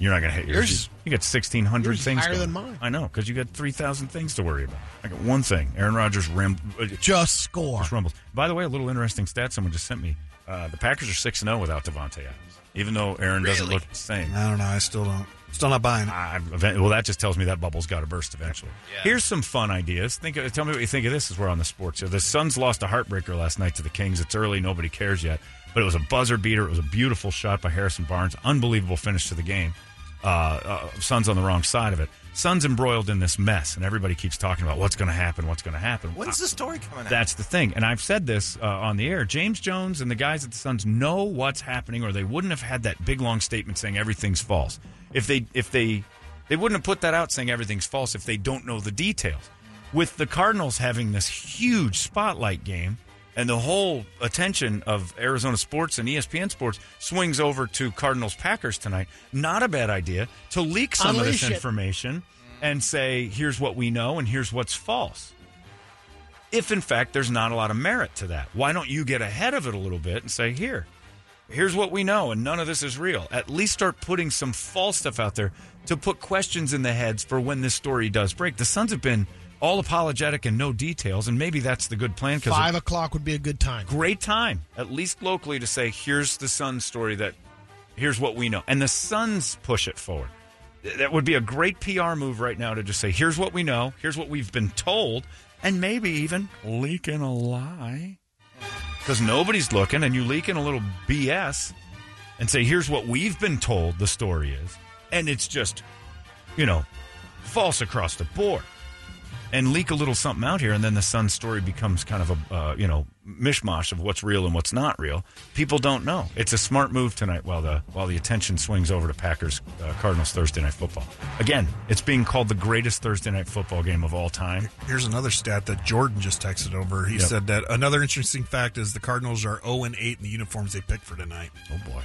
Speaker 4: You're not going to hit yours.
Speaker 5: Yours-
Speaker 4: you got 1,600
Speaker 5: yours is
Speaker 4: things
Speaker 5: higher
Speaker 4: going.
Speaker 5: than mine.
Speaker 4: I know, because you got 3,000 things to worry about. I got one thing. Aaron Rodgers ram- uh,
Speaker 5: Just score.
Speaker 4: Just rumbles. By the way, a little interesting stat someone just sent me. Uh, the Packers are 6 0 without Devontae Adams, even though Aaron doesn't
Speaker 10: Really?
Speaker 4: look the same.
Speaker 10: I don't know. I still don't. Still not buying.
Speaker 4: I, well, that just tells me that bubble's got to burst eventually. Here's some fun ideas. Think, of- tell me what you think of this. As we're on the sports, show. the Suns lost a heartbreaker last night to the Kings. It's early, nobody cares yet, but it was a buzzer beater. It was a beautiful shot by Harrison Barnes. Unbelievable finish to the game. Uh, uh, Suns on the wrong side of it. Suns embroiled in this mess, and everybody keeps talking about what's going to happen. What's going to happen?
Speaker 8: When's the story coming out?
Speaker 4: That's the thing. And I've said this uh, on the air. James Jones and the guys at the Suns know what's happening, or they wouldn't have had that big long statement saying everything's false. If they, if they, they wouldn't have put that out saying everything's false if they don't know the details. With the Cardinals having this huge spotlight game, and the whole attention of Arizona sports and E ESPN sports swings over to Cardinals Packers tonight. Not a bad idea to leak some
Speaker 5: Unleash
Speaker 4: of this
Speaker 5: it.
Speaker 4: information and say, here's what we know and here's what's false if in fact there's not a lot of merit to that. Why don't you get ahead of it a little bit and say, here, here's what we know, and none of this is real. At least start putting some false stuff out there to put questions in the heads for when this story does break. The Suns have been all apologetic and no details, and maybe that's the good plan because Oh.
Speaker 5: Five o'clock would be a good time.
Speaker 4: great time, at least locally, to say, here's the Suns story that here's what we know. And the Suns push it forward. Th- That would be a great PR move right now to just say, here's what we know, here's what we've been told, and maybe even leaking a lie. Because nobody's looking, and you leaking a little BS and say, here's what we've been told the story is. And it's just, you know, false across the board and leak a little something out here, and then the Sun's story becomes kind of a uh, you know mishmash of what's real and what's not real. People don't know. It's a smart move tonight while the while the attention swings over to Packers uh, Cardinals Thursday night football. Again, it's being called the greatest Thursday night football game of all time.
Speaker 10: Here's another stat that Jordan just texted over. He
Speaker 4: Yep.
Speaker 10: said that another interesting fact is the Cardinals are 0 and 8 in the uniforms they picked for tonight.
Speaker 4: Oh boy,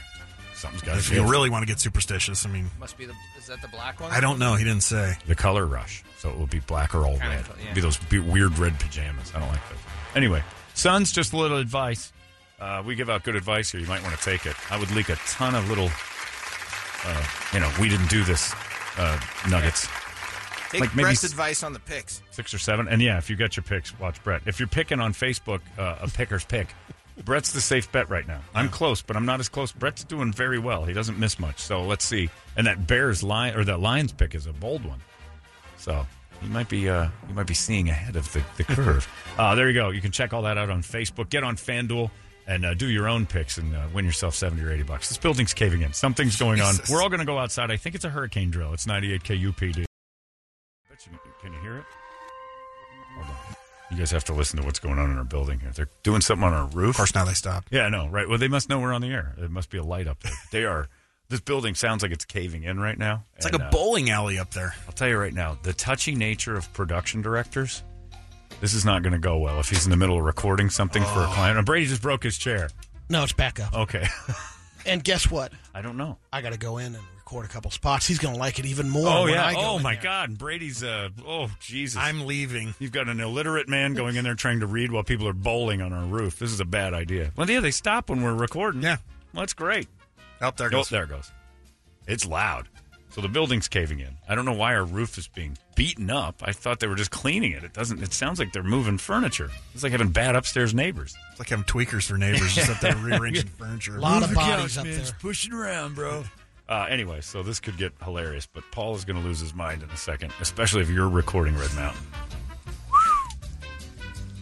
Speaker 4: something's got
Speaker 10: If you really want to get superstitious, I mean,
Speaker 8: Must be the is that the black one?
Speaker 10: I don't know. He didn't say.
Speaker 4: the color rush, so it will be black or all
Speaker 8: Kinda
Speaker 4: red.
Speaker 8: cool,
Speaker 4: It'd
Speaker 8: yeah.
Speaker 4: Be those be- weird red pajamas. I don't like those. Anyway, Suns, just a little advice. Uh, we give out good advice here. You might want to take it. I would leak a ton of little, uh, you know, we didn't do this uh, nuggets.
Speaker 8: Take
Speaker 4: Like maybe
Speaker 8: Brett's
Speaker 4: s-
Speaker 8: advice on the picks.
Speaker 4: Six or seven. And yeah, if you got your picks, watch Brett. If you're picking on Facebook, uh, a picker's pick, Brett's the safe bet right now. I'm close, but I'm not as close. Brett's doing very well. He doesn't miss much. So let's see. And that Bears line or that Lions pick is a bold one. So you might be uh, you might be seeing ahead of the, the curve. uh, there you go. You can check all that out on Facebook. Get on FanDuel and uh, do your own picks and uh, win yourself seventy or eighty bucks. This building's caving in. Something's going on.
Speaker 10: Jesus.
Speaker 4: We're all going to go outside. I think it's a hurricane drill. It's ninety-eight KUPD. Bet you- Can you hear it? Hold on. You guys have to listen to what's going on in our building here. They're doing something on our roof. Of
Speaker 10: course, now they stopped.
Speaker 4: Yeah, I know, right? Well, they must know we're on the air. There must be a light up there. They are. This building sounds like it's caving in right now. uh,
Speaker 10: It's like a bowling alley up there.
Speaker 4: I'll tell you right now, the touchy nature of production directors, this is not going to go well if he's in the middle of recording something for
Speaker 5: Oh.
Speaker 4: a client. And Brady just broke his chair.
Speaker 5: No, it's back up.
Speaker 4: Okay.
Speaker 5: And guess what?
Speaker 4: I don't know.
Speaker 5: I got to go in and record a couple spots. He's going to like it even more.
Speaker 4: oh,
Speaker 5: when
Speaker 4: yeah.
Speaker 5: I go
Speaker 4: Oh,
Speaker 5: in
Speaker 4: my
Speaker 5: there.
Speaker 4: God. And Brady's, uh, oh, Jesus.
Speaker 10: I'm leaving.
Speaker 4: You've got an illiterate man going in there trying to read while people are bowling on our roof. This is a bad idea. Well, yeah, they stop when we're recording. Yeah. Well, that's great.
Speaker 10: Up there
Speaker 4: Nope, there it goes. It's loud. So the building's caving in. I don't know why our roof is being beaten up. I thought they were just cleaning it. It doesn't. It sounds like they're moving furniture. It's like having bad upstairs neighbors.
Speaker 10: It's like having tweakers for neighbors just up there rearranging furniture.
Speaker 5: Move the couch, man. It's
Speaker 4: pushing around, bro. Uh, anyway, so this could get hilarious, but Paul is going to lose his mind in a second, especially if you're recording Red Mountain.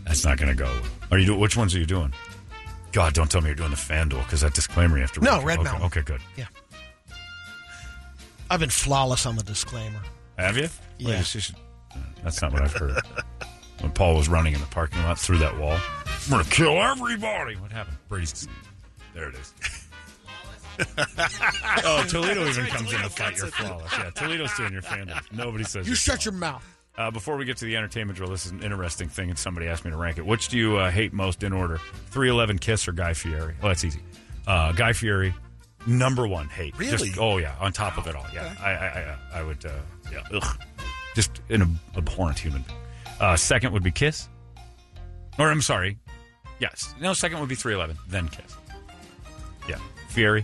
Speaker 4: That's not going to go. Are you? Do- which ones are you doing? God, don't tell me you're doing the FanDuel because that disclaimer you have to.
Speaker 5: No,
Speaker 4: read.
Speaker 5: Red
Speaker 4: okay,
Speaker 5: Mountain.
Speaker 4: Okay, good.
Speaker 5: Yeah. I've been flawless on the disclaimer.
Speaker 4: Have you?
Speaker 5: Yeah.
Speaker 4: Wait, it's just- that's not what I've heard. when Paul was running in the parking lot through that wall, I'm going to kill everybody. What happened? Brady's. There it is. oh, Toledo even comes in and fight. You're flawless. Yeah, Toledo's doing your family. Nobody says
Speaker 5: You
Speaker 4: you're
Speaker 5: shut your mouth.
Speaker 4: uh, before we get to the entertainment drill, this is an interesting thing, and somebody asked me to rank it. Which do you uh, hate most in order? 311 Kiss or Guy Fieri? Oh, that's easy. Uh, Guy Fieri, number one hate.
Speaker 10: Really?
Speaker 4: Just- oh, yeah, on top of it all. Yeah, I, I, I, I would, uh, yeah, ugh. Just an ab- abhorrent human. Uh, second would be Kiss. Or, I'm sorry. Yes. No, second would be 311, then Kiss. Yeah. Fieri,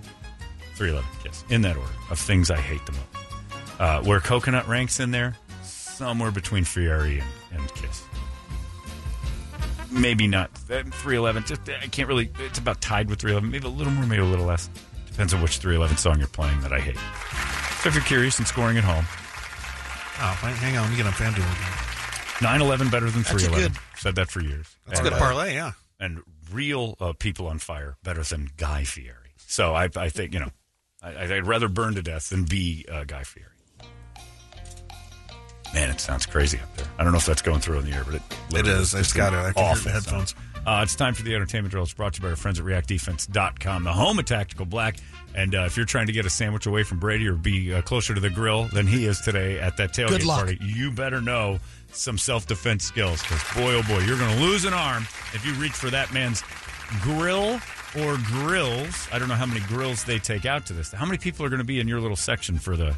Speaker 4: 311 Kiss. In that order of things I hate the most. Uh, where Coconut ranks in there, somewhere between Fieri and, and Kiss. Maybe not. Uh, 311, just, I can't really, it's about tied with 311. Maybe a little more, maybe a little less. Depends on which 311 song you're playing that I hate. So if you're curious and scoring at home,
Speaker 10: Oh, wait, hang on. Let me get on FanDuel again.
Speaker 4: 911 better than
Speaker 10: That's a
Speaker 4: 311.
Speaker 10: good-
Speaker 4: Said that for years. uh,
Speaker 10: That's a good parlay, yeah.
Speaker 4: And real uh, people on fire better than Guy Fieri. So I, I think, you know, I, I'd rather burn to death than be uh, Guy Fieri. Man, it sounds crazy up there. I don't know if that's going through in the air, but it
Speaker 10: It is. It's got it. I can hear
Speaker 4: awful
Speaker 10: the headphones.
Speaker 4: sound. Uh, it's time for the entertainment drill. It's brought to you by our friends at reactdefense.com, the home of Tactical Black. And uh, if you're trying to get a sandwich away from Brady or be uh, closer to the grill than he is today at that tailgate
Speaker 5: Good luck.
Speaker 4: party, you better know some self defense skills. Because, boy, oh boy, you're going to lose an arm if you reach for that man's grill or grills. I don't know how many grills they take out to this. How many people are going to be in your little section for the.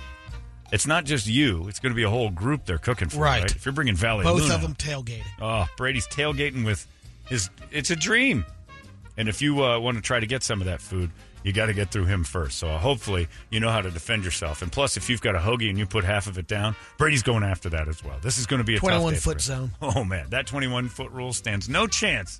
Speaker 4: It's not just you. It's going to be a whole group they're cooking for. Right.
Speaker 5: Right.
Speaker 4: If you're bringing Valley
Speaker 5: Both
Speaker 4: Luna,
Speaker 5: of them tailgating.
Speaker 4: Oh, Brady's tailgating with his. It's a dream. And if you uh, want to try to get some of that food, you got to get through him first. So uh, hopefully you know how to defend yourself. And plus, if you've got a hoagie and you put half of it down, Brady's going after that as well. This is going to be a tough day
Speaker 5: 21
Speaker 4: for
Speaker 5: foot
Speaker 4: him.
Speaker 5: zone.
Speaker 4: Oh man, that 21 foot rule stands no chance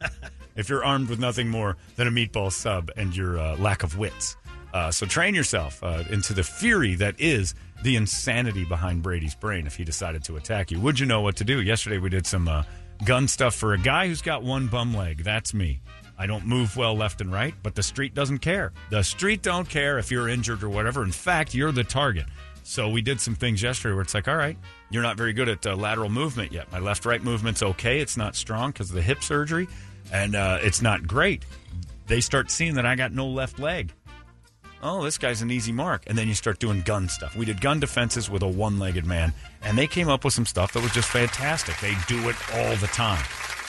Speaker 4: if you're armed with nothing more than a meatball sub and your uh, lack of wits. Uh, so train yourself uh, into the fury that is the insanity behind Brady's brain if he decided to attack you. Would you know what to do? Yesterday we did some uh, gun stuff for a guy who's got one bum leg. That's me. I don't move well left and right, but the street doesn't care. The street don't care if you're injured or whatever. In fact, you're the target. So we did some things yesterday where it's like, all right, you're not very good at uh, lateral movement yet. My left right movement's okay. It's not strong because of the hip surgery, and uh, it's not great. They start seeing that I got no left leg. Oh, this guy's an easy mark. And then you start doing gun stuff. We did gun defenses with a one legged man, and they came up with some stuff that was just fantastic. They do it all the time,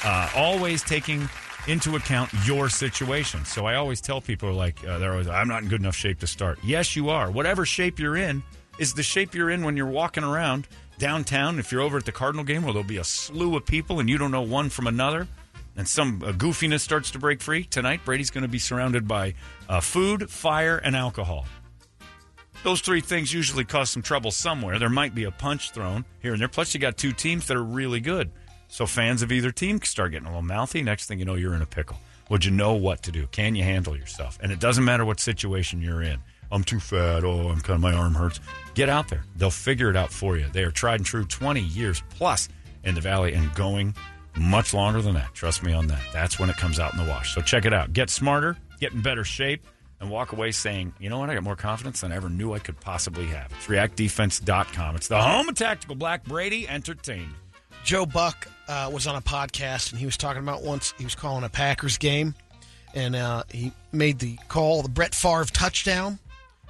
Speaker 4: uh, always taking into account your situation. So I always tell people, like, uh, they're always, I'm not in good enough shape to start. Yes, you are. Whatever shape you're in is the shape you're in when you're walking around downtown. If you're over at the Cardinal game where there'll be a slew of people and you don't know one from another, and some uh, goofiness starts to break free tonight brady's going to be surrounded by uh, food fire and alcohol those three things usually cause some trouble somewhere there might be a punch thrown here and there plus you got two teams that are really good so fans of either team start getting a little mouthy next thing you know you're in a pickle would you know what to do can you handle yourself and it doesn't matter what situation you're in i'm too fat oh i'm kind of my arm hurts get out there they'll figure it out for you they are tried and true 20 years plus in the valley and going much longer than that. Trust me on that. That's when it comes out in the wash. So check it out. Get smarter, get in better shape, and walk away saying, you know what? I got more confidence than I ever knew I could possibly have. It's reactdefense.com. It's the home of Tactical Black Brady Entertainment.
Speaker 5: Joe Buck uh, was on a podcast and he was talking about once he was calling a Packers game and uh, he made the call, the Brett Favre touchdown,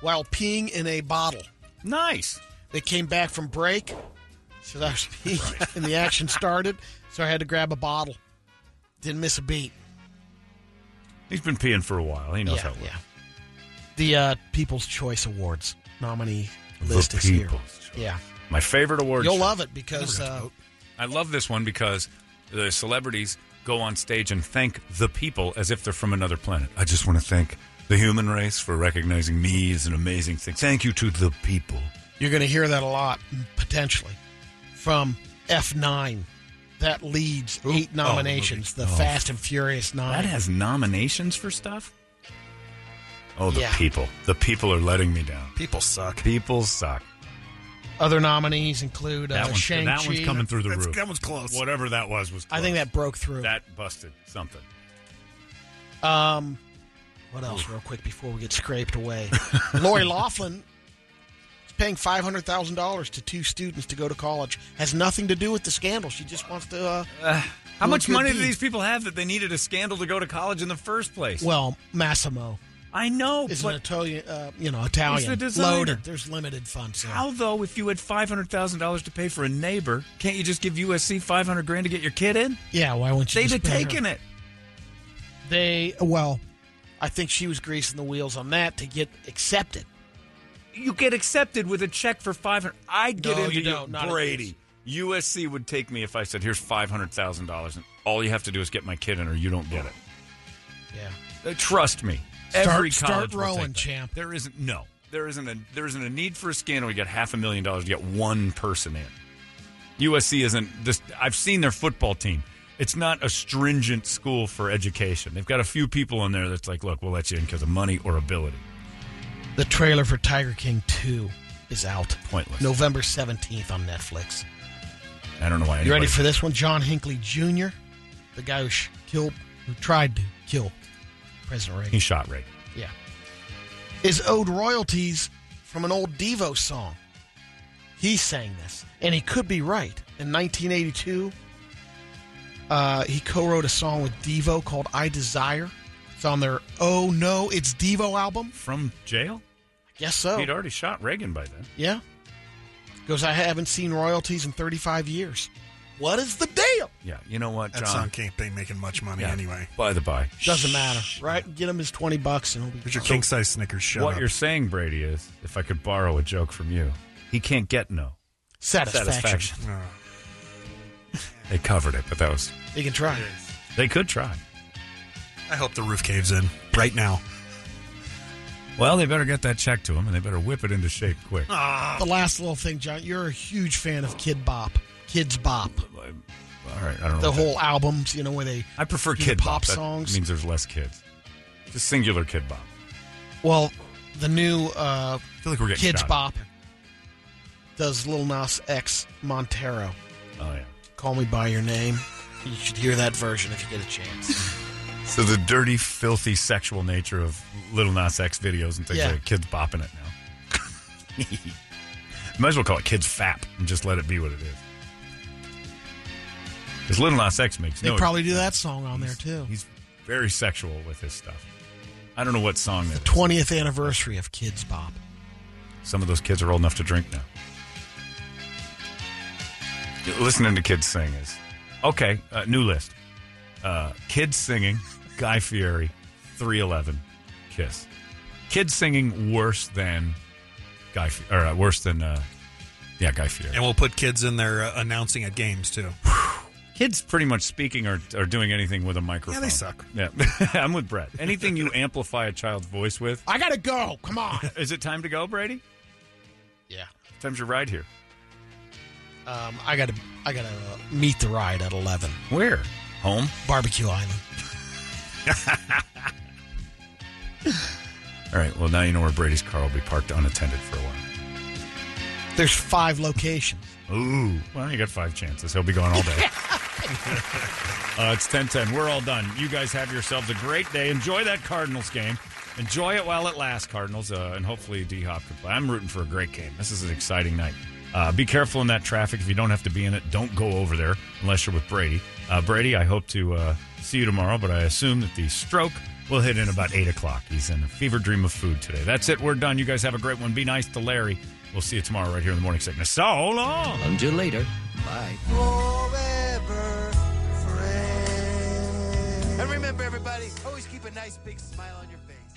Speaker 5: while peeing in a bottle.
Speaker 4: Nice.
Speaker 5: They came back from break, so I was peeing and the action started, so I had to grab a bottle. Didn't miss a beat.
Speaker 4: He's been peeing for a while. He knows
Speaker 5: Yeah,
Speaker 4: how it works.
Speaker 5: yeah. The uh, People's Choice Awards nominee
Speaker 4: The
Speaker 5: list is here.
Speaker 4: People's Choice.
Speaker 5: Yeah.
Speaker 4: My favorite award.
Speaker 5: You'll
Speaker 4: show.
Speaker 5: love it because uh,
Speaker 4: I love this one because the celebrities go on stage and thank the people as if they're from another planet. I just want to thank the human race for recognizing me as an amazing thing. Thank you to the people.
Speaker 5: You're going to hear that a lot, potentially, from F9. That leads eight nominations,
Speaker 4: Oh,
Speaker 5: the
Speaker 4: oh.
Speaker 5: Fast and Furious Nine.
Speaker 4: That has nominations for stuff? Oh, the
Speaker 5: Yeah.
Speaker 4: people. The people are letting me down. People suck. People suck.
Speaker 5: Other nominees include
Speaker 4: That
Speaker 5: uh,
Speaker 4: one's-
Speaker 5: Shang
Speaker 4: that one's coming through the That's- roof. that
Speaker 5: one's
Speaker 4: close. Whatever that was was
Speaker 5: I think that broke through.
Speaker 4: That busted something.
Speaker 5: Um, what else, real quick, before we get scraped away? Lori Laughlin is paying five hundred thousand dollars to two students to go to college. Has nothing to do with the scandal. She just wants to uh,
Speaker 4: How
Speaker 5: Look
Speaker 4: much
Speaker 5: your
Speaker 4: money do
Speaker 5: deed.
Speaker 4: these people have that they needed a scandal to go to college in the first place?
Speaker 5: Well, Massimo.
Speaker 4: I know.
Speaker 5: Is
Speaker 4: but-
Speaker 5: an Italian, uh, you know,
Speaker 4: He's the
Speaker 5: Italian.
Speaker 4: designer.
Speaker 5: loaded. There's limited funds. there.
Speaker 4: How though? If you had five hundred thousand dollars to pay for a neighbor, can't you just give USC five hundred grand to get your kid in?
Speaker 5: Yeah, why wouldn't you?
Speaker 4: They'd have
Speaker 5: just pay her?
Speaker 4: taken it.
Speaker 5: They well, I think she was greasing the wheels on that to get accepted.
Speaker 4: You get accepted with a check for five hundred. I
Speaker 5: get No, into you your- don't. Not at
Speaker 4: Brady. USC would take me if I said, "Here's five hundred thousand dollars, and all you have to do is get my kid in, or you don't get it."
Speaker 5: Yeah.
Speaker 4: Uh, Trust me.
Speaker 5: Start-
Speaker 4: Every
Speaker 5: start
Speaker 4: college will
Speaker 5: rowing,
Speaker 4: take that.
Speaker 5: champ.
Speaker 4: There isn't no. There isn't a there isn't a need for a scandal. You got half a million dollars to get one person in. USC isn't this. I've seen their football team. It's not a stringent school for education. They've got a few people in there that's like, look, we'll let you in because of money or ability.
Speaker 5: The trailer for Tiger King Two is out.
Speaker 4: Pointless.
Speaker 5: November seventeenth on Netflix.
Speaker 4: I don't know why.
Speaker 5: You
Speaker 4: anybody-
Speaker 5: ready for this one? John Hinckley Jr., the guy who sh- killed, who tried to kill President Reagan.
Speaker 4: He shot Reagan.
Speaker 5: Yeah. Is owed royalties from an old Devo song. He sang this, and he could be right. In 1982, uh, he co wrote a song with Devo called I Desire. It's on their Oh No, It's Devo album.
Speaker 4: From jail?
Speaker 5: I guess so.
Speaker 4: He'd already shot Reagan by then.
Speaker 5: Yeah. Goes, I haven't seen royalties in 35 years. What is the deal?
Speaker 4: Yeah. You know what,
Speaker 10: That
Speaker 4: John?
Speaker 10: song can't be making much money
Speaker 4: Yeah.
Speaker 10: anyway.
Speaker 4: By the by,
Speaker 5: Doesn't matter, right? Get him his 20 bucks and he'll be
Speaker 10: Put your
Speaker 5: fine.
Speaker 10: king size Snickers shut
Speaker 4: what
Speaker 10: up.
Speaker 4: you're saying, Brady, is if I could borrow a joke from you, he can't get no
Speaker 5: Satisfaction.
Speaker 10: Uh,
Speaker 4: They covered it, but that was
Speaker 5: You can try.
Speaker 4: they could try.
Speaker 10: I hope the roof caves in right now.
Speaker 4: Well, they better get that check to him, and they better whip it into shape quick.
Speaker 5: The last little thing, John, you're a huge fan of Kid Bop. Kids Bop.
Speaker 4: All right, I don't know.
Speaker 5: The
Speaker 4: what
Speaker 5: whole albums, you know, where they.
Speaker 4: that- I prefer
Speaker 5: do
Speaker 4: kid
Speaker 5: the pop
Speaker 4: bop. That
Speaker 5: songs.
Speaker 4: means there's less kids. Just singular kid bop.
Speaker 5: well, the new uh,
Speaker 4: feel like we're getting
Speaker 5: Kids
Speaker 4: shot.
Speaker 5: Bop does Lil Nas X Montero.
Speaker 4: Oh yeah.
Speaker 5: Call me by your name. You should hear that version if you get a chance.
Speaker 4: So the dirty, filthy, sexual nature of Little Nas X videos and things
Speaker 5: Yeah.
Speaker 4: like kids bopping it now. Might as well call it kids fap and just let it be what it is. Because Little Nas X makes
Speaker 5: they
Speaker 4: no
Speaker 5: probably do that song on there too.
Speaker 4: He's very sexual with his stuff. I don't know what song that. is.
Speaker 5: 20th anniversary of Kids Bop.
Speaker 4: Some of those kids are old enough to drink now. Listening to kids sing is okay. Uh, new list: uh, kids singing, Guy Fieri, Three Eleven, Kiss. Kids singing worse than Guy, Fi- or uh, worse than uh, yeah, Guy Fieri.
Speaker 10: And we'll put kids in there uh, announcing at games too.
Speaker 4: Kids pretty much speaking or, or doing anything with a microphone.
Speaker 10: they suck.
Speaker 4: Yeah, I'm with Brett. Anything you amplify a child's voice with.
Speaker 5: I gotta go. Come on.
Speaker 4: Is it time to go, Brady?
Speaker 5: Yeah.
Speaker 4: Time's your ride here.
Speaker 5: Um, I gotta, I gotta uh, meet the ride at eleven.
Speaker 4: Where? Home?
Speaker 5: Barbecue Island.
Speaker 4: All right. Well, now you know where Brady's car will be parked unattended for a while.
Speaker 5: There's five locations.
Speaker 4: Ooh. Well, you got five chances. He'll be gone all day. uh, it's ten We're all done. You guys have yourselves a great day. Enjoy that Cardinals game. Enjoy it while it lasts, Cardinals, uh, and hopefully D Hop can play. I'm rooting for a great game. This is an exciting night. Uh, be careful in that traffic. If you don't have to be in it, don't go over there unless you're with Brady. Uh, Brady, I hope to uh, see you tomorrow, but I assume that the stroke will hit in about 8 o'clock. He's in a fever dream of food today. That's it. We're done. You guys have a great one. Be nice to Larry. We'll see you tomorrow right here in the morning sickness. So long. Until later. Bye.
Speaker 8: And remember, everybody, always keep a nice big smile on your face.